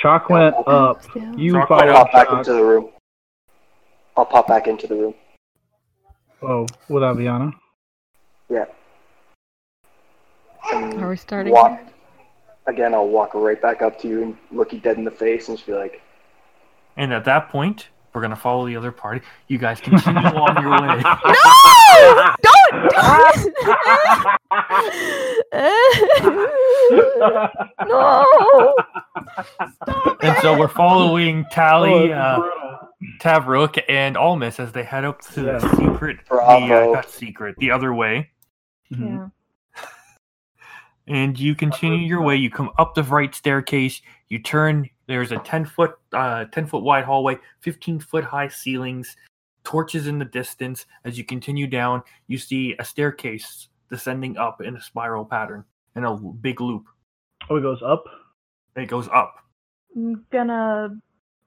Speaker 2: Chalk went up.
Speaker 6: Yeah.
Speaker 2: You
Speaker 1: Chalk went
Speaker 2: followed
Speaker 1: up.
Speaker 7: Pop back
Speaker 2: Chalk.
Speaker 7: into the room. I'll pop back into the room.
Speaker 2: Oh, with Aviana.
Speaker 7: and
Speaker 9: Are we starting?
Speaker 7: Walk again. I'll walk right back up to you and look you dead in the face and just be like,
Speaker 1: And at that point, we're gonna follow the other party. You guys continue on your
Speaker 2: [LAUGHS]
Speaker 1: way.
Speaker 2: Oh,
Speaker 6: No! Don't!
Speaker 1: [LAUGHS]
Speaker 6: Don't! [LAUGHS] no!
Speaker 9: [LAUGHS]
Speaker 1: And so we're following
Speaker 2: Oh,
Speaker 1: Tally,
Speaker 2: it's
Speaker 1: uh,
Speaker 2: brutal.
Speaker 1: Tavrok, and Almis as they head up to
Speaker 2: Yeah.
Speaker 1: the secret, the uh,
Speaker 7: Bravo.
Speaker 1: not secret, the other way.
Speaker 2: Mhm.
Speaker 5: Yeah.
Speaker 1: And you continue your way. You come up the right staircase. You turn. There's a ten foot, uh, ten foot wide hallway, fifteen foot high ceilings, torches in the distance. As you continue down, you see a staircase descending up in a spiral pattern in a l- big loop.
Speaker 2: Oh, it goes up.
Speaker 1: It goes up.
Speaker 5: I'm gonna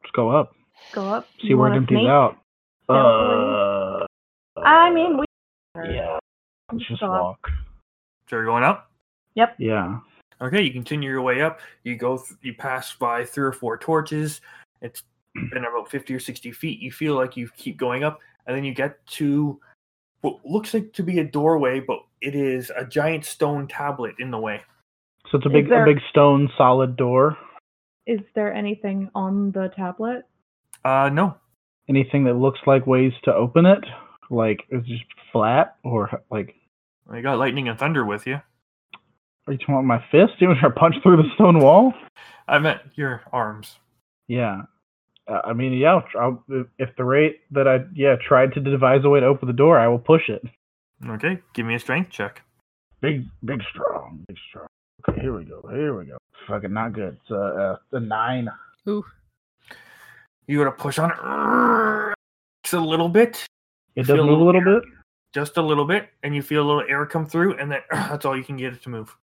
Speaker 2: Let's go up.
Speaker 5: go up.
Speaker 2: See
Speaker 5: You
Speaker 2: where it
Speaker 5: wanna
Speaker 2: empties
Speaker 5: sneak?
Speaker 2: out.
Speaker 5: Yeah,
Speaker 2: Uh,
Speaker 5: I mean, we.
Speaker 2: yeah. Let's just
Speaker 5: Go up.
Speaker 2: walk.
Speaker 1: So you're going up.
Speaker 2: Yeah.
Speaker 1: Okay, you continue your way up. You go, th- you pass by three or four torches. It's been about fifty or sixty feet. You feel like you keep going up, and then you get to what looks like to be a doorway, but it is a giant stone tablet in the way.
Speaker 2: So it's a
Speaker 5: Is
Speaker 2: big,
Speaker 5: there-
Speaker 2: a big stone, solid door.
Speaker 5: Is there anything on the tablet?
Speaker 1: Uh, no,
Speaker 2: Anything that looks like ways to open it, like it's just flat, or like,
Speaker 1: you got lightning and thunder with you.
Speaker 2: are you talking about my fist? You want to punch through the stone wall?
Speaker 1: I meant your arms.
Speaker 2: Yeah. Uh, I mean, yeah. I'll, tr- I'll, if- if the rate that I, yeah, tried to devise a way to open the door, I will push it.
Speaker 1: Okay, give me a strength check.
Speaker 2: Big, big, strong, big, strong. Okay, here we go. Here we go. Fucking not good. It's uh, uh, a nine.
Speaker 1: You gotta push on it just a little bit,
Speaker 2: It
Speaker 1: Feel
Speaker 2: does move a little bit.
Speaker 1: just a little bit, and you feel a little air come through, and then [CLEARS THROAT] that's all you can get it to move.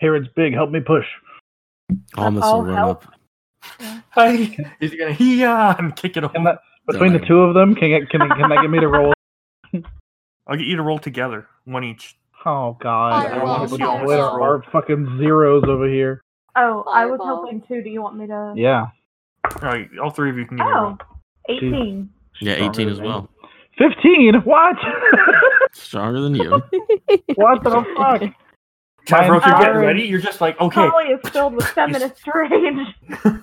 Speaker 2: Here it's big. Help me push.
Speaker 3: Almost
Speaker 5: all
Speaker 3: will run
Speaker 5: help.
Speaker 3: up.
Speaker 1: Hi, is he gonna yeah and kick it over?
Speaker 2: Can that between
Speaker 3: like
Speaker 2: the two of them? Can it, can it- can that get me to roll?
Speaker 1: I'll get you to roll together, one each.
Speaker 2: Oh God!
Speaker 1: I
Speaker 2: I want to
Speaker 1: rolled
Speaker 2: be with
Speaker 1: fireball.
Speaker 2: our fucking zeros over here.
Speaker 5: Oh, I was
Speaker 6: Fireball.
Speaker 5: helping too. Do you want me to?
Speaker 2: Yeah.
Speaker 1: All, right, all three of you can give me a
Speaker 5: Oh,
Speaker 1: roll.
Speaker 5: 18.
Speaker 3: Yeah, eighteen as
Speaker 2: Stronger
Speaker 3: well.
Speaker 2: than- Fifteen. [LAUGHS] What?
Speaker 3: Stronger than you.
Speaker 2: what the fuck?
Speaker 1: Tavros, you're getting
Speaker 5: sorry.
Speaker 1: ready. You're just like, okay.
Speaker 5: Tali is filled
Speaker 2: [LAUGHS]
Speaker 5: with [LAUGHS] feminist rage.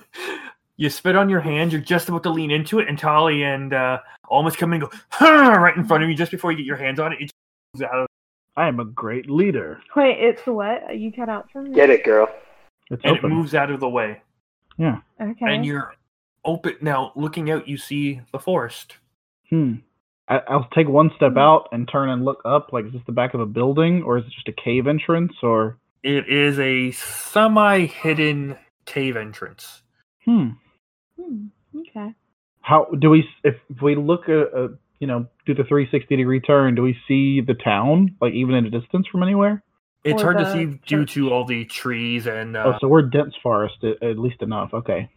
Speaker 1: [LAUGHS] you spit on your hand. You're just about to lean into it, and Tali and uh, almost come in and go "Huh," right in front of you just before you get your hands on it. It just moves out of
Speaker 2: I am a great leader.
Speaker 5: Wait, it's what? You cut out from me?
Speaker 7: "Get it, girl."
Speaker 2: It's
Speaker 1: and it
Speaker 2: open.
Speaker 1: moves out of the way.
Speaker 5: Okay.
Speaker 1: And you're open now. Looking out, you see the forest.
Speaker 2: Hmm. I, I'll take one step out and turn and look up. Like, is this the back of a building, or is it just a cave entrance, or?
Speaker 1: It is a semi-hidden cave entrance.
Speaker 2: Hmm.
Speaker 5: Hmm, okay.
Speaker 2: How do we? If we look at, uh, you know, do the 360 degree turn, do we see the town, like even at a distance from anywhere?
Speaker 1: It's
Speaker 5: Or
Speaker 1: hard to
Speaker 5: the
Speaker 1: see due
Speaker 5: church.
Speaker 1: to all the trees and uh,
Speaker 2: oh, so we're dense forest, at, at least enough. Okay.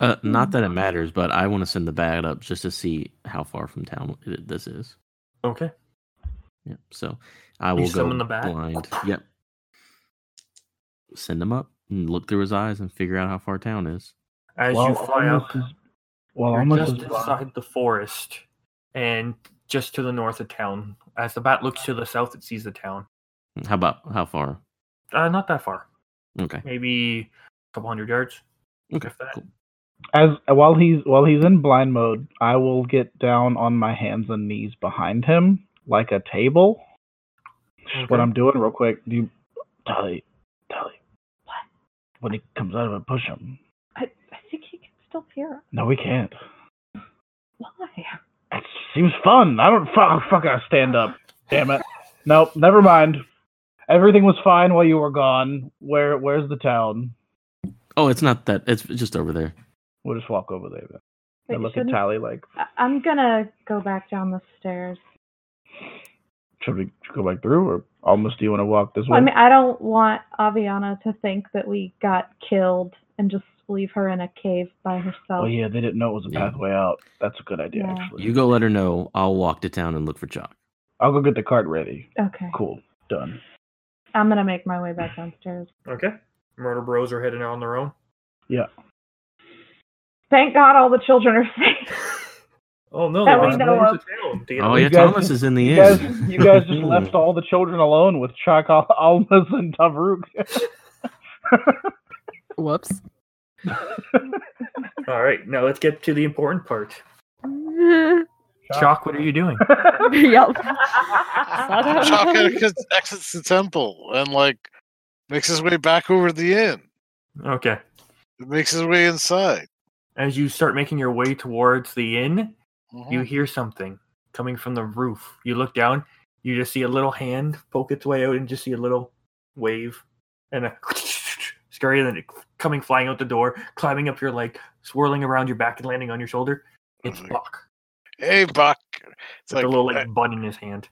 Speaker 3: Uh,
Speaker 5: Mm-hmm.
Speaker 3: not that it matters, but I want to send the bat up just to see how far from town it, this is.
Speaker 1: Oh, okay.
Speaker 3: Yep. So I will go
Speaker 1: summon the bat?
Speaker 3: blind. Yep. Send him up and look through his eyes and figure out how far town is.
Speaker 1: As you fly
Speaker 2: almost
Speaker 1: up,
Speaker 2: Is, well,
Speaker 1: You're
Speaker 2: almost
Speaker 1: just
Speaker 2: is-
Speaker 1: inside the forest and just to the north of town. As the bat looks to the south, it sees the town.
Speaker 3: How about how far?
Speaker 1: Uh, not that far,
Speaker 3: Okay.
Speaker 1: maybe a couple hundred yards.
Speaker 3: Okay.
Speaker 1: If that.
Speaker 3: Cool.
Speaker 2: as while he's while he's in blind mode, I will get down on my hands and knees behind him like a table. Just What
Speaker 1: Okay.
Speaker 2: I'm doing real quick. Do you, Tally, Tally, what? When he comes out of it, push him.
Speaker 5: I, I think he can still hear us.
Speaker 2: No, we can't.
Speaker 5: Why?
Speaker 2: It seems fun. I don't fuck. oh, Fuck. I stand up. Damn it. Nope. Never mind. Everything was fine while you were gone. Where Where's the town?
Speaker 3: Oh, it's not that. It's just over there.
Speaker 2: We'll just walk over there. Then.
Speaker 5: Wait,
Speaker 2: and look at
Speaker 5: shouldn't-
Speaker 2: Tally like,
Speaker 5: I- I'm gonna go back down the stairs.
Speaker 2: should we go back through or almost? Do you want to walk this way?
Speaker 5: Well, I mean, I don't want Aviana to think that we got killed and just leave her in a cave by herself.
Speaker 2: Oh yeah, they didn't know it was a
Speaker 3: Yeah.
Speaker 2: pathway out. That's a good idea,
Speaker 5: Yeah.
Speaker 2: actually.
Speaker 3: You go let her know. I'll walk to town and look for Chalk.
Speaker 2: I'll go get the cart ready.
Speaker 5: Okay.
Speaker 2: Cool. Done.
Speaker 5: I'm gonna make my way back downstairs.
Speaker 1: Okay. Murder Bros are heading out on their own.
Speaker 5: Thank God all the children are safe.
Speaker 7: [LAUGHS]
Speaker 1: Oh no,
Speaker 5: That
Speaker 1: they
Speaker 5: we
Speaker 1: lost
Speaker 5: know
Speaker 1: the
Speaker 5: of.
Speaker 1: town. Damn
Speaker 3: Oh
Speaker 1: it.
Speaker 3: yeah,
Speaker 2: You guys
Speaker 3: Thomas
Speaker 2: just-
Speaker 3: is in the
Speaker 2: You
Speaker 3: inn.
Speaker 2: guys, you guys
Speaker 3: [LAUGHS]
Speaker 2: just left all the children alone with Chuck, Al- Almas, and
Speaker 5: [LAUGHS]
Speaker 2: Tavruk. [LAUGHS]
Speaker 9: [LAUGHS]
Speaker 6: Whoops.
Speaker 1: All right, now let's get to the important part.
Speaker 2: Chalk.
Speaker 1: Chalk, what are you doing?
Speaker 2: [LAUGHS]
Speaker 9: yep.
Speaker 4: Chalk
Speaker 7: [LAUGHS]
Speaker 4: Atticus exits the temple and like makes his way back over to the inn.
Speaker 1: Okay.
Speaker 4: Makes his way inside.
Speaker 1: As you start making your way towards the inn,
Speaker 4: Mhm.
Speaker 1: you hear something coming from the roof. You look down, you just see a little hand poke its way out and just see a little wave and a [LAUGHS] scurry and then it coming flying out the door, climbing up your leg, swirling around your back and landing on your shoulder. It's
Speaker 4: Mhm.
Speaker 1: Buck.
Speaker 4: Hey, Buck. It's
Speaker 1: Oh, It's like a little
Speaker 4: "Hey,
Speaker 1: like bun in his [LAUGHS] hand.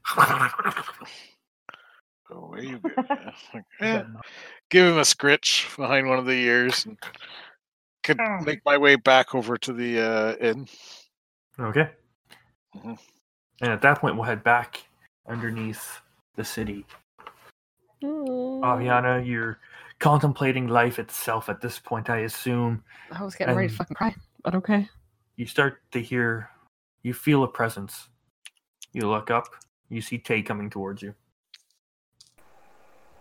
Speaker 4: oh, where you
Speaker 7: [LAUGHS]
Speaker 4: go?" Like, eh. Give him a scritch behind one of the ears and could
Speaker 7: Hmm.
Speaker 4: make my way back over to the uh, inn.
Speaker 1: Okay. Mm-hmm.
Speaker 4: Mhm.
Speaker 1: And at that point, we'll head back underneath the city. Oh,
Speaker 6: Aviana.
Speaker 1: Aviana, you're contemplating life itself at this point, I assume.
Speaker 6: I was getting ready to
Speaker 1: And-
Speaker 6: fucking cry, but okay.
Speaker 1: You start to hear, you feel a presence. You look up, you see Tay coming towards you.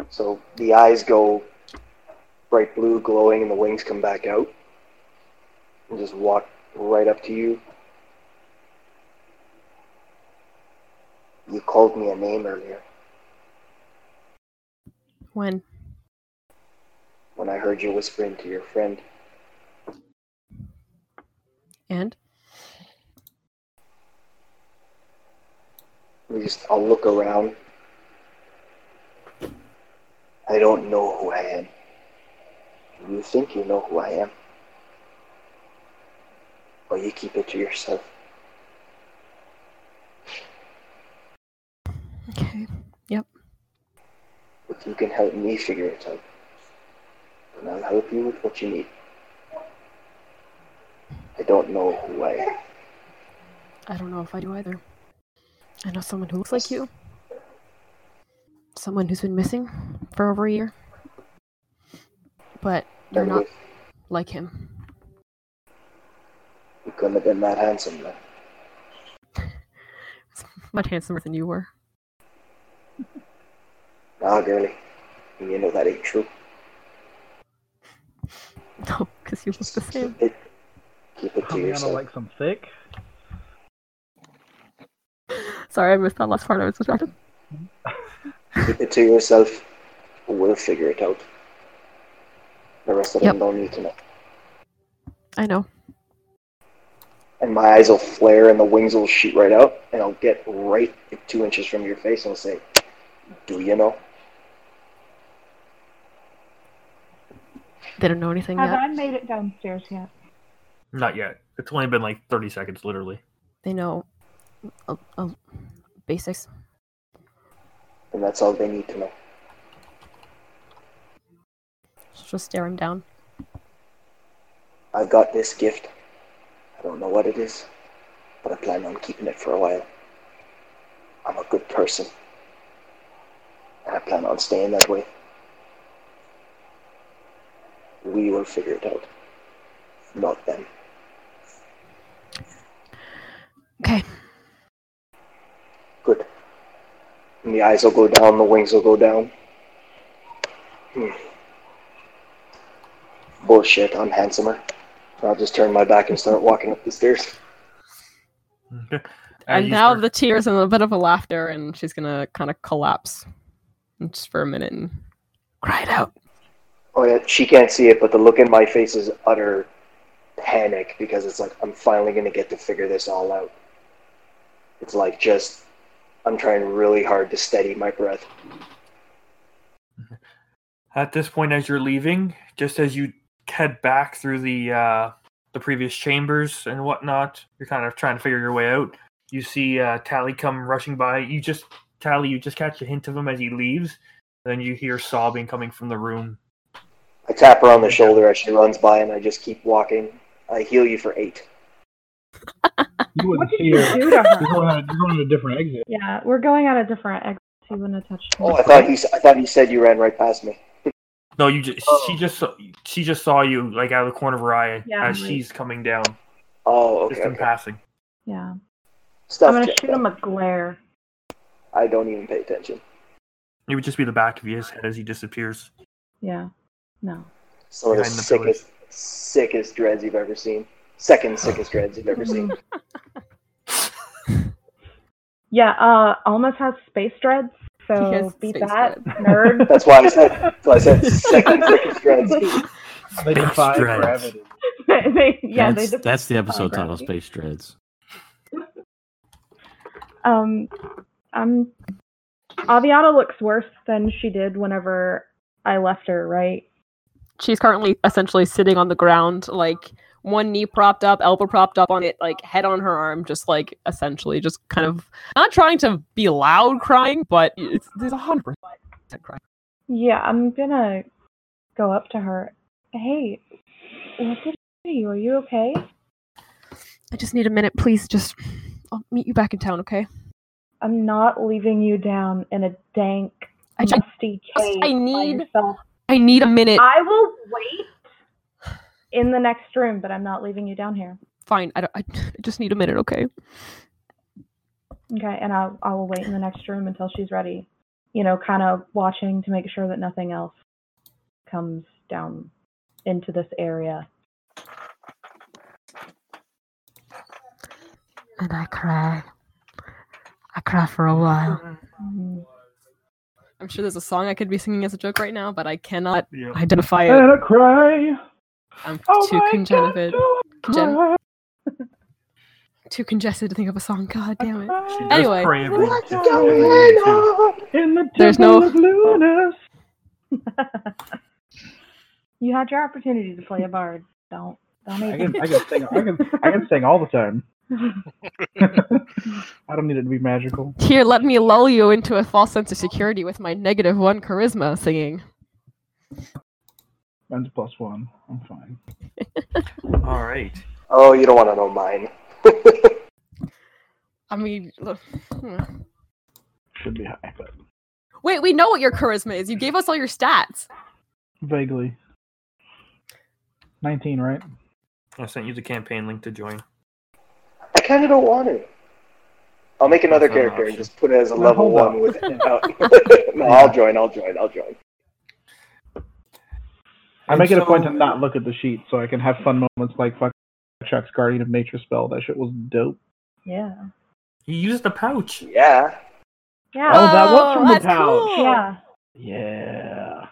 Speaker 7: So the eyes go bright blue, glowing, and the wings come back out and just walk right up to you. You called me a name earlier
Speaker 6: When?
Speaker 7: when I heard you whispering to your friend.
Speaker 6: And?
Speaker 7: We just, I'll look around. I don't know who I am. You think you know who I am. But you keep it to yourself.
Speaker 6: Okay.
Speaker 7: If you can help me figure it out, and I'll help you with what you need. I don't know who I am.
Speaker 6: I don't know if I do either. I know someone who looks like you. Someone who's been missing for over a year. But you're
Speaker 7: And
Speaker 6: not
Speaker 7: if
Speaker 6: like him. [LAUGHS]
Speaker 7: you couldn't have been that handsome then.
Speaker 9: Much handsomer than you
Speaker 6: [LAUGHS]
Speaker 9: were.
Speaker 7: Nah, girlie. You know that ain't true.
Speaker 9: No, because you look the same.
Speaker 7: Keep it, keep it to
Speaker 2: Juliana
Speaker 7: yourself.
Speaker 2: like some thick.
Speaker 9: Sorry, I missed that last part. I was distracted.
Speaker 7: Keep it to yourself. We'll figure it out. The rest of them don't need to know.
Speaker 6: I know.
Speaker 7: And my eyes will flare and the wings will shoot right out, and I'll get right at two inches from your face and I'll say, Do you know?
Speaker 9: They don't know anything
Speaker 5: Have
Speaker 9: yet.
Speaker 5: I made it downstairs yet?
Speaker 1: Not yet. It's only been like 30 seconds, literally.
Speaker 6: They know a, a Oh, basics.
Speaker 7: And that's all they need to know.
Speaker 6: She'll just stare him down.
Speaker 7: I've got this gift. I don't know what it is, but I plan on keeping it for a while. I'm a good person. And I plan on staying that way. We will figure it out. Not them.
Speaker 6: Okay.
Speaker 7: Good. And the eyes will go down, the wings will go down. Hmm. Bullshit, I'm handsomer. I'll just turn my back and start walking up the stairs.
Speaker 1: Okay. As
Speaker 6: And
Speaker 1: you
Speaker 6: now
Speaker 1: start-
Speaker 6: the tears and a bit of a laughter, and she's gonna kind of collapse just for a minute and cry it out.
Speaker 7: Oh yeah, she can't see it, but the look in my face is utter panic because it's like I'm finally gonna get to figure this all out. It's like just I'm trying really hard to steady my breath.
Speaker 1: At this point, as you're leaving, just as you head back through the uh, the previous chambers and whatnot, you're kind of trying to figure your way out. You see uh, Tally come rushing by. You just Tally, you just catch a hint of him as he leaves. Then you hear sobbing coming from the room
Speaker 7: I tap her on the shoulder as she runs by, and I just keep walking. I heal you for eight.
Speaker 2: You
Speaker 5: What
Speaker 2: wouldn't
Speaker 5: did
Speaker 2: see
Speaker 5: you
Speaker 2: her. [LAUGHS]
Speaker 5: do to
Speaker 2: You're
Speaker 5: her?
Speaker 2: going, on, you're going to a different exit.
Speaker 5: Yeah, we're going on a different exit. He wouldn't have touched her.
Speaker 7: Oh, I thought he, s- I thought he said you ran right past me.
Speaker 1: No, you just
Speaker 6: Oh.
Speaker 1: she just saw- she just saw you like out of the corner of her eye
Speaker 5: Yeah,
Speaker 1: as
Speaker 5: like-
Speaker 1: she's coming down,
Speaker 7: Oh, okay.
Speaker 1: just in
Speaker 7: okay.
Speaker 1: passing.
Speaker 5: Yeah. I'm
Speaker 7: Stuff.
Speaker 5: gonna
Speaker 7: check.
Speaker 5: shoot him a glare.
Speaker 7: I don't even pay attention.
Speaker 1: It would just be the back of his head as he disappears.
Speaker 5: Yeah. No.
Speaker 7: Some of the
Speaker 1: Behind the
Speaker 7: sickest, sickest dreads you've ever seen. Second
Speaker 1: Oh.
Speaker 7: sickest dreads you've ever
Speaker 5: Mm-hmm.
Speaker 7: seen.
Speaker 5: [LAUGHS] Yeah, uh Almas has space dreads,
Speaker 9: He
Speaker 5: so
Speaker 9: has
Speaker 5: beat
Speaker 9: space
Speaker 5: that, [LAUGHS]
Speaker 7: [LAUGHS]
Speaker 9: dreads.
Speaker 5: nerd.
Speaker 7: That's why
Speaker 2: [LAUGHS]
Speaker 7: I said. So I said second sickest dreads.
Speaker 2: They
Speaker 1: Space
Speaker 2: defy
Speaker 1: dreads.
Speaker 2: gravity.
Speaker 5: they, yeah, they
Speaker 3: that's,
Speaker 5: just
Speaker 3: that's the episode title,
Speaker 5: gravity.
Speaker 3: Space Dreads.
Speaker 5: um um Aviana looks worse than she did whenever I left her, right?
Speaker 6: She's currently essentially sitting on the ground, like one knee propped up, elbow propped up on it, like head on her arm, just like essentially just kind of not trying to be loud crying, but it's, there's a hundred percent crying.
Speaker 5: Yeah, I'm gonna go up to her. Hey, what did I do? Are you okay?
Speaker 6: I just need a minute, please. Just I'll meet you back in town, okay?
Speaker 5: I'm not leaving you down in a dank,
Speaker 9: Mm.
Speaker 6: I just-
Speaker 5: musty cave.
Speaker 6: I
Speaker 5: by
Speaker 6: need-
Speaker 5: yourself.
Speaker 6: I need a minute.
Speaker 5: I will wait in the next room, but I'm not leaving you down here.
Speaker 6: Fine, I, don't, I just need a minute, okay?
Speaker 5: Okay, and I'll I will wait in the next room until she's ready. You know, kind of watching to make sure that nothing else comes down into this area.
Speaker 9: And I cry. I cry for a while.
Speaker 5: Mm.
Speaker 6: I'm sure there's a song I could be singing as a joke right now, but I cannot
Speaker 1: Yeah.
Speaker 6: identify it.
Speaker 2: And a cry.
Speaker 6: I'm
Speaker 2: Oh
Speaker 6: too
Speaker 2: my God,
Speaker 6: congested.
Speaker 2: do I
Speaker 6: Congen-
Speaker 2: cry?
Speaker 6: Too congested to think of a song. God damn it.
Speaker 1: She does
Speaker 6: Anyway.
Speaker 1: pray every-
Speaker 7: What's
Speaker 1: every
Speaker 7: going
Speaker 1: evening, too.
Speaker 7: on?
Speaker 2: In the
Speaker 6: There's
Speaker 2: temple
Speaker 6: no-
Speaker 2: of Lunas.
Speaker 5: you had your opportunity to play a bard. Don't don't
Speaker 2: I
Speaker 5: even.
Speaker 2: can, I
Speaker 5: [LAUGHS]
Speaker 2: can sing. I can, I can sing all the [LAUGHS] time. I don't need it to be magical.
Speaker 6: Here, let me lull you into a false sense of security with my negative one charisma singing.
Speaker 2: Mine's plus one. I'm fine.
Speaker 1: All right.
Speaker 7: Oh, you don't want to know mine.
Speaker 6: I mean, look. hmm.
Speaker 2: Should be high, but
Speaker 6: wait, we know what your charisma is. You gave us all your stats.
Speaker 2: vaguely. Nineteen, right?
Speaker 1: I sent you the campaign link to join.
Speaker 7: I kind of don't want to. I'll make another
Speaker 1: That's not an
Speaker 7: character and
Speaker 1: option.
Speaker 7: just put it as a
Speaker 2: No,
Speaker 7: level
Speaker 2: hold on.
Speaker 7: one
Speaker 2: [LAUGHS]
Speaker 7: with. no, no, I'll join. I'll join. I'll join.
Speaker 2: I
Speaker 1: And
Speaker 2: make it a point
Speaker 1: so-
Speaker 2: to not look at the sheet so I can have fun moments like fuck Chuck's Guardian of Nature spell. That shit was dope.
Speaker 5: yeah.
Speaker 1: He used the pouch.
Speaker 7: Yeah.
Speaker 5: Yeah.
Speaker 2: Oh, that was from the
Speaker 6: that's
Speaker 2: pouch.
Speaker 6: cool.
Speaker 5: Yeah.
Speaker 2: Yeah.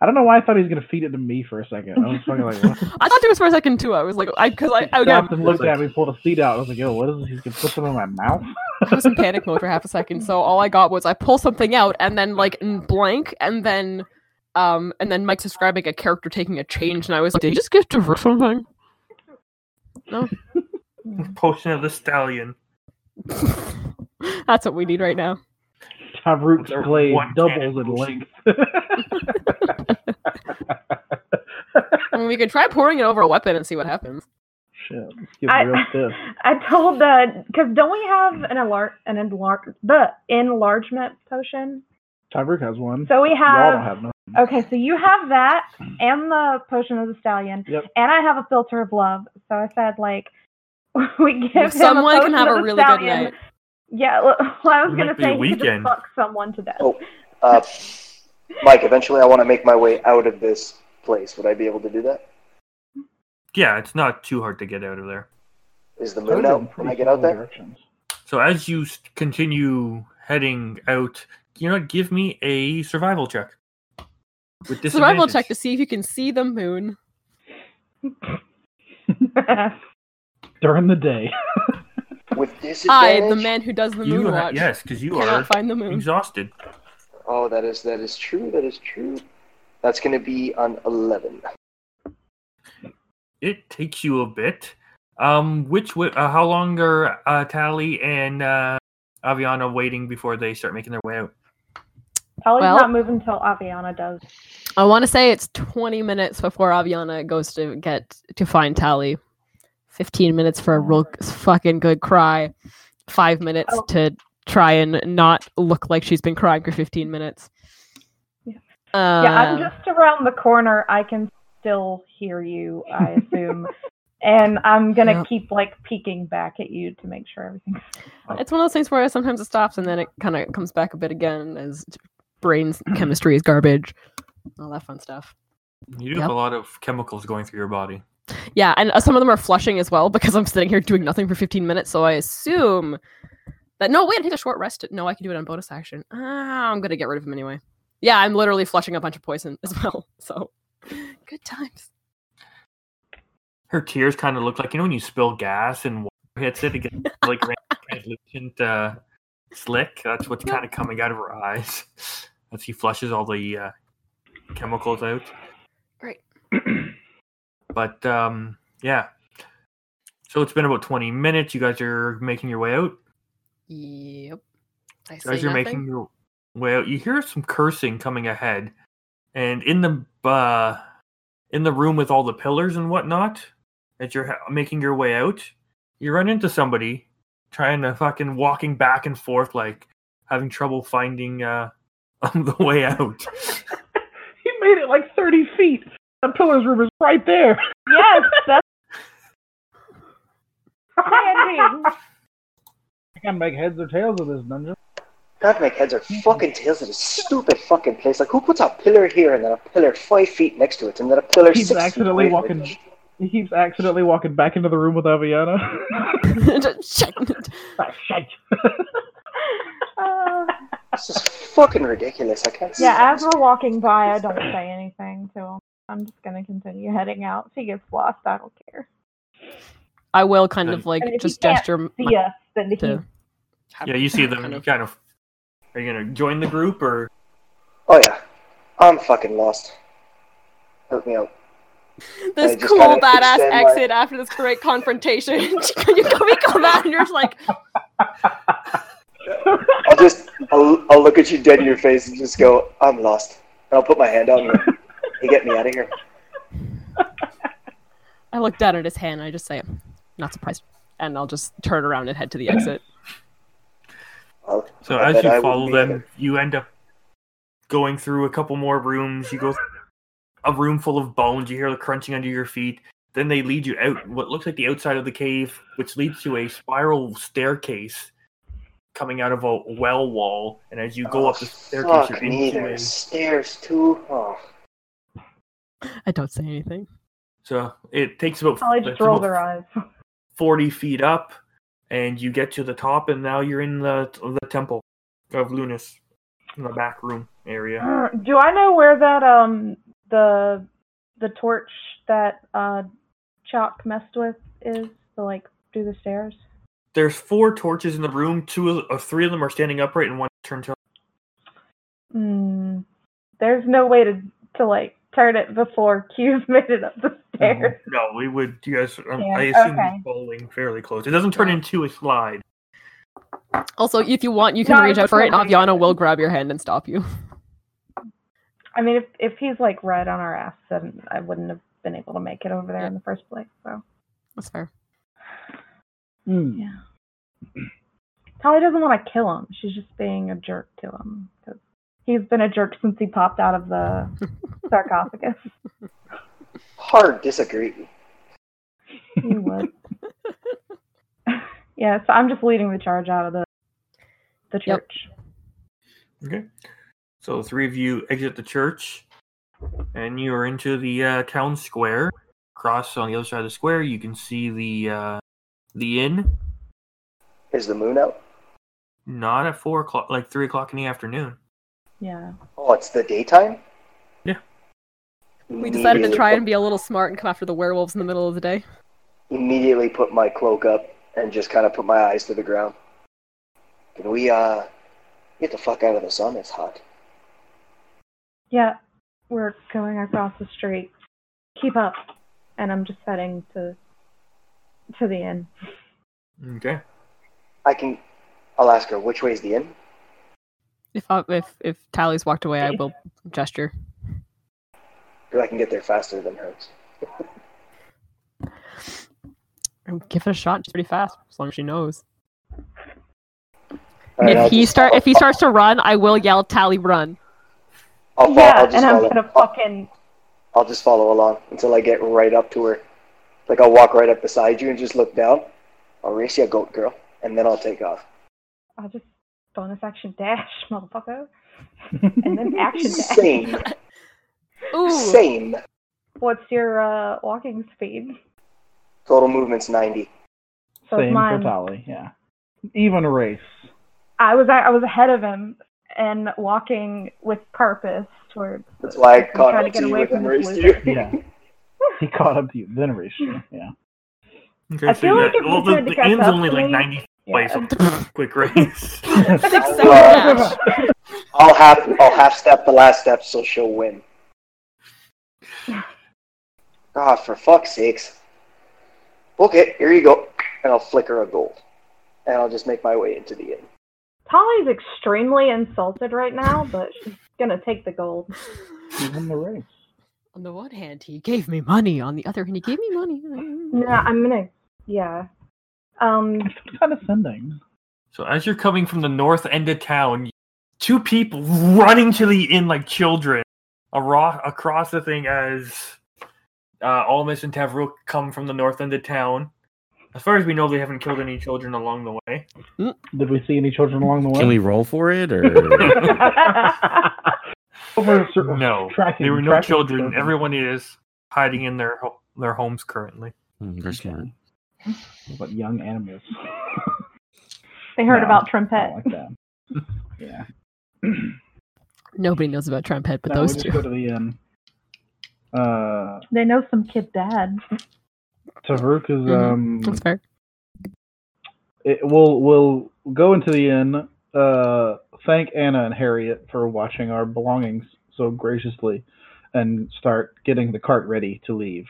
Speaker 2: I don't know why I thought he was gonna feed it to me for a second. I was fucking like, what?
Speaker 6: I thought it was for a second too. I was like, I because I, I,
Speaker 2: stopped and
Speaker 6: was
Speaker 2: looked at me, pulled a seed out. I was like, yo, what is this? He's gonna put something in my mouth.
Speaker 6: I was in panic mode for half a second. So all I got was I pull something out and then like n- blank and then um and then Mike describing a character taking a change and I was like, did you just get to rip something?
Speaker 1: Potion of the Stallion.
Speaker 6: [LAUGHS] That's what we need right now.
Speaker 2: Tavroot's
Speaker 1: They're
Speaker 2: blade
Speaker 1: one
Speaker 2: doubles in
Speaker 1: cannon
Speaker 2: length. [LAUGHS]
Speaker 6: I mean, we could try pouring it over a weapon and see what happens.
Speaker 2: Shit, let's get
Speaker 5: I- [LAUGHS]
Speaker 2: real stiff.
Speaker 5: I told the because don't we have an alert an enlar- the enlargement potion?
Speaker 2: Tavroot has one.
Speaker 5: So uh, we
Speaker 2: Y'all
Speaker 5: have,
Speaker 2: don't have no.
Speaker 5: okay. So you have that and the potion of the stallion,
Speaker 2: Yep.
Speaker 5: and I have a filter of love. So I said like [LAUGHS] we give him
Speaker 6: If someone
Speaker 5: a
Speaker 6: can
Speaker 5: potion
Speaker 6: have
Speaker 5: of
Speaker 6: a
Speaker 5: the
Speaker 6: really good
Speaker 5: stallion.
Speaker 6: night.
Speaker 5: Yeah, well, [LAUGHS] I was
Speaker 1: It
Speaker 5: gonna
Speaker 1: might be a
Speaker 5: say he could just
Speaker 1: weekend.
Speaker 5: fuck someone to [LAUGHS] death.
Speaker 7: Oh. Uh, Mike, eventually, I want to make my way out of this place. Would I be able to do that?
Speaker 1: Yeah, it's not too hard to get out of there.
Speaker 7: Is the
Speaker 2: Those
Speaker 7: moon
Speaker 2: are
Speaker 7: out when
Speaker 2: pretty
Speaker 7: I get out
Speaker 2: solid
Speaker 7: there?
Speaker 2: directions.
Speaker 1: So as you s- continue heading out, you know, give me a survival check. With
Speaker 6: Survival check to
Speaker 1: disadvantage.
Speaker 6: see if you can see the moon.
Speaker 2: During the day. [LAUGHS]
Speaker 7: With
Speaker 6: I,
Speaker 7: disadvantage?
Speaker 6: the man who does the moon
Speaker 1: You ha-
Speaker 6: watch,
Speaker 1: yes, because you
Speaker 6: cannot
Speaker 1: are
Speaker 6: find the moon.
Speaker 1: exhausted.
Speaker 7: Oh, that is that is true. That is true. That's going to be on eleven.
Speaker 1: It takes you a bit. Um, which wi- uh, how long are uh, Tally and uh, Aviana waiting before they start making their way out?
Speaker 5: Polly's
Speaker 6: Well-
Speaker 5: not moving until Aviana does.
Speaker 6: I want to say it's 20 minutes before Aviana goes to get to find Tally. 15 minutes for a real g- fucking good cry. Five minutes
Speaker 5: Oh.
Speaker 6: to try and not look like she's been crying for 15 minutes.
Speaker 5: Yeah.
Speaker 6: Um,
Speaker 5: yeah, I'm just around the corner. I can still hear you, I
Speaker 6: [LAUGHS]
Speaker 5: assume. and I'm going to
Speaker 6: Yeah.
Speaker 5: keep like peeking back at you to make sure everything's [LAUGHS]
Speaker 6: It's one of those things where sometimes it stops and then it kind of comes back a bit again as
Speaker 5: [CLEARS THROAT]
Speaker 6: brain's chemistry is garbage, all that fun stuff.
Speaker 1: You do
Speaker 6: Yep.
Speaker 1: have a lot of chemicals going through your body.
Speaker 6: Yeah, and uh, some of them are flushing as well because I'm sitting here doing nothing for 15 minutes. So I assume that no, wait, I take a short rest. to- No, I can do it on bonus action. Ah, I'm gonna get rid of him anyway. Yeah, I'm literally flushing a bunch of poison [LAUGHS] as well. So good times.
Speaker 1: Her tears kind of look like you know when you spill gas and water hits it, it gets like [LAUGHS] ran- translucent uh, slick. That's what's kind of coming out of her eyes [LAUGHS] as she flushes all the uh, chemicals out.
Speaker 6: Great.
Speaker 1: But um, yeah, so it's been about twenty minutes. You guys are making your way out.
Speaker 6: Yep. I see
Speaker 1: As you're making your way out, you hear some cursing coming ahead, and in the uh, in the room with all the pillars and whatnot, as you're ha- making your way out, you run into somebody trying to fucking walking back and forth, like having trouble finding uh, [LAUGHS] the way out.
Speaker 6: [LAUGHS]
Speaker 2: He made it like 30 feet. The pillar's room is right there. [LAUGHS]
Speaker 1: [LAUGHS]
Speaker 5: Yes, that's [LAUGHS] standing.
Speaker 2: I can't make heads or tails of this dungeon.
Speaker 7: Can't make heads or fucking tails of this stupid fucking place. Like, who puts a pillar here and then a pillar five feet next to it and then a pillar
Speaker 2: He's
Speaker 7: six
Speaker 2: accidentally
Speaker 7: feet away from
Speaker 2: walking-
Speaker 7: it?
Speaker 2: He keeps accidentally walking back into the room with Aviana. [LAUGHS]
Speaker 6: [LAUGHS]
Speaker 2: Ah, shit.
Speaker 1: [LAUGHS]
Speaker 5: Uh,
Speaker 7: This is fucking ridiculous. I can't.
Speaker 5: yeah, as
Speaker 7: stand
Speaker 5: we're walking by, I don't say anything to him. I'm just going to continue heading out. If he gets lost, I don't care.
Speaker 6: I will kind
Speaker 1: And-
Speaker 6: of like
Speaker 5: and if you
Speaker 6: just
Speaker 5: can't
Speaker 6: gesture
Speaker 5: See
Speaker 6: my-
Speaker 5: ya. Then he
Speaker 6: to
Speaker 1: yeah, you see them.
Speaker 6: Kind
Speaker 1: and You
Speaker 6: of.
Speaker 1: kind of are you gonna join the group or
Speaker 7: Oh yeah, I'm fucking lost. Help me out. I
Speaker 6: this
Speaker 7: just
Speaker 6: cool
Speaker 7: kinda
Speaker 6: badass
Speaker 7: extend my-
Speaker 6: exit after this great confrontation. [LAUGHS] you come, come out and you're just like,
Speaker 7: I'll just I'll, I'll look at you dead in your face and just go, I'm lost. And I'll put my hand out and go, hey, get me out of here.
Speaker 6: I look down at his hand. And I just say, "Not surprised," and I'll just turn around and head to the exit.
Speaker 7: I'll,
Speaker 1: So
Speaker 7: I
Speaker 1: as
Speaker 7: bet I
Speaker 1: you
Speaker 7: would
Speaker 1: follow
Speaker 7: be
Speaker 1: them,
Speaker 7: there.
Speaker 1: you end up going through a couple more rooms. You go through a room full of bones. You hear the crunching under your feet. Then they lead you out what looks like the outside of the cave, which leads to a spiral staircase coming out of a well wall. And as you go
Speaker 7: Oh,
Speaker 1: up the staircase,
Speaker 7: fuck
Speaker 1: you're
Speaker 7: me,
Speaker 1: into a
Speaker 7: there's stairs too. Oh,
Speaker 6: I don't say anything.
Speaker 1: so it takes about
Speaker 5: Holly
Speaker 1: it's
Speaker 5: just rolls
Speaker 1: about
Speaker 5: her eyes.
Speaker 1: 40 feet up and you get to the top and now you're in the the temple of Lunas in the back room area.
Speaker 5: [CLEARS THROAT] Do I know where that um the the torch that uh Chalk messed with is to like do the stairs?
Speaker 1: There's four torches in the room. Two of uh, three of them are standing upright, and one turned to.
Speaker 5: Hmm. There's no way to to like turn it before [LAUGHS] Q's made it up the stairs.
Speaker 1: No, we would. You guys, um,
Speaker 5: Yeah,
Speaker 1: I assume
Speaker 5: okay.
Speaker 1: he's following fairly close. It doesn't turn into a slide.
Speaker 6: Also, if you want, you can
Speaker 5: No,
Speaker 6: reach
Speaker 5: I
Speaker 6: out for it, and
Speaker 5: totally-
Speaker 6: Aviana will grab your hand and stop you.
Speaker 5: I mean, if if he's like right on our ass, then I wouldn't have been able to make it over there in the first place. So
Speaker 6: That's fair.
Speaker 2: Hmm.
Speaker 5: Tali doesn't want to kill him. She's just being a jerk to him 'cause he's been a jerk since he popped out of the sarcophagus.
Speaker 7: hard disagree.
Speaker 5: You would. [LAUGHS] yeah, so I'm just leading the charge out of the the
Speaker 6: Yep.
Speaker 5: church.
Speaker 1: Okay. So the three of you exit the church, and you are into the uh, town square. Across on the other side of the square, you can see the uh, the inn.
Speaker 7: Is the moon out?
Speaker 1: Not at four o'clock, like three o'clock in the afternoon.
Speaker 5: Yeah.
Speaker 7: Oh, it's the daytime.
Speaker 1: Yeah.
Speaker 6: We decided to
Speaker 7: Immediately
Speaker 6: try
Speaker 7: put-
Speaker 6: and be a little smart and come after the werewolves in the middle of the day.
Speaker 7: immediately put my cloak up and just kind of put my eyes to the ground. Can we uh get the fuck out of the sun? It's hot.
Speaker 5: Yeah. We're going across the street. Keep up. And I'm just heading to to the inn.
Speaker 1: Okay.
Speaker 7: I can. I'll ask her which way's the inn.
Speaker 6: If uh, if if Tally's walked away, I will gesture.
Speaker 7: because I can get there faster than hers.
Speaker 6: Give it a shot. It's pretty fast, as long as she knows.
Speaker 7: All right, I'll
Speaker 6: if he
Speaker 7: just-
Speaker 6: start,
Speaker 7: I'll-
Speaker 6: if he starts to run, I will yell, "Tally, run!"
Speaker 7: I'll, fo- I'll
Speaker 5: yeah,
Speaker 7: just
Speaker 5: and I'm
Speaker 7: follow.
Speaker 5: gonna fucking
Speaker 7: I'll just follow along until I get right up to her. Like I'll walk right up beside you and just look down. I'll race you, goat girl, and then I'll take off.
Speaker 6: [LAUGHS]
Speaker 5: I'll just bonus action dash, [LAUGHS] motherfucker. and then action dash.
Speaker 7: Same,
Speaker 6: Ooh,
Speaker 7: same.
Speaker 5: What's your uh, walking speed?
Speaker 7: Total movement's ninety.
Speaker 5: So it's
Speaker 2: Same for
Speaker 5: mine.
Speaker 2: Tali, yeah. Even race.
Speaker 5: I was I was ahead of him and walking with purpose towards.
Speaker 7: That's why I
Speaker 5: I'm
Speaker 7: caught
Speaker 5: trying to
Speaker 7: up
Speaker 5: get
Speaker 7: to you
Speaker 5: away
Speaker 7: and
Speaker 5: from
Speaker 7: then
Speaker 5: this
Speaker 7: raced
Speaker 5: loser.
Speaker 7: you.
Speaker 5: [LAUGHS]
Speaker 2: Yeah. he caught up to you, then raced you. Yeah. [LAUGHS]
Speaker 1: Okay,
Speaker 5: I feel like if we
Speaker 1: well,
Speaker 5: tried
Speaker 1: the,
Speaker 5: to
Speaker 1: the
Speaker 5: catch
Speaker 1: end's
Speaker 5: up
Speaker 1: only
Speaker 5: to
Speaker 1: like
Speaker 5: me-
Speaker 1: 90
Speaker 5: Yeah.
Speaker 1: place
Speaker 5: [LAUGHS]
Speaker 1: of quick race. [LAUGHS]
Speaker 6: six second
Speaker 7: Wow.
Speaker 6: dash.
Speaker 7: I'll half I'll half step the last step so
Speaker 5: [LAUGHS]
Speaker 7: she'll win. God, for fuck's sakes. Okay, here you go. And I'll flicker a gold. And I'll just make my way into the inn.
Speaker 5: Polly's extremely insulted right now, but she's gonna take the gold.
Speaker 2: He won the race.
Speaker 6: On the one hand, he gave me money. On the other hand, he gave me money.
Speaker 5: No, I'm gonna. Yeah. Um.
Speaker 2: It's condescending.
Speaker 1: so as you're coming from the north end of town, two people running to the inn like children aro- across the thing as uh, Almas and Tavril come from the north end of town. As far as we know, they haven't killed any children along the way.
Speaker 2: Did we see any children along the way?
Speaker 3: Can we roll for it
Speaker 5: [LAUGHS]
Speaker 3: or?
Speaker 2: [LAUGHS]
Speaker 1: [LAUGHS]
Speaker 2: Over cer-
Speaker 1: No,
Speaker 2: tracking-
Speaker 1: there were no
Speaker 2: tracking
Speaker 1: children. Everyone is hiding in their ho- their homes currently.
Speaker 3: Mm, They're smart.
Speaker 2: But young animals.
Speaker 5: they heard
Speaker 2: No,
Speaker 5: about
Speaker 2: [LAUGHS] I
Speaker 5: trumpet.
Speaker 2: don't like that. Yeah.
Speaker 6: Nobody knows about Trumpet, but
Speaker 2: No, we
Speaker 6: those
Speaker 2: just
Speaker 6: two.
Speaker 2: Go to the inn. Uh,
Speaker 5: They know some kid dad.
Speaker 2: Tavuk is
Speaker 6: Mhm.
Speaker 2: um.
Speaker 6: That's fair.
Speaker 2: it, we'll we'll go into the inn. Uh, thank Anna and Harriet for watching our belongings so graciously, and start getting the cart ready to leave.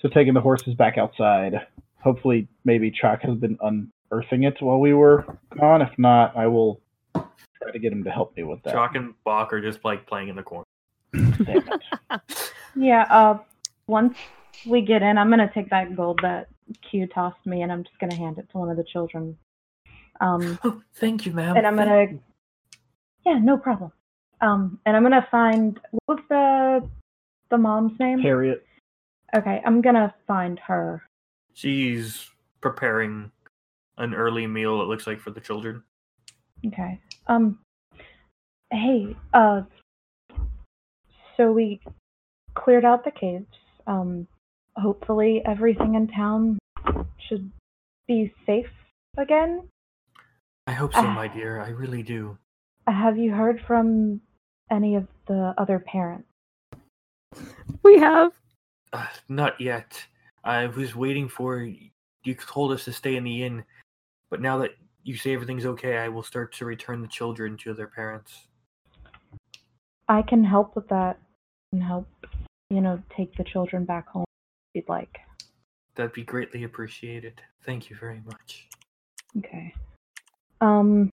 Speaker 2: So taking the horses back outside. Hopefully, maybe Chuck has been unearthing it while we were gone. If not, I will try to get him to help me with that.
Speaker 1: Chalk and Bach are just like playing in the corner.
Speaker 2: Damn
Speaker 5: [LAUGHS]
Speaker 2: it.
Speaker 5: Yeah. Uh. Once we get in, I'm gonna take that gold that Q tossed me, and I'm just gonna hand it to one of the children. Um.
Speaker 1: Oh, thank you, ma'am.
Speaker 5: and I'm gonna. Yeah, no problem. Um, and I'm gonna find what was the the mom's name?
Speaker 2: Harriet,
Speaker 5: Okay, I'm gonna find her.
Speaker 1: She's preparing an early meal. It looks like for the children.
Speaker 5: Okay. Um. Hey. Uh. So we cleared out the caves. Um. Hopefully, everything in town should be safe again.
Speaker 1: I hope so, my dear. I really do.
Speaker 5: Have you heard from any of the other parents?
Speaker 6: We have.
Speaker 1: Uh, not yet. I was waiting for you. Told us to stay in the inn, but now that you say everything's okay, I will start to return the children to their parents.
Speaker 5: I can help with that and help, you know, take the children back home if you'd like.
Speaker 1: That'd be greatly appreciated. Thank you very much.
Speaker 5: Okay. Um,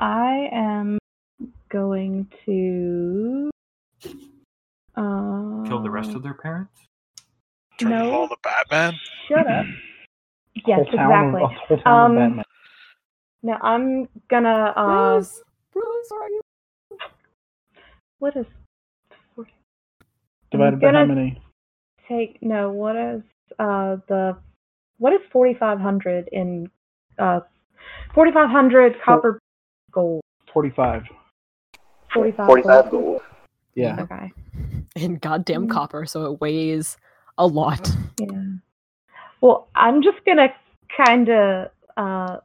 Speaker 5: I am going to. Uh,
Speaker 1: Kill the rest of their parents.
Speaker 4: Turn
Speaker 5: No.
Speaker 4: them all to Batman.
Speaker 2: [CLEARS THROAT]
Speaker 5: Shut up. yes,
Speaker 2: whole town,
Speaker 5: exactly.
Speaker 2: of- whole town of
Speaker 5: Um,
Speaker 2: Batman.
Speaker 5: Now I'm gonna.
Speaker 6: Um,
Speaker 5: Uh,
Speaker 6: Bruce, Bruce, where are you?
Speaker 5: what is?
Speaker 2: Divided by how
Speaker 5: gonna-
Speaker 2: many?
Speaker 5: Take no. What is uh the? What is forty five hundred in? Uh, forty five hundred copper gold.
Speaker 2: Forty-five.
Speaker 5: Forty five.
Speaker 7: Forty-five gold.
Speaker 2: Yeah.
Speaker 5: Okay.
Speaker 6: And goddamn
Speaker 5: Mm.
Speaker 6: copper, so it weighs a [LAUGHS] lot.
Speaker 5: Yeah. Well, I'm just gonna kind of uh,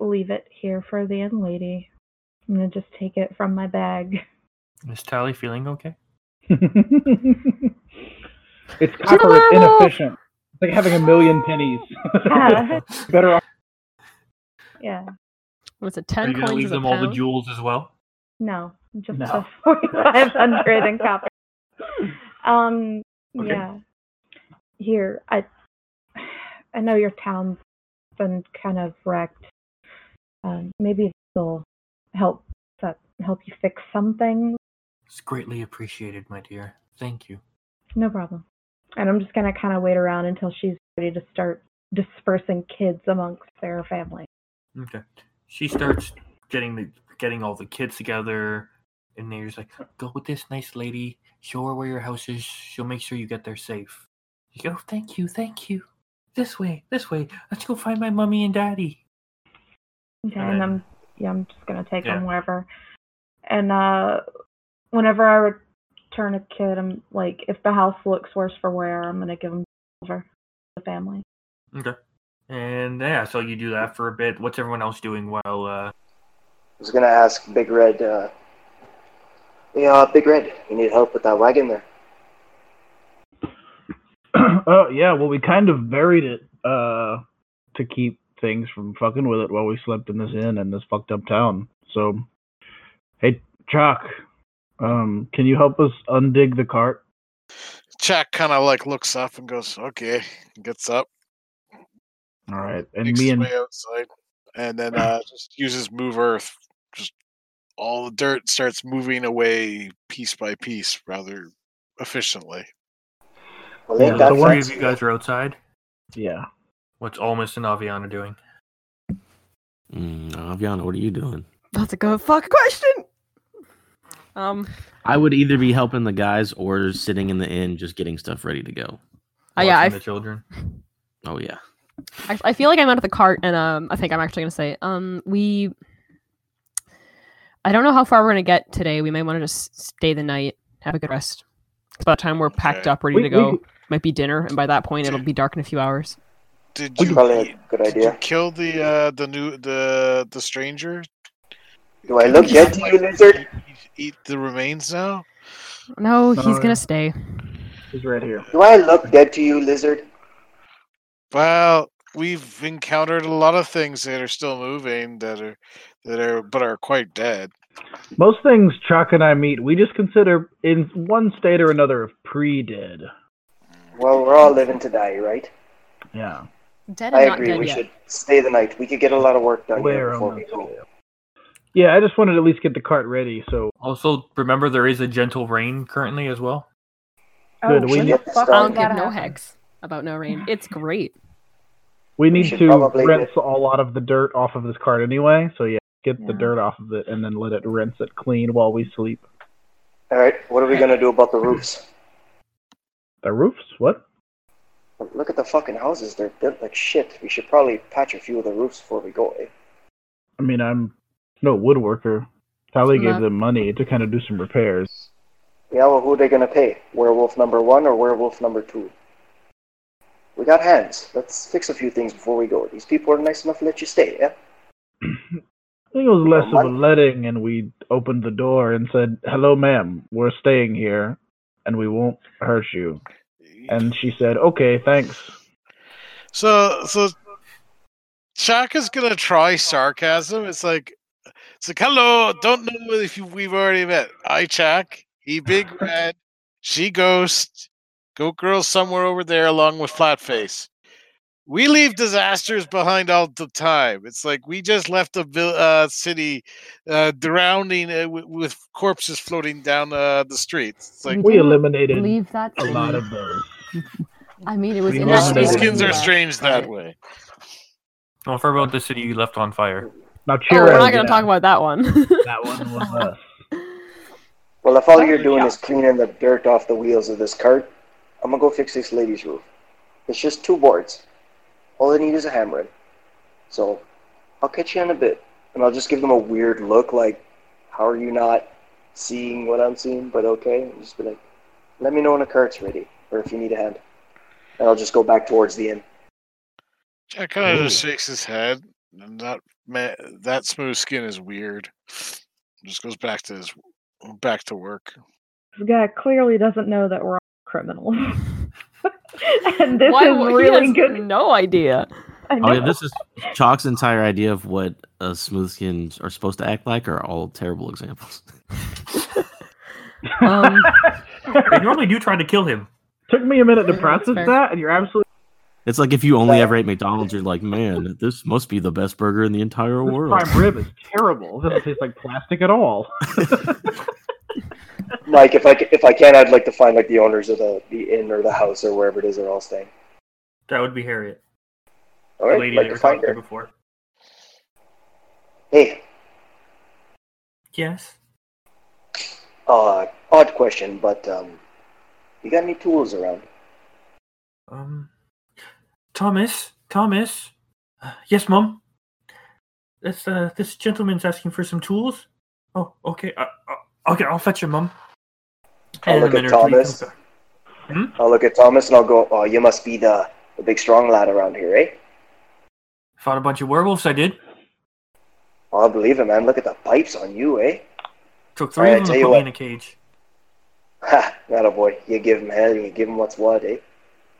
Speaker 5: leave it here for the young lady. I'm gonna just take it from my bag. [LAUGHS]
Speaker 1: Is Tally feeling okay?
Speaker 2: it's copper. It's inefficient. It's like having a million pennies. [LAUGHS]
Speaker 5: Yeah.
Speaker 2: Better off.
Speaker 5: yeah.
Speaker 6: What's it?
Speaker 1: Are
Speaker 6: Ten
Speaker 1: you
Speaker 6: coins
Speaker 1: gonna leave
Speaker 6: is a
Speaker 1: them all the
Speaker 6: pound?
Speaker 1: jewels as well?
Speaker 5: No, just
Speaker 2: No.
Speaker 5: the [LAUGHS] 4,500 in copper. Um.
Speaker 1: Okay.
Speaker 5: Yeah. Here, I. I know your town's been kind of wrecked. Um, maybe this will help set, help you fix something.
Speaker 1: It's greatly appreciated, my dear. Thank you.
Speaker 5: No problem. And I'm just gonna kind of wait around until she's ready to start dispersing kids amongst their family.
Speaker 1: Okay. She starts getting the getting all the kids together, and they're just like, "Go with this nice lady. Show her where your house is. She'll make sure you get there safe." You go, "Thank you, thank you. This way, this way. Let's go find my mummy and daddy."
Speaker 5: Okay,
Speaker 1: All
Speaker 5: and
Speaker 1: right.
Speaker 5: I'm yeah, I'm just gonna take
Speaker 1: Yeah.
Speaker 5: them wherever. And uh, whenever I return a kid, I'm like, if the house looks worse for wear, I'm gonna give them over to the family.
Speaker 1: Okay. And yeah, so you do that for a bit. What's everyone else doing while uh
Speaker 7: I was gonna ask Big Red. Uh, yeah, Big Red, you need help with that wagon there.
Speaker 2: [CLEARS THROAT] oh yeah, well we kind of buried it uh to keep things from fucking with it while we slept in this inn in this fucked up town. So hey Chuck, um can you help us undig the cart?
Speaker 4: Jack kind of like looks up and goes, "Okay," and gets up,
Speaker 2: All right. And
Speaker 4: makes
Speaker 2: me
Speaker 4: his
Speaker 2: and
Speaker 4: way outside,
Speaker 2: [LAUGHS]
Speaker 4: and then uh, just uses move earth. Just all the dirt starts moving away piece by piece, rather efficiently.
Speaker 7: Well,
Speaker 2: Yeah,
Speaker 7: ain't
Speaker 2: the
Speaker 7: that
Speaker 2: one-
Speaker 7: fun?
Speaker 1: three of you guys are outside?
Speaker 2: yeah.
Speaker 1: What's Olmus and Aviana doing?
Speaker 3: Mm, Aviana, what are you doing?
Speaker 6: That's a good fuck question. Um,
Speaker 3: I would either be helping the guys or sitting in the inn, just getting stuff ready to go.
Speaker 6: uh, yeah,
Speaker 1: Watching
Speaker 6: I,
Speaker 1: the children.
Speaker 3: Oh yeah.
Speaker 6: I, I feel like I'm out of the cart, and um, I think I'm actually gonna say, um, we, I don't know how far we're gonna get today. We may want to just stay the night, have a good rest. 'Cause by the time we're packed
Speaker 4: Okay.
Speaker 6: up, ready
Speaker 2: We-
Speaker 6: to
Speaker 2: we
Speaker 6: go,
Speaker 2: could-
Speaker 6: might be dinner, and by that point, it'll be dark in a few hours.
Speaker 4: Did
Speaker 7: It's
Speaker 4: you,
Speaker 7: probably a good
Speaker 4: did you
Speaker 7: idea.
Speaker 4: kill the uh, the new the the stranger?
Speaker 7: Do I look dead to you, lizard?
Speaker 4: Eat, eat the remains now.
Speaker 6: No, he's
Speaker 2: Sorry.
Speaker 6: gonna stay.
Speaker 2: He's right here.
Speaker 7: Do I look dead to you, lizard?
Speaker 4: Well, we've encountered a lot of things that are still moving that are that are but are quite dead.
Speaker 2: Most things Chuck and I meet, we just consider in one state or another of pre-dead.
Speaker 7: Well, we're all living to die, right?
Speaker 2: Yeah.
Speaker 6: Dead
Speaker 7: I
Speaker 6: and not
Speaker 7: agree.
Speaker 6: dead
Speaker 7: We
Speaker 6: yet.
Speaker 7: should stay the night. We could get a lot of work done here
Speaker 2: Where
Speaker 7: before
Speaker 2: on
Speaker 7: we
Speaker 2: the
Speaker 7: go.
Speaker 2: scale? Yeah, I just wanted to at least get the cart ready. So
Speaker 1: Also, remember there is a gentle rain currently as well.
Speaker 2: Good, we
Speaker 5: shit,
Speaker 2: need-
Speaker 5: fuck
Speaker 6: I
Speaker 7: Oh,
Speaker 6: don't
Speaker 5: did that
Speaker 6: give no
Speaker 5: happen?
Speaker 6: hex about no rain. It's great.
Speaker 2: we need
Speaker 7: should
Speaker 2: to
Speaker 7: probably
Speaker 2: rinse a lot of the dirt off of this cart anyway. So yeah, get the
Speaker 5: Yeah.
Speaker 2: dirt off of it and then let it rinse it clean while we sleep.
Speaker 7: All right, what are we gonna do about the roofs?
Speaker 2: The roofs? What?
Speaker 7: Look at the fucking houses. They're built like shit. We should probably patch a few of the roofs before we go. Eh?
Speaker 2: I mean, I'm no woodworker. Tally
Speaker 6: Nah.
Speaker 2: gave them money to kind of do some repairs.
Speaker 7: Yeah, well, who are they gonna pay? Werewolf number one or werewolf number two? We got hands. Let's fix a few things before we go. These people are nice enough to let you stay. Yeah.
Speaker 2: I think it was less of a
Speaker 7: money.
Speaker 2: letting, and we opened the door and said, "Hello, ma'am. We're staying here, and we won't hurt you." And she said, "Okay, thanks."
Speaker 4: So so Shaq is gonna try sarcasm. It's like it's like hello, don't know if you, we've already met. I Chuck, he big red, she ghost, goat girl somewhere over there along with Flatface. We leave disasters behind all the time. It's like we just left a vil- uh, city uh, drowning uh, w- with corpses floating down uh, the streets. It's like
Speaker 2: We eliminated
Speaker 9: Leave that.
Speaker 2: a lot of those.
Speaker 9: I mean, it was
Speaker 2: We
Speaker 9: in
Speaker 2: Yeah,
Speaker 4: most
Speaker 9: our
Speaker 4: of the
Speaker 2: eliminated-
Speaker 9: favor.
Speaker 4: skins are
Speaker 2: yeah.
Speaker 4: strange that way.
Speaker 1: Don't forget about the city you left on fire.
Speaker 2: Now,
Speaker 6: Oh,
Speaker 2: cheer
Speaker 6: we're
Speaker 2: us,
Speaker 6: not gonna
Speaker 2: yeah.
Speaker 6: talk about that
Speaker 5: [LAUGHS]
Speaker 6: one.
Speaker 2: That one was
Speaker 6: [LAUGHS]
Speaker 2: us.
Speaker 7: Well, if all you're doing is cleaning the dirt off the wheels of this cart, I'm gonna go fix this lady's roof. It's just two boards. All I need is a hammer. So, I'll catch you in a bit, and I'll just give them a weird look, like, "How are you not seeing what I'm seeing?" But okay, and just be like, "Let me know when the cart's ready, or if you need a hand." And I'll just go back towards
Speaker 1: [LAUGHS]
Speaker 7: the inn.
Speaker 4: Jack kind of just shakes his head, and that ma- that smooth skin is weird. Just goes back to his back to work.
Speaker 5: This guy clearly doesn't know that we're all
Speaker 9: [LAUGHS]
Speaker 5: criminals. and this
Speaker 6: Why
Speaker 5: is
Speaker 6: would- he
Speaker 5: really
Speaker 6: has
Speaker 5: good.
Speaker 6: No idea.
Speaker 5: I know.
Speaker 3: Oh yeah, this is Chalk's entire idea of what uh, smooth skins are supposed to act like are all terrible examples. [LAUGHS]
Speaker 6: Um,
Speaker 1: They normally do try to kill him.
Speaker 2: Took me a minute to
Speaker 6: That's
Speaker 2: process
Speaker 6: fair.
Speaker 2: that, and you're absolutely
Speaker 3: It's like if you only ever ate McDonald's, you're like, man, this must be the best burger in the entire
Speaker 2: this
Speaker 3: world.
Speaker 2: prime rib is terrible. It doesn't taste like plastic at all.
Speaker 7: Mike, if I ca- if I can, I'd like to find like the owners of the, the inn or the house or wherever it is they're all staying.
Speaker 1: That would be Harriet,
Speaker 7: All
Speaker 1: the
Speaker 7: right,
Speaker 1: lady
Speaker 7: like
Speaker 1: that
Speaker 7: to
Speaker 1: were
Speaker 7: find
Speaker 1: talking to
Speaker 7: her.
Speaker 1: before.
Speaker 7: Hey,
Speaker 1: Yes.
Speaker 7: uh, odd question, but um, you got any tools around?
Speaker 1: Um, Thomas, Thomas. Uh, yes, mom. This uh, this gentleman's asking for some tools. Oh, okay. Uh, uh, okay, I'll fetch him, mom.
Speaker 7: I'll
Speaker 1: And
Speaker 7: Oh, look
Speaker 1: then her
Speaker 7: at
Speaker 1: three
Speaker 7: Thomas.
Speaker 1: comes back.
Speaker 7: I'll look at Thomas and I'll go. Oh, you must be the the big strong lad around here, eh?
Speaker 1: Found a bunch of werewolves. I did.
Speaker 7: Oh, I believe it, man. Look at the pipes on you, eh? [LAUGHS]
Speaker 1: Took three
Speaker 7: Alright,
Speaker 1: of
Speaker 7: tell
Speaker 1: them and
Speaker 7: you
Speaker 1: put
Speaker 7: what.
Speaker 1: me in a cage.
Speaker 7: Ha, not a boy. You give him hell, you give him what's what, eh?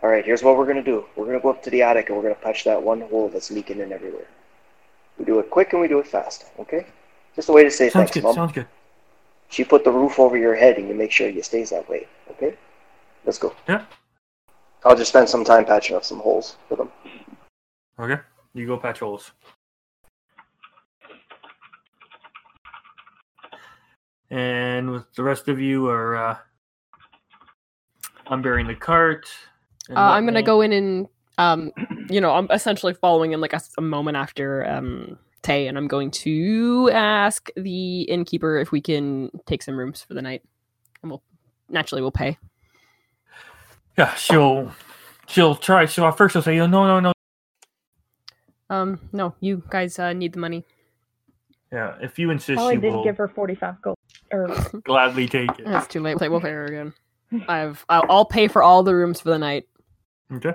Speaker 7: All right, here's what we're gonna do. We're gonna go up to the attic and we're gonna patch that one hole that's leaking in everywhere. We do it quick and we do it fast, okay? Just a way to say
Speaker 1: Sounds
Speaker 7: thanks,
Speaker 1: good.
Speaker 7: mom.
Speaker 1: Sounds good.
Speaker 7: She put the roof over your head, and you make sure it stays that way, okay? Let's go.
Speaker 1: Yeah.
Speaker 7: I'll just spend some time patching up some holes for them.
Speaker 1: Okay. You go patch holes. And with the rest of you are uh, unburying the cart. and
Speaker 6: [LAUGHS] Uh, I'm gonna
Speaker 1: whatnot.
Speaker 6: go in and um, you know, I'm essentially following in like a, s- a moment after um Tay, and I'm going to ask the innkeeper if we can take some rooms for the night, and we'll naturally we'll pay.
Speaker 1: Yeah, she'll she'll try. So at first she'll say, "Oh, "No, no, no."
Speaker 6: Um, no, you guys uh, need the money.
Speaker 1: Yeah, if you insist,
Speaker 5: Probably
Speaker 1: she
Speaker 5: did
Speaker 1: will
Speaker 5: give her 45 gold. Or
Speaker 1: gladly take it.
Speaker 6: It's too late. We'll pay- We'll pay her again. I've I'll, I'll pay for all the rooms for the night.
Speaker 1: Okay.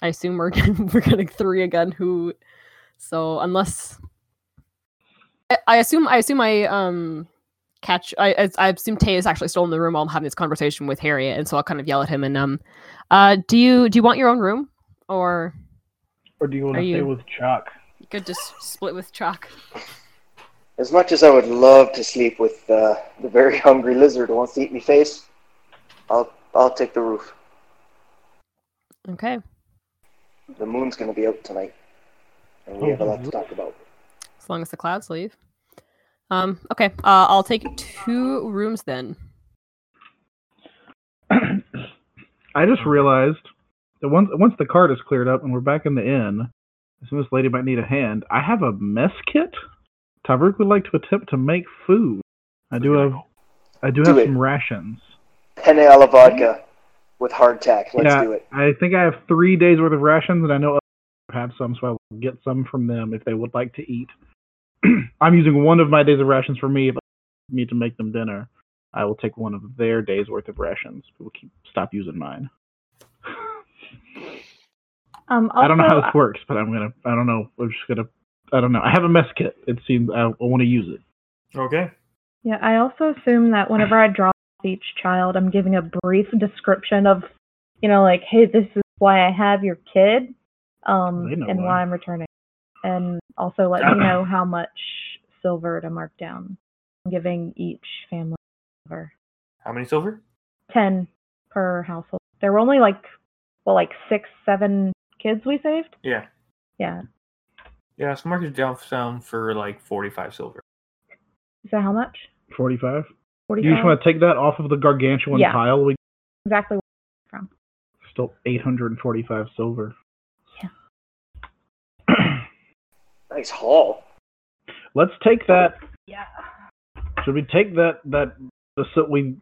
Speaker 6: I assume we're [LAUGHS] getting, we're getting three again. Who? So unless I, I assume I assume I um catch I, I I assume Tay is actually still in the room while I'm having this conversation with Harriet, and so I'll kind of yell at him and um, uh, do you do you want your own room or
Speaker 2: Or do you want
Speaker 6: Are
Speaker 2: to stay
Speaker 6: you-
Speaker 2: with Chuck?
Speaker 6: you could just split with Chalk?
Speaker 7: As much as I would love to sleep with uh, the very [LAUGHS] hungry lizard who wants to eat me face, I'll I'll take the roof.
Speaker 6: Okay,
Speaker 7: The moon's gonna be out tonight, and we have a lot to talk about.
Speaker 6: as long as the clouds leave. Um, okay, uh, I'll take two rooms then.
Speaker 2: I just realized that once once the cart is cleared up and we're back in the inn, as soon as lady might need a hand, I have a mess kit. Tavrik would like to attempt to make food. I do have I do
Speaker 7: Do
Speaker 2: have
Speaker 7: it.
Speaker 2: some rations.
Speaker 7: Penne alla vodka with hardtack. Let's
Speaker 2: yeah,
Speaker 7: do it.
Speaker 2: I think I have three days worth of rations, and I know others have some, so I will get some from them if they would like to eat. [CLEARS THROAT] I'm using one of my days of rations for me. If I need to make them dinner, I will take one of their days worth of rations. We'll keep stop using mine. [LAUGHS]
Speaker 5: um,
Speaker 2: I don't know how
Speaker 5: also,
Speaker 2: this works, but I'm gonna. I don't know. I'm just gonna. I don't know. I have a mess kit. It seems I, I want to use it.
Speaker 1: Okay.
Speaker 5: Yeah, I also assume that whenever I draw each child, I'm giving a brief description of, you know, like, hey, this is why I have your kid, um,
Speaker 2: They know
Speaker 5: and why.
Speaker 2: why.
Speaker 5: I'm returning, and also let me know how much silver to mark down. I'm giving each family silver,
Speaker 1: How many silver?
Speaker 5: ten per household. There were only like, well, like six, seven kids we saved.
Speaker 1: Yeah.
Speaker 5: Yeah.
Speaker 1: Yeah, so mark it down down for like forty-five silver.
Speaker 5: So how much?
Speaker 2: Forty-five. You just
Speaker 5: Forty-five.
Speaker 2: want to take that off of the gargantuan
Speaker 5: Yeah.
Speaker 2: pile. We
Speaker 5: Exactly.
Speaker 2: still 845 silver.
Speaker 7: Nice haul.
Speaker 2: [CLEARS THROAT] Let's take that
Speaker 5: Yeah.
Speaker 2: Should we take that that the so we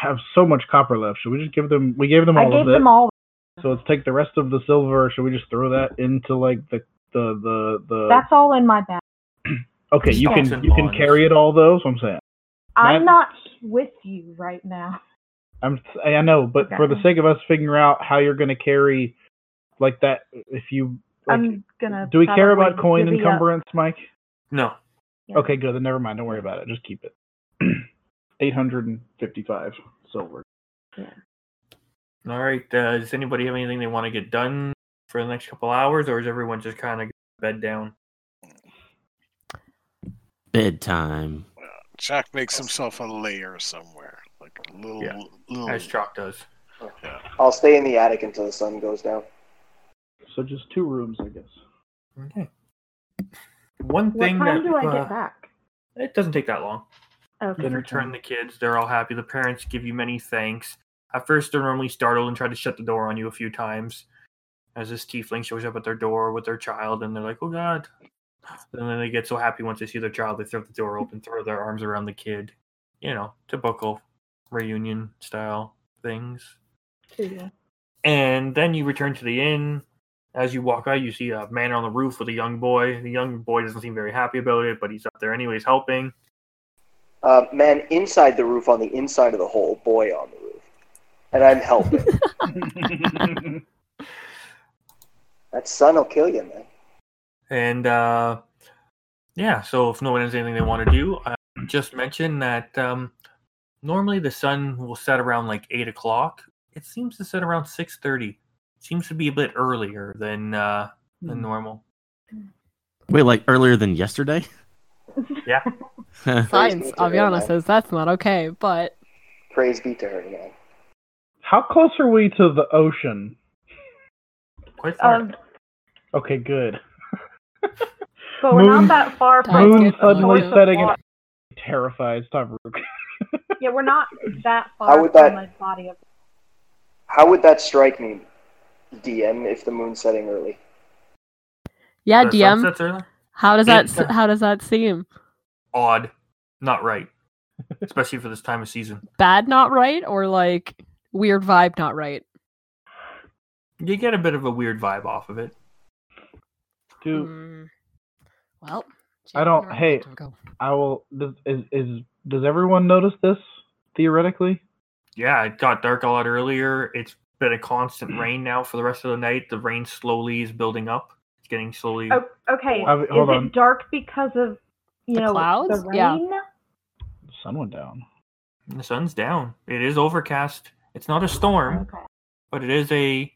Speaker 2: have so much copper left? Should we just give them? We gave them
Speaker 5: I
Speaker 2: all
Speaker 5: gave
Speaker 2: of it.
Speaker 5: them all.
Speaker 2: so let's take the rest of the silver. Should we just throw that into like the the the the?
Speaker 5: That's all in my bag.
Speaker 2: okay, you
Speaker 1: Stocks
Speaker 2: can
Speaker 1: and
Speaker 2: you can
Speaker 1: bonds.
Speaker 2: carry it all though. So I'm saying.
Speaker 5: I'm
Speaker 2: That-
Speaker 5: not with you right now.
Speaker 2: I'm I know, but for the
Speaker 5: Okay.
Speaker 2: sake of us figuring out how you're going to carry like that, if you like,
Speaker 5: I'm gonna.
Speaker 2: do we care
Speaker 5: probably
Speaker 2: about coin
Speaker 5: divvy up.
Speaker 2: encumbrance, Mike?
Speaker 1: No.
Speaker 5: Yeah.
Speaker 2: Okay, good. Then never mind. Don't worry about it. Just keep it. [CLEARS THROAT] 855 silver.
Speaker 1: All right. Uh, does anybody have anything they want to get done for the next couple hours, or is everyone just kind of bed down?
Speaker 3: Bedtime.
Speaker 4: Jack makes himself a lair somewhere, like a little,
Speaker 1: Yeah.
Speaker 4: little uh,
Speaker 1: As Chalk does.
Speaker 7: I'll stay in the attic until the sun goes down.
Speaker 2: So just two rooms,
Speaker 1: [LAUGHS]
Speaker 2: I guess. [LAUGHS]
Speaker 1: Okay. One
Speaker 5: What
Speaker 1: thing
Speaker 5: time
Speaker 1: that
Speaker 5: do I
Speaker 1: uh,
Speaker 5: get back?
Speaker 1: it doesn't take that long.
Speaker 5: Okay.
Speaker 1: You return the kids. They're all happy. The parents give you many thanks. At first, they're normally startled and try to shut the door on you a few times. As this tiefling shows up at their door with their child, and they're like, "Oh God!" And then they get so happy once they see their child, they throw the door open, throw their arms around the kid. You know, typical reunion style things.
Speaker 5: Two.
Speaker 1: And then you return to the inn. As you walk out, you see a man on the roof with a young boy. The young boy doesn't seem very happy about it, but he's up there anyways, helping.
Speaker 7: Uh, man inside the roof on the inside of the hole, boy on the roof. And I'm helping. that sun will kill you, man.
Speaker 1: And uh, yeah, so if no one has anything they want to do, I just mention that um, normally the sun will set around like eight o'clock. It seems to set around six thirty. Seems to be a bit earlier than uh, than normal.
Speaker 3: Wait, like earlier than yesterday?
Speaker 1: Yeah.
Speaker 6: Science, Aviana says that's not okay, but
Speaker 7: Praise be to her, man.
Speaker 2: How close are we to the ocean?
Speaker 1: Quite far.
Speaker 5: Um,
Speaker 2: Okay, good.
Speaker 5: but we're
Speaker 2: Moon-
Speaker 5: not that far from
Speaker 6: Moon
Speaker 2: Moon
Speaker 6: good.
Speaker 2: suddenly
Speaker 6: Yeah.
Speaker 2: setting and terrifies Tavrook.
Speaker 5: Yeah,
Speaker 2: [LAUGHS]
Speaker 5: we're not that far
Speaker 7: How would
Speaker 5: from
Speaker 7: that-
Speaker 5: the body of
Speaker 7: How would that strike me, DM, if the moon's setting early?
Speaker 6: yeah,
Speaker 1: The
Speaker 6: DM.
Speaker 1: sunsets early?
Speaker 6: How does that?
Speaker 1: Yeah.
Speaker 6: s- How does that seem?
Speaker 1: Odd, not right, especially for this time of season.
Speaker 6: Bad, not right, or like weird vibe, not right.
Speaker 1: You get a bit of a weird vibe off of it.
Speaker 2: Dude,
Speaker 6: Hmm. Well,
Speaker 2: I don't-
Speaker 6: Jake,
Speaker 2: hey.
Speaker 6: there we go.
Speaker 2: I will. Does, is, is does everyone notice this theoretically?
Speaker 1: Yeah, it got dark a lot earlier. It's been a constant rain now for the rest of the night. The rain slowly is building up. It's getting slowly.
Speaker 5: Oh, okay.
Speaker 2: I-
Speaker 5: Is
Speaker 2: hold on.
Speaker 5: it dark because of you
Speaker 6: The
Speaker 5: know
Speaker 6: clouds?
Speaker 5: the
Speaker 6: Yeah.
Speaker 5: rain?
Speaker 2: The sun went down.
Speaker 1: The sun's down. It is overcast. It's not a storm,
Speaker 5: Okay.
Speaker 1: but it is a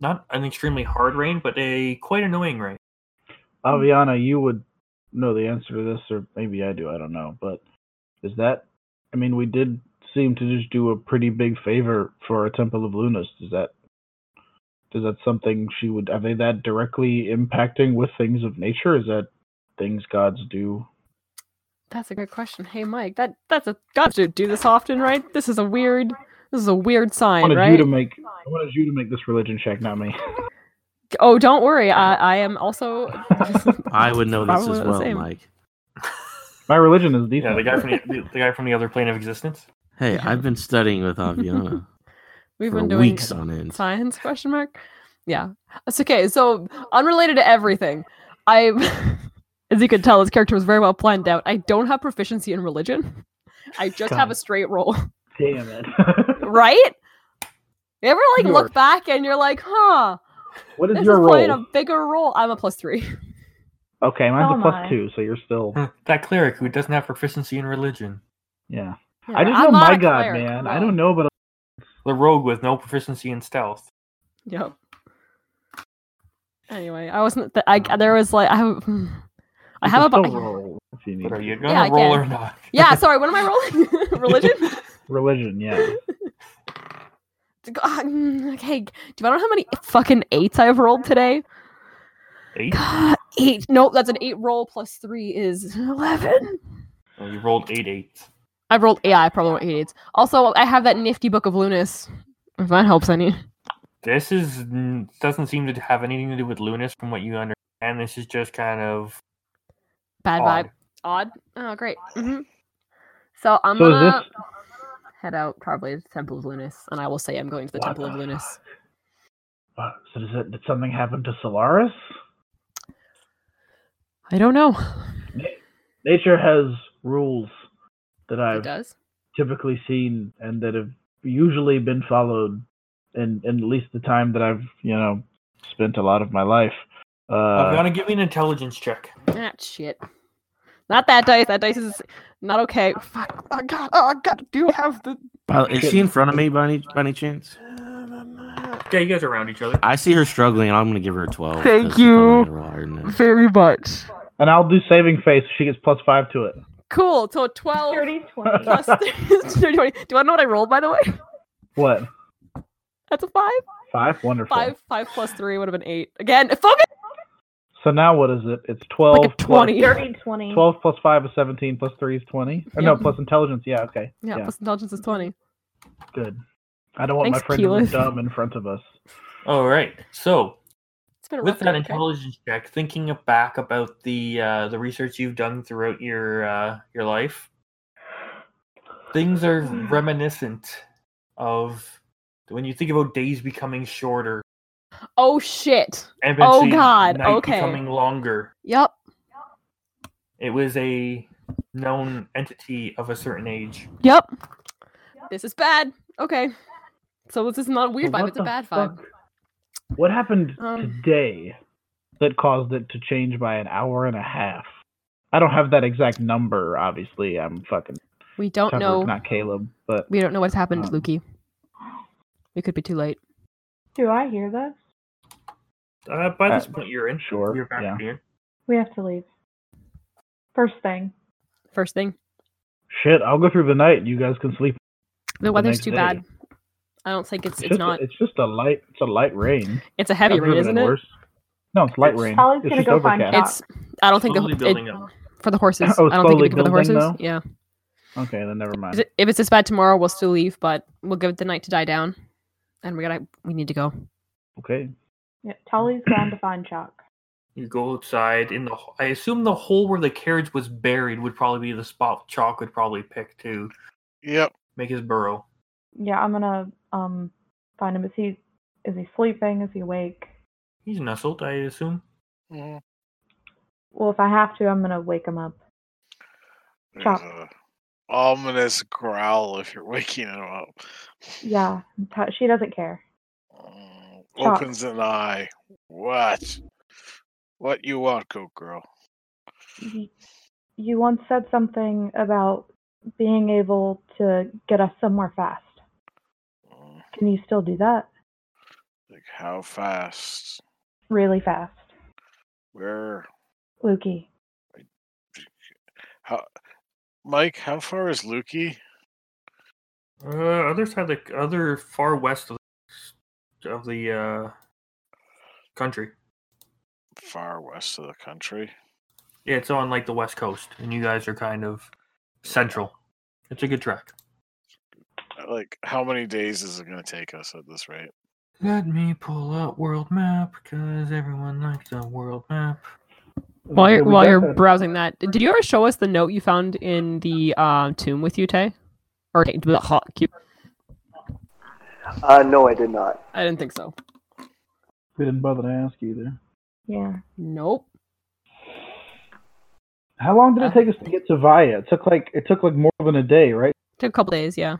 Speaker 1: not an extremely hard rain, but a quite annoying rain. [LAUGHS]
Speaker 2: Aviana, you would know the answer to this, or maybe I do. I don't know. But is that? I mean, we did seem to just do a pretty big favor for a Temple of Lunas. Is that? Is that something she would? Are they that directly impacting with things of nature? Is that things gods do?
Speaker 6: That's a good question. Hey, Mike, that that's a god should do this often, right? This is a weird. This is a weird
Speaker 2: I
Speaker 6: sign,
Speaker 2: wanted
Speaker 6: right?
Speaker 2: you to make. I wanted you to make this religion check, not me. [LAUGHS]
Speaker 6: Oh, don't worry. I, I am also.
Speaker 3: [LAUGHS] I would know this
Speaker 6: Probably
Speaker 3: as
Speaker 6: the
Speaker 3: well,
Speaker 6: same.
Speaker 3: Mike.
Speaker 2: My religion is decent.
Speaker 1: Yeah, the guy from the, the guy from the other plane of existence.
Speaker 3: Hey, I've been studying with Aviana
Speaker 6: [LAUGHS] We've
Speaker 3: for
Speaker 6: been doing
Speaker 3: weeks on end.
Speaker 6: science question mark. Yeah, that's okay. So unrelated to everything, I, [LAUGHS] as you could tell, his character was very well planned out. I don't have proficiency in religion. I just have a
Speaker 2: God.
Speaker 6: straight roll.
Speaker 2: [LAUGHS] Damn it. [LAUGHS]
Speaker 6: right? You ever like
Speaker 2: You
Speaker 6: look
Speaker 2: are-
Speaker 6: back and you're like, huh,
Speaker 2: what is
Speaker 6: this is
Speaker 2: your
Speaker 6: playing
Speaker 2: role?
Speaker 6: a bigger role. I'm a plus three.
Speaker 2: Okay, mine's
Speaker 5: Oh
Speaker 2: a plus
Speaker 5: my.
Speaker 2: two, so you're still.
Speaker 1: Huh, That cleric who doesn't have proficiency in religion.
Speaker 2: Yeah.
Speaker 6: Yeah,
Speaker 2: I just
Speaker 6: I'm
Speaker 2: know
Speaker 6: not
Speaker 2: my
Speaker 6: a
Speaker 2: god,
Speaker 6: cleric,
Speaker 2: man.
Speaker 6: come
Speaker 2: I
Speaker 6: on.
Speaker 2: don't know, but
Speaker 1: The rogue with no proficiency in stealth.
Speaker 6: Yep. Anyway, I wasn't. Th- I there was like I. have- [SIGHS] I
Speaker 2: you
Speaker 6: have a.
Speaker 2: can
Speaker 6: bu-
Speaker 2: still roll if you need
Speaker 1: But are you
Speaker 2: to.
Speaker 1: gonna
Speaker 6: Yeah, I
Speaker 1: roll
Speaker 6: can.
Speaker 1: or not?
Speaker 6: [LAUGHS]
Speaker 1: [LAUGHS]
Speaker 2: [LAUGHS]
Speaker 6: Yeah, sorry. What am I rolling? [LAUGHS] religion.
Speaker 2: religion. Yeah.
Speaker 6: God, mm, okay, do you want to know how many fucking eights I've rolled today?
Speaker 1: Eight.
Speaker 6: God, eight. Nope, that's an eight roll plus three is eleven.
Speaker 1: Oh, You rolled eight eights.
Speaker 6: I've rolled yeah, I probably rolled eight eights. Also, I have that nifty book of Lunas. If that helps any.
Speaker 1: This is n- doesn't seem to have anything to do with Lunas, from what you understand. This is just kind of
Speaker 6: Bad
Speaker 1: odd.
Speaker 6: vibe. Odd. Oh, great. hmm So I'm
Speaker 2: So is
Speaker 6: gonna
Speaker 2: this-
Speaker 6: head out probably to the Temple of Lunas, and I will say I'm going to the
Speaker 2: What
Speaker 6: Temple of
Speaker 2: the
Speaker 6: Lunas.
Speaker 2: Uh, So does it? Did something happen to Solaris?
Speaker 6: I don't know.
Speaker 2: Nature has rules that
Speaker 6: It
Speaker 2: I've
Speaker 6: does.
Speaker 2: typically seen and that have usually been followed, in, in at least the time that I've you know spent a lot of my life.
Speaker 1: I'm
Speaker 2: Uh,
Speaker 1: gonna give me an intelligence check.
Speaker 6: Ah, shit. Not that dice. That dice is not okay. Fuck. Oh god. Oh god. Do you have the
Speaker 3: Well, is she in front of me by any, by any chance?
Speaker 1: Yeah, you guys are around each other.
Speaker 3: I see her struggling, and I'm gonna give her a twelve.
Speaker 9: Thank
Speaker 3: because she's probably
Speaker 9: you.
Speaker 3: gonna roll higher than that.
Speaker 9: Very much.
Speaker 2: and I'll do saving face. She gets plus five to it.
Speaker 6: cool? So twelve
Speaker 5: 30, 20.
Speaker 6: [LAUGHS] plus 30, 20. Do you want to know what I rolled? By the way,
Speaker 2: What?
Speaker 6: that's a five.
Speaker 2: Five. Wonderful.
Speaker 6: Five. Five plus three would have been eight. Again, fucking
Speaker 2: So now what is it? It's twelve.
Speaker 6: Like a
Speaker 2: plus-
Speaker 6: 20.
Speaker 5: Dirty 20.
Speaker 2: Twelve plus five is seventeen. Plus three is twenty. Or No,
Speaker 6: Yep.
Speaker 2: plus intelligence. Yeah, okay.
Speaker 6: Yeah,
Speaker 2: Yeah,
Speaker 6: plus intelligence is 20.
Speaker 2: good. I don't want my
Speaker 6: Thanks,
Speaker 2: friend to look
Speaker 6: Keyleth.
Speaker 2: dumb in front of us.
Speaker 1: All right. So
Speaker 6: It's been a
Speaker 1: with
Speaker 6: rough
Speaker 1: that
Speaker 6: day, okay?
Speaker 1: intelligence check, thinking of- back about the uh, the research you've done throughout your uh, your life, things are
Speaker 6: Hmm.
Speaker 1: reminiscent of when you think about days becoming shorter
Speaker 6: Oh, shit.
Speaker 1: and
Speaker 6: Oh,
Speaker 1: eventually
Speaker 6: God,
Speaker 1: night
Speaker 6: okay.
Speaker 1: becoming longer.
Speaker 6: Yep.
Speaker 1: It was a known entity of a certain age.
Speaker 6: Yep. This is bad. Okay. So this is not a weird
Speaker 2: But
Speaker 6: vibe,
Speaker 2: what
Speaker 6: it's a
Speaker 2: the
Speaker 6: bad vibe.
Speaker 2: fuck- What happened
Speaker 6: Um.
Speaker 2: today that caused it to change by an hour and a half? I don't have that exact number, obviously. I'm fucking
Speaker 6: We don't
Speaker 2: Tucker,
Speaker 6: know.
Speaker 2: not Caleb, but
Speaker 6: We don't know what's happened,
Speaker 2: Um,
Speaker 6: Lukey. We could be too late.
Speaker 5: Do I hear this?
Speaker 1: Uh, by this
Speaker 2: Uh,
Speaker 1: point, you're in.
Speaker 2: sure,
Speaker 1: You're back
Speaker 2: yeah.
Speaker 1: here.
Speaker 5: We have to leave. First thing.
Speaker 6: First thing,
Speaker 2: shit, I'll go through the night. You guys can sleep.
Speaker 6: the weather's
Speaker 2: next
Speaker 6: too
Speaker 2: day.
Speaker 6: bad. I don't think it's
Speaker 2: It's,
Speaker 6: it's
Speaker 2: just,
Speaker 6: not.
Speaker 2: it's just a light. It's a light rain.
Speaker 6: It's a heavy
Speaker 2: Could've
Speaker 6: rain,
Speaker 2: been
Speaker 6: isn't it?
Speaker 2: worse. No, it's light
Speaker 1: It's-
Speaker 2: rain.
Speaker 5: Holly's
Speaker 2: it's
Speaker 5: gonna
Speaker 2: just
Speaker 5: go find
Speaker 2: overcast.
Speaker 5: it.
Speaker 6: It's. I don't think
Speaker 1: Slowly
Speaker 6: it,
Speaker 1: building
Speaker 6: it-
Speaker 1: up.
Speaker 6: for the horses.
Speaker 2: Oh, it's
Speaker 6: I don't think
Speaker 2: slowly
Speaker 6: it'd be good for the horses.
Speaker 2: building now?
Speaker 6: Yeah.
Speaker 2: Okay, then never mind.
Speaker 6: If it's this bad tomorrow, we'll still leave, but we'll give it the night to die down, and we gotta we need to go.
Speaker 2: Okay.
Speaker 5: Yeah, Tolly's gone to find Chalk.
Speaker 1: You go outside in the. I assume the hole where the carriage was buried would probably be the spot Chalk would probably pick to
Speaker 4: Yep.
Speaker 1: make his burrow.
Speaker 5: Yeah, I'm gonna um find him. Is he is he sleeping? Is he awake?
Speaker 1: He's nestled, I assume.
Speaker 4: Mhm.
Speaker 5: Well, if I have to, I'm gonna wake him up.
Speaker 4: There's
Speaker 5: Chop.
Speaker 4: a ominous growl if you're [LAUGHS] waking him up.
Speaker 5: Yeah, t- she doesn't care.
Speaker 4: Mm,
Speaker 5: Chop.
Speaker 4: Opens an eye. What? What you want, go girl?
Speaker 5: Y- You once said something about being able to get us somewhere fast.
Speaker 4: Mm,
Speaker 5: Can you still do that?
Speaker 4: Like how fast?
Speaker 5: Really fast,
Speaker 4: Where?
Speaker 5: Lukey.
Speaker 4: How? Mike, how far is Lukey?
Speaker 1: Uh, other side, of the other far west of the, of the uh, country.
Speaker 4: Far west of the country.
Speaker 1: Yeah, it's on like the west coast, and you guys are kind of central. It's a good track.
Speaker 4: Like, how many days is it going to take us at this rate?
Speaker 1: Let me pull up world map because everyone likes a world map.
Speaker 6: While you're,
Speaker 2: Okay, we
Speaker 6: while
Speaker 2: got
Speaker 6: you're
Speaker 2: that.
Speaker 6: browsing that, did you ever show us the note you found in the uh, tomb with you, Tay? Or Tay- the hawk? you-
Speaker 7: Uh, no, I did not.
Speaker 6: I didn't think so.
Speaker 2: We didn't bother to ask either.
Speaker 5: Yeah.
Speaker 6: Nope.
Speaker 2: How long did
Speaker 6: Uh.
Speaker 2: it take us to get to Via? It took like it took like more than a day, right?
Speaker 6: Took a couple days, yeah.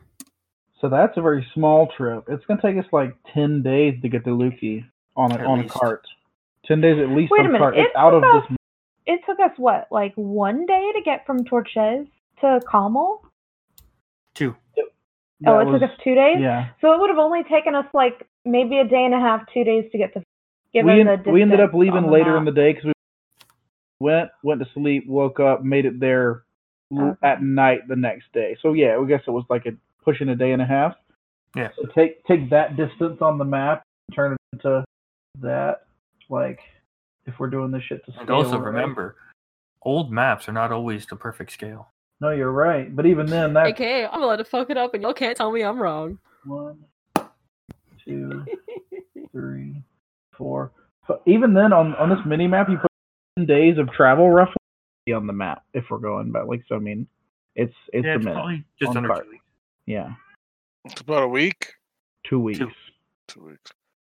Speaker 2: So that's a very small trip. It's gonna take us like ten days to get to Luki on a,
Speaker 1: At
Speaker 2: on
Speaker 1: least.
Speaker 2: a cart. Ten days at least
Speaker 5: Wait a
Speaker 2: on
Speaker 5: minute, oh,
Speaker 2: cart.
Speaker 5: it
Speaker 2: It's out of
Speaker 5: took
Speaker 2: this.
Speaker 5: It took us what, like one day to get from Torches to Carmel?
Speaker 1: Two.
Speaker 5: Oh,
Speaker 2: that
Speaker 5: it
Speaker 2: was-
Speaker 5: took us two days.
Speaker 2: Yeah,
Speaker 5: So it would have only taken us like maybe a day and a half, two days to get to. Given
Speaker 2: we, en-
Speaker 5: the distance
Speaker 2: we ended up leaving
Speaker 5: on
Speaker 2: later in the
Speaker 5: map.
Speaker 2: day because we went went to sleep, woke up, made it there l
Speaker 5: Okay.
Speaker 2: at night the next day. So yeah, I guess it was like a pushing a day and a half.
Speaker 1: Yeah.
Speaker 2: So take take that distance on the map, turn it into that. Like if we're doing this shit to
Speaker 1: And
Speaker 2: scale,
Speaker 1: also
Speaker 2: right?
Speaker 1: remember, old maps are not always the perfect scale.
Speaker 2: No, you're right. But even then, that's
Speaker 6: AKA, I'm allowed to fuck it up, and y'all can't tell me I'm wrong. [LAUGHS]
Speaker 2: One, two, three, four. But even then, on on this mini map, you put ten days of travel roughly on the map if we're going. But like, so I mean, it's it's
Speaker 1: yeah,
Speaker 2: a
Speaker 1: it's
Speaker 2: minute.
Speaker 1: probably just
Speaker 2: on
Speaker 1: under
Speaker 2: cart.
Speaker 1: two weeks.
Speaker 2: Yeah,
Speaker 4: It's about a week.
Speaker 2: two weeks.
Speaker 4: Two weeks.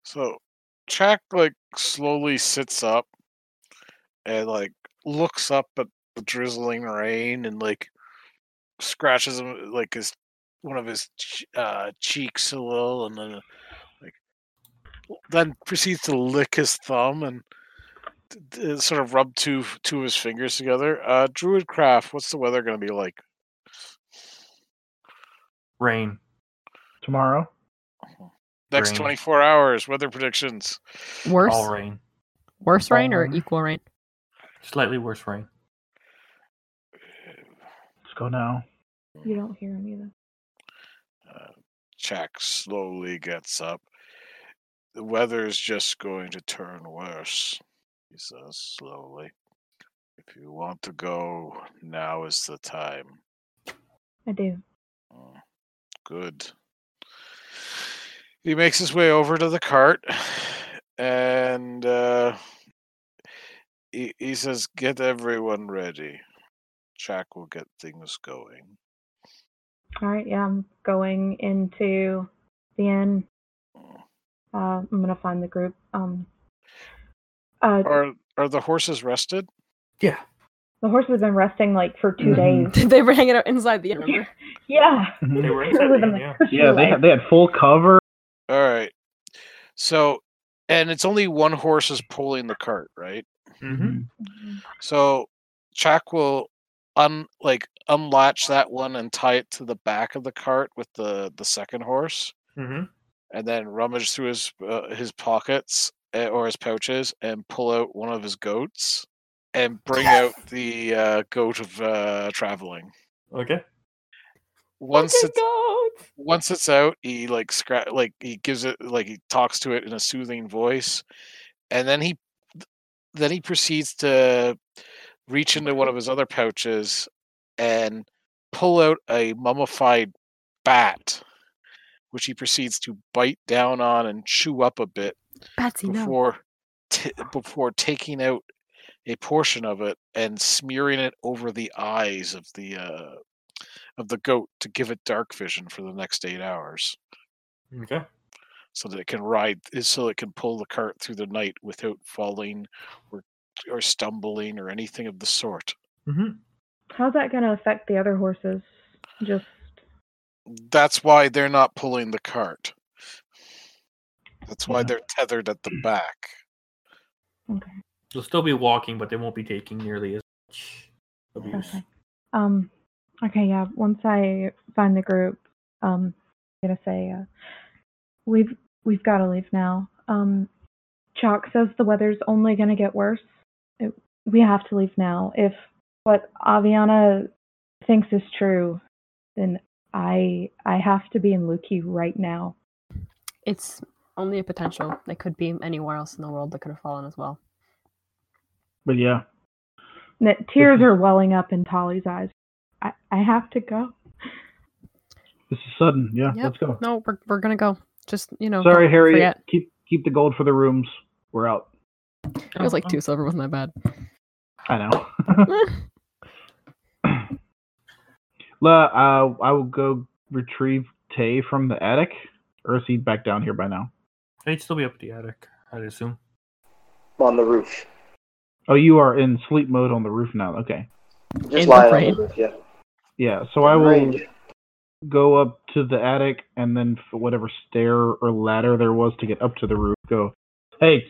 Speaker 4: So, Jack like slowly sits up and like looks up at the drizzling rain and like scratches him like his one of his ch- uh, cheeks a little and then like then proceeds to lick his thumb and d- d- sort of rub two two of his fingers together. Uh, Druidcraft, what's the weather going to be like?
Speaker 1: Rain.
Speaker 2: Tomorrow,
Speaker 4: Next
Speaker 1: Rain.
Speaker 4: 24 hours, weather predictions.
Speaker 6: Worse?
Speaker 1: All rain.
Speaker 6: Worse
Speaker 2: all
Speaker 6: rain or
Speaker 2: rain.
Speaker 6: equal rain?
Speaker 1: Slightly worse rain.
Speaker 2: let's go now.
Speaker 5: You don't hear him either.
Speaker 4: uh, Jack slowly gets up. The weather's just going to turn worse. he says slowly. If you want to go, now is the time.
Speaker 5: I do.
Speaker 4: Mm, Good. He makes his way over to the cart and uh, he, he says, Get everyone ready. Jack will get things going.
Speaker 5: All right, yeah, I'm going into the inn.
Speaker 4: Mm.
Speaker 5: Uh, I'm gonna find the group. Um, uh,
Speaker 4: Are, are the horses rested?
Speaker 1: Yeah.
Speaker 5: the horses have been resting like for 2
Speaker 2: Mhm.
Speaker 5: days. [LAUGHS]
Speaker 6: [LAUGHS] they were hanging out inside the inn.
Speaker 5: Yeah.
Speaker 1: They were
Speaker 5: Because
Speaker 1: inside
Speaker 5: of
Speaker 1: the
Speaker 5: the-
Speaker 1: inn, yeah.
Speaker 2: [LAUGHS] Yeah, they had, they had full cover.
Speaker 4: All right. So, and it's only one horse is pulling the cart, right?
Speaker 1: Mm-hmm.
Speaker 2: Hmm.
Speaker 4: So Chuck will un like unlatch that one and tie it to the back of the cart with the the second horse,
Speaker 1: Mm-hmm.
Speaker 4: and then rummage through his uh, his pockets uh, or his pouches and pull out one of his goats and bring out the uh, goat of uh, traveling.
Speaker 1: Okay.
Speaker 4: Once
Speaker 3: Oh
Speaker 6: Fucking
Speaker 4: it's
Speaker 6: goats!
Speaker 4: once it's out, he like scratch like he gives it like he talks to it in a soothing voice, and then he then he proceeds to reach into one of his other pouches and pull out a mummified bat, which he proceeds to bite down on and chew up a bit
Speaker 9: Patsy, no.
Speaker 4: before t- before taking out a portion of it and smearing it over the eyes of the uh, of the goat to give it dark vision for the next eight hours,
Speaker 1: Okay.
Speaker 4: so that it can ride, so it can pull the cart through the night without falling or or stumbling or anything of the sort.
Speaker 1: Mm-hmm.
Speaker 5: How's that gonna affect the other horses? Just
Speaker 4: That's why they're not pulling the cart. That's why
Speaker 2: Yeah.
Speaker 4: they're tethered at the back.
Speaker 5: okay.
Speaker 1: They'll still be walking, but they won't be taking nearly as much abuse.
Speaker 5: Okay. Um. Okay. Yeah. Once I find the group, um, I'm gonna say, uh, we've we've got to leave now. Um, Chalk says the weather's only gonna get worse. It, we have to leave now. If what Aviana thinks is true, then I I have to be in Luki right now.
Speaker 6: It's only a potential. They could be anywhere else in the world that could have fallen as well.
Speaker 2: But yeah,
Speaker 5: And that tears are welling up in Tolly's eyes. I I have to go.
Speaker 2: this is sudden. Yeah,
Speaker 6: Yep.
Speaker 2: let's go.
Speaker 6: No, we're, we're gonna go. Just you know.
Speaker 2: Sorry,
Speaker 6: don't
Speaker 2: Harry.
Speaker 6: Forget.
Speaker 2: Keep keep the gold for the rooms. We're out.
Speaker 6: It was like two silver, wasn't that [LAUGHS] bad?
Speaker 2: I know. [LAUGHS] La, uh, I will go retrieve Tay from the attic. Or is he back down here by now?
Speaker 1: They'd still be up at the attic, I'd assume.
Speaker 7: on the roof.
Speaker 2: Oh, you are in sleep mode on the roof now. Okay.
Speaker 7: Just
Speaker 6: In the
Speaker 7: lying
Speaker 6: rain.
Speaker 7: on the roof, yeah.
Speaker 2: Yeah. So I will
Speaker 7: Rain.
Speaker 2: go up to the attic and then for whatever stair or ladder there was to get up to the roof. Go. Hey,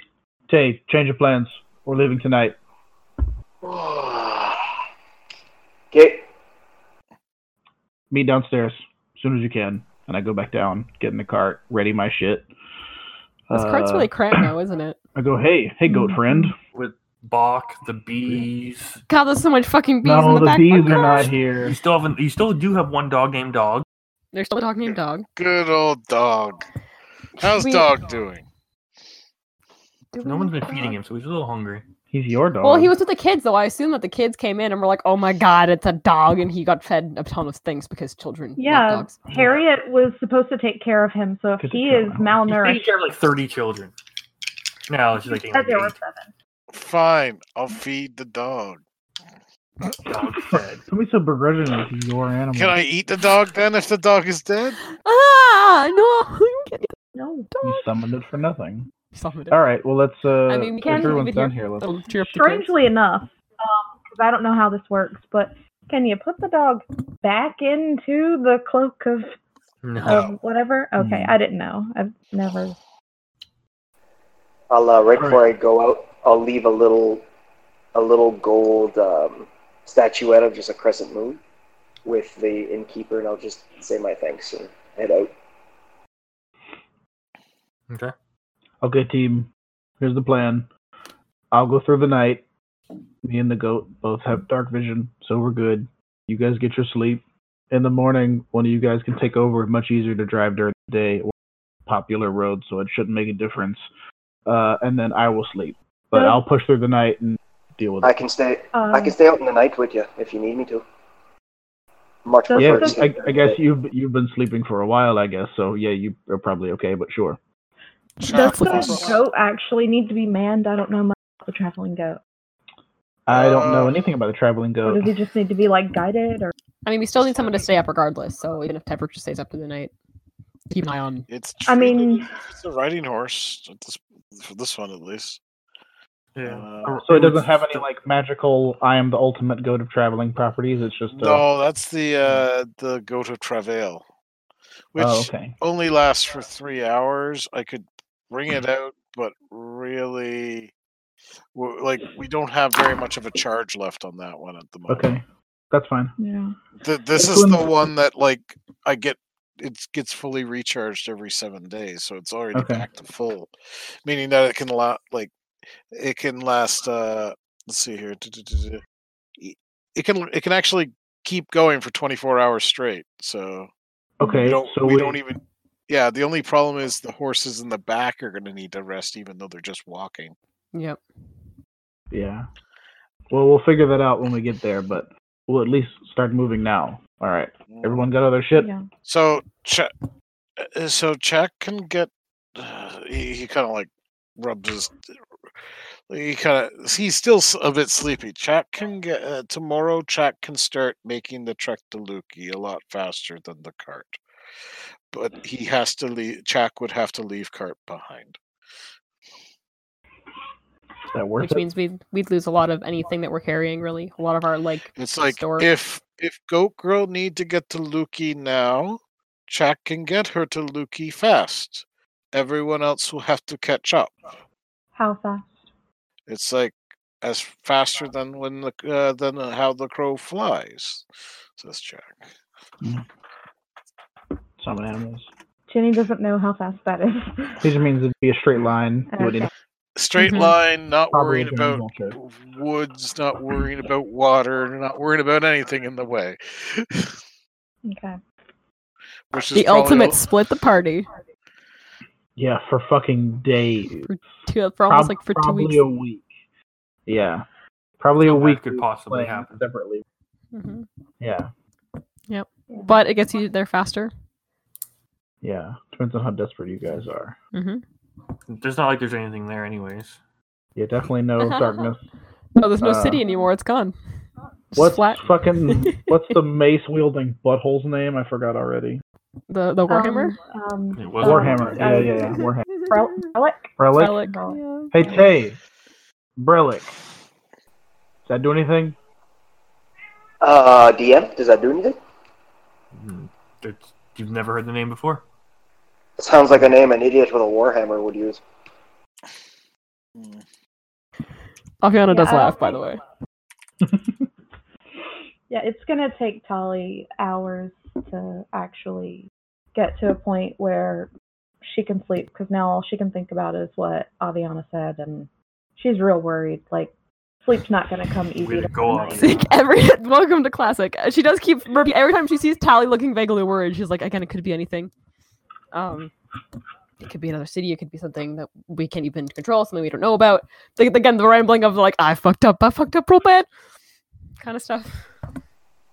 Speaker 2: Tay, change of plans. We're leaving tonight.
Speaker 7: [SIGHS] okay.
Speaker 2: Meet downstairs as soon as you can. And I go back down, get in the cart, ready my shit.
Speaker 6: This cart's Mm-hmm.
Speaker 2: Uh,
Speaker 6: really cramped now, isn't it?
Speaker 2: I go, hey, hey, goat friend.
Speaker 1: With Bach, the bees.
Speaker 6: [LAUGHS] God, there's so much fucking bees in
Speaker 2: no,
Speaker 6: the,
Speaker 2: the
Speaker 6: back.
Speaker 2: bees
Speaker 6: of my
Speaker 2: are
Speaker 6: car.
Speaker 2: not here.
Speaker 1: You still haven't. You still do have one dog named Dog.
Speaker 6: They're still talking to dog.
Speaker 4: Good old dog. How's
Speaker 6: We-
Speaker 4: dog doing?
Speaker 6: Do we
Speaker 1: No one's been
Speaker 6: have
Speaker 1: feeding
Speaker 6: dog?
Speaker 1: him, so he's a little hungry.
Speaker 2: He's your dog.
Speaker 6: Well, he was with the kids, though. I assume that the kids came in and were like, "Oh my god, it's a dog," and he got fed a ton of things because children
Speaker 5: Yeah.
Speaker 6: love dogs.
Speaker 5: Harriet was supposed to take care of him, so if
Speaker 2: Could
Speaker 5: he
Speaker 2: you tell
Speaker 5: is
Speaker 2: how-
Speaker 1: He's taking
Speaker 5: malnourished,
Speaker 1: care of like thirty children. No, it's just like
Speaker 5: she said there were
Speaker 1: eight
Speaker 5: seven.
Speaker 4: Fine, I'll feed the dog.
Speaker 1: dogs fed.
Speaker 2: Don't be so begrudging with your animal.
Speaker 4: Can I eat the dog then if the dog is dead?
Speaker 6: Ah, no! you can't eat
Speaker 5: No.
Speaker 6: the
Speaker 2: You
Speaker 6: dog.
Speaker 2: summoned it for nothing.
Speaker 6: Stop it.
Speaker 2: All right. Well, let's. Uh,
Speaker 6: I mean, we
Speaker 2: if
Speaker 6: can't
Speaker 2: everyone's
Speaker 6: leave it here.
Speaker 2: done here. Let's,
Speaker 6: That'll cheer up the kids.
Speaker 5: Strangely enough, because I don't know how this works, but can you put the dog back into the cloak of,
Speaker 1: No.
Speaker 5: of whatever? Okay,
Speaker 2: Hmm.
Speaker 5: I didn't know. I've never.
Speaker 7: I'll uh, right
Speaker 2: All
Speaker 7: before I go out, I'll leave a little, a little gold um, statuette of just a crescent moon with the innkeeper, and I'll just say my thanks and head out.
Speaker 2: Uh,
Speaker 1: Okay.
Speaker 2: okay, team. Here's the plan. I'll go through the night. Me and the goat both have dark vision, so we're good. You guys get your sleep. In the morning, one of you guys can take over. Much easier to drive during the day or popular roads, so it shouldn't make a difference. Uh, and then I will sleep. But I'll push through the night and deal with
Speaker 7: I
Speaker 2: it.
Speaker 7: can stay.
Speaker 5: Um,
Speaker 7: I can stay out in the night with you if you need me to. March
Speaker 5: Does
Speaker 2: Yeah,
Speaker 5: the-
Speaker 7: prefers.
Speaker 2: I, I guess you've you've been sleeping for a while. I guess so. Yeah, you are probably okay, but sure.
Speaker 5: Does
Speaker 4: Sharp
Speaker 5: the
Speaker 4: muscles.
Speaker 5: goat actually need to be manned? I don't know much about the traveling goat.
Speaker 2: I don't know
Speaker 4: Uh,
Speaker 2: anything about the traveling
Speaker 5: Or
Speaker 2: goat.
Speaker 5: does he just need to be like guided or
Speaker 6: I mean, we still need someone to stay up regardless. So even if Tedrick just stays up through the night, keep an eye on.
Speaker 4: It's.
Speaker 5: I
Speaker 4: treated
Speaker 5: mean-
Speaker 4: as if it's a riding horse at this, for this one at least. Uh,
Speaker 2: So it doesn't have any like magical "I am the ultimate goat of traveling" properties. It's just uh, a,
Speaker 4: No, that's the uh, the goat of travail, which
Speaker 2: oh, okay.
Speaker 4: only lasts for three hours. I could bring it out, but really, w- like we don't have very much of a charge left on that one at the moment.
Speaker 2: Okay, that's fine.
Speaker 5: yeah.
Speaker 4: Th- this
Speaker 2: This
Speaker 4: is the
Speaker 2: one-
Speaker 4: one that like I get. It gets fully recharged every seven days, so it's already
Speaker 2: Okay.
Speaker 4: back to full, meaning that it can last like it can last. uh Let's see here. It e, it can it can actually keep going for twenty four hours straight. So
Speaker 2: Okay,
Speaker 4: we don't
Speaker 2: so
Speaker 4: we don't even yeah the only problem is the horses in the back are going to need to rest even though they're just walking
Speaker 6: Yep.
Speaker 2: Yeah. Well, we'll figure that out when we get there, but we'll at least start moving now. All right. Everyone got other shit?
Speaker 5: yeah.
Speaker 4: so Ch- uh, so Jack can get uh, he, he kind of like rubs his he kind of he's still s- a bit sleepy Jack can get uh, tomorrow Jack can start making the trek to Lukey a lot faster than the cart but he has to leave Jack would have to leave cart behind
Speaker 2: Is that worth
Speaker 6: Which
Speaker 2: it?
Speaker 6: means we'd we'd lose a lot of anything that we're carrying. Really, a lot of our like.
Speaker 4: It's like
Speaker 6: store-
Speaker 4: if if Goat Girl need to get to Lukey now, Jack can get her to Lukey fast. Everyone else will have to catch up.
Speaker 5: How fast?
Speaker 4: It's like as faster than when the uh, than how the crow flies, says Jack.
Speaker 2: Some animals.
Speaker 5: Jenny doesn't know how fast that is.
Speaker 2: It just means it'd be a straight line.
Speaker 5: Okay.
Speaker 2: Would
Speaker 4: Straight
Speaker 6: Mhm.
Speaker 4: line, not
Speaker 2: probably
Speaker 4: worrying about woods, not worrying about water, not worrying about anything in the way.
Speaker 5: [LAUGHS]
Speaker 4: [LAUGHS]
Speaker 5: Okay.
Speaker 4: Which is
Speaker 6: The
Speaker 4: probably
Speaker 6: ultimate
Speaker 4: al-
Speaker 6: split the party
Speaker 2: Yeah, for fucking days.
Speaker 6: to, for almost
Speaker 2: Prob-
Speaker 6: like for two
Speaker 2: probably
Speaker 6: weeks.
Speaker 2: a week. Yeah. Probably a
Speaker 8: That
Speaker 2: week
Speaker 8: could
Speaker 2: we
Speaker 8: possibly
Speaker 2: playing
Speaker 8: happen.
Speaker 2: separately.
Speaker 6: Mhm.
Speaker 2: Yeah.
Speaker 6: But it gets you there faster.
Speaker 2: Yeah. Depends on how desperate you guys are.
Speaker 6: Mm-hmm.
Speaker 8: There's not like there's anything there, anyways.
Speaker 2: Yeah, definitely
Speaker 6: [LAUGHS]
Speaker 2: no darkness.
Speaker 6: No, Oh, there's no
Speaker 2: Uh,
Speaker 6: city anymore. It's gone. Just
Speaker 2: What's
Speaker 6: flat.
Speaker 2: fucking
Speaker 6: [LAUGHS]
Speaker 2: what's the mace wielding butthole's name? I forgot already.
Speaker 6: The the warhammer.
Speaker 5: Um,
Speaker 8: It
Speaker 5: um,
Speaker 8: was
Speaker 2: Warhammer. Yeah, yeah, yeah. Warhammer.
Speaker 5: Rel- relic?
Speaker 2: Relic.
Speaker 6: Relic, yeah.
Speaker 2: Hey Tay, Brelic. Does that do anything?
Speaker 7: Uh, DM, does that do anything?
Speaker 8: Hmm. It's, you've never heard the name before.
Speaker 7: It sounds like a name an idiot with a warhammer would use.
Speaker 4: Mm.
Speaker 6: Aviana
Speaker 5: Yeah,
Speaker 6: does
Speaker 5: I don't
Speaker 6: laugh, by
Speaker 5: think-
Speaker 6: the way.
Speaker 5: Yeah, it's gonna take Tali hours to actually get to a point where she can sleep because now all she can think about is what Aviana said, and she's real worried. Like sleep's not gonna come easy.
Speaker 8: Way to
Speaker 5: to
Speaker 8: go,
Speaker 5: find.
Speaker 8: Aviana.
Speaker 6: Sick. [LAUGHS] Every welcome to classic. Uh, She does keep repeat- every time she sees Tally looking vaguely worried. She's like, again, it could be anything. Um, it could be another city. It could be something that we can't even control. Something we don't know about. Like, again, the rambling of like, I fucked up. I fucked up real bad. Kind of stuff.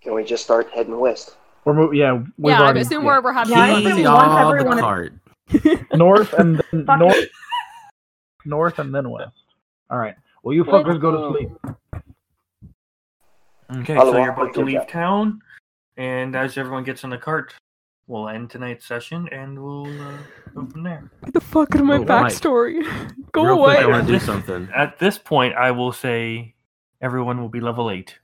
Speaker 7: Can we just start heading west?
Speaker 2: We're mo- yeah, we've
Speaker 6: yeah,
Speaker 2: already,
Speaker 6: I assume
Speaker 2: yeah.
Speaker 6: we're we're having.
Speaker 5: Yeah, I
Speaker 6: fun.
Speaker 5: think
Speaker 3: Keep
Speaker 5: we want
Speaker 3: all the
Speaker 5: everyone to-
Speaker 3: cart.
Speaker 6: [LAUGHS]
Speaker 2: north and then
Speaker 5: Fuck
Speaker 2: north, north and then west. All right. Well, you
Speaker 6: Let's
Speaker 2: fuckers go
Speaker 6: go.
Speaker 2: to sleep.
Speaker 8: Okay,
Speaker 7: I'll
Speaker 8: so
Speaker 7: walk
Speaker 8: you're about
Speaker 7: with
Speaker 8: to
Speaker 7: you,
Speaker 8: leave
Speaker 7: Jack.
Speaker 8: town, and as everyone gets in the cart, we'll end tonight's session and we'll uh, go from there.
Speaker 6: What the fuck are my
Speaker 3: Oh, Mike.
Speaker 6: backstory? [LAUGHS] Go
Speaker 3: Real quick,
Speaker 6: away.
Speaker 3: I want to do
Speaker 8: This-
Speaker 3: something.
Speaker 8: At this point, I will say everyone will be level 8.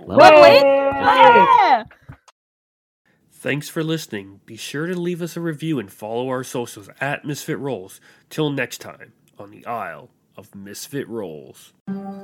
Speaker 6: Wait, wait.
Speaker 5: Yay!
Speaker 8: Thanks for listening. Be sure to leave us a review and follow our socials at Misfit Rolls. Till next time on the Isle of Misfit Rolls.
Speaker 6: Yeah.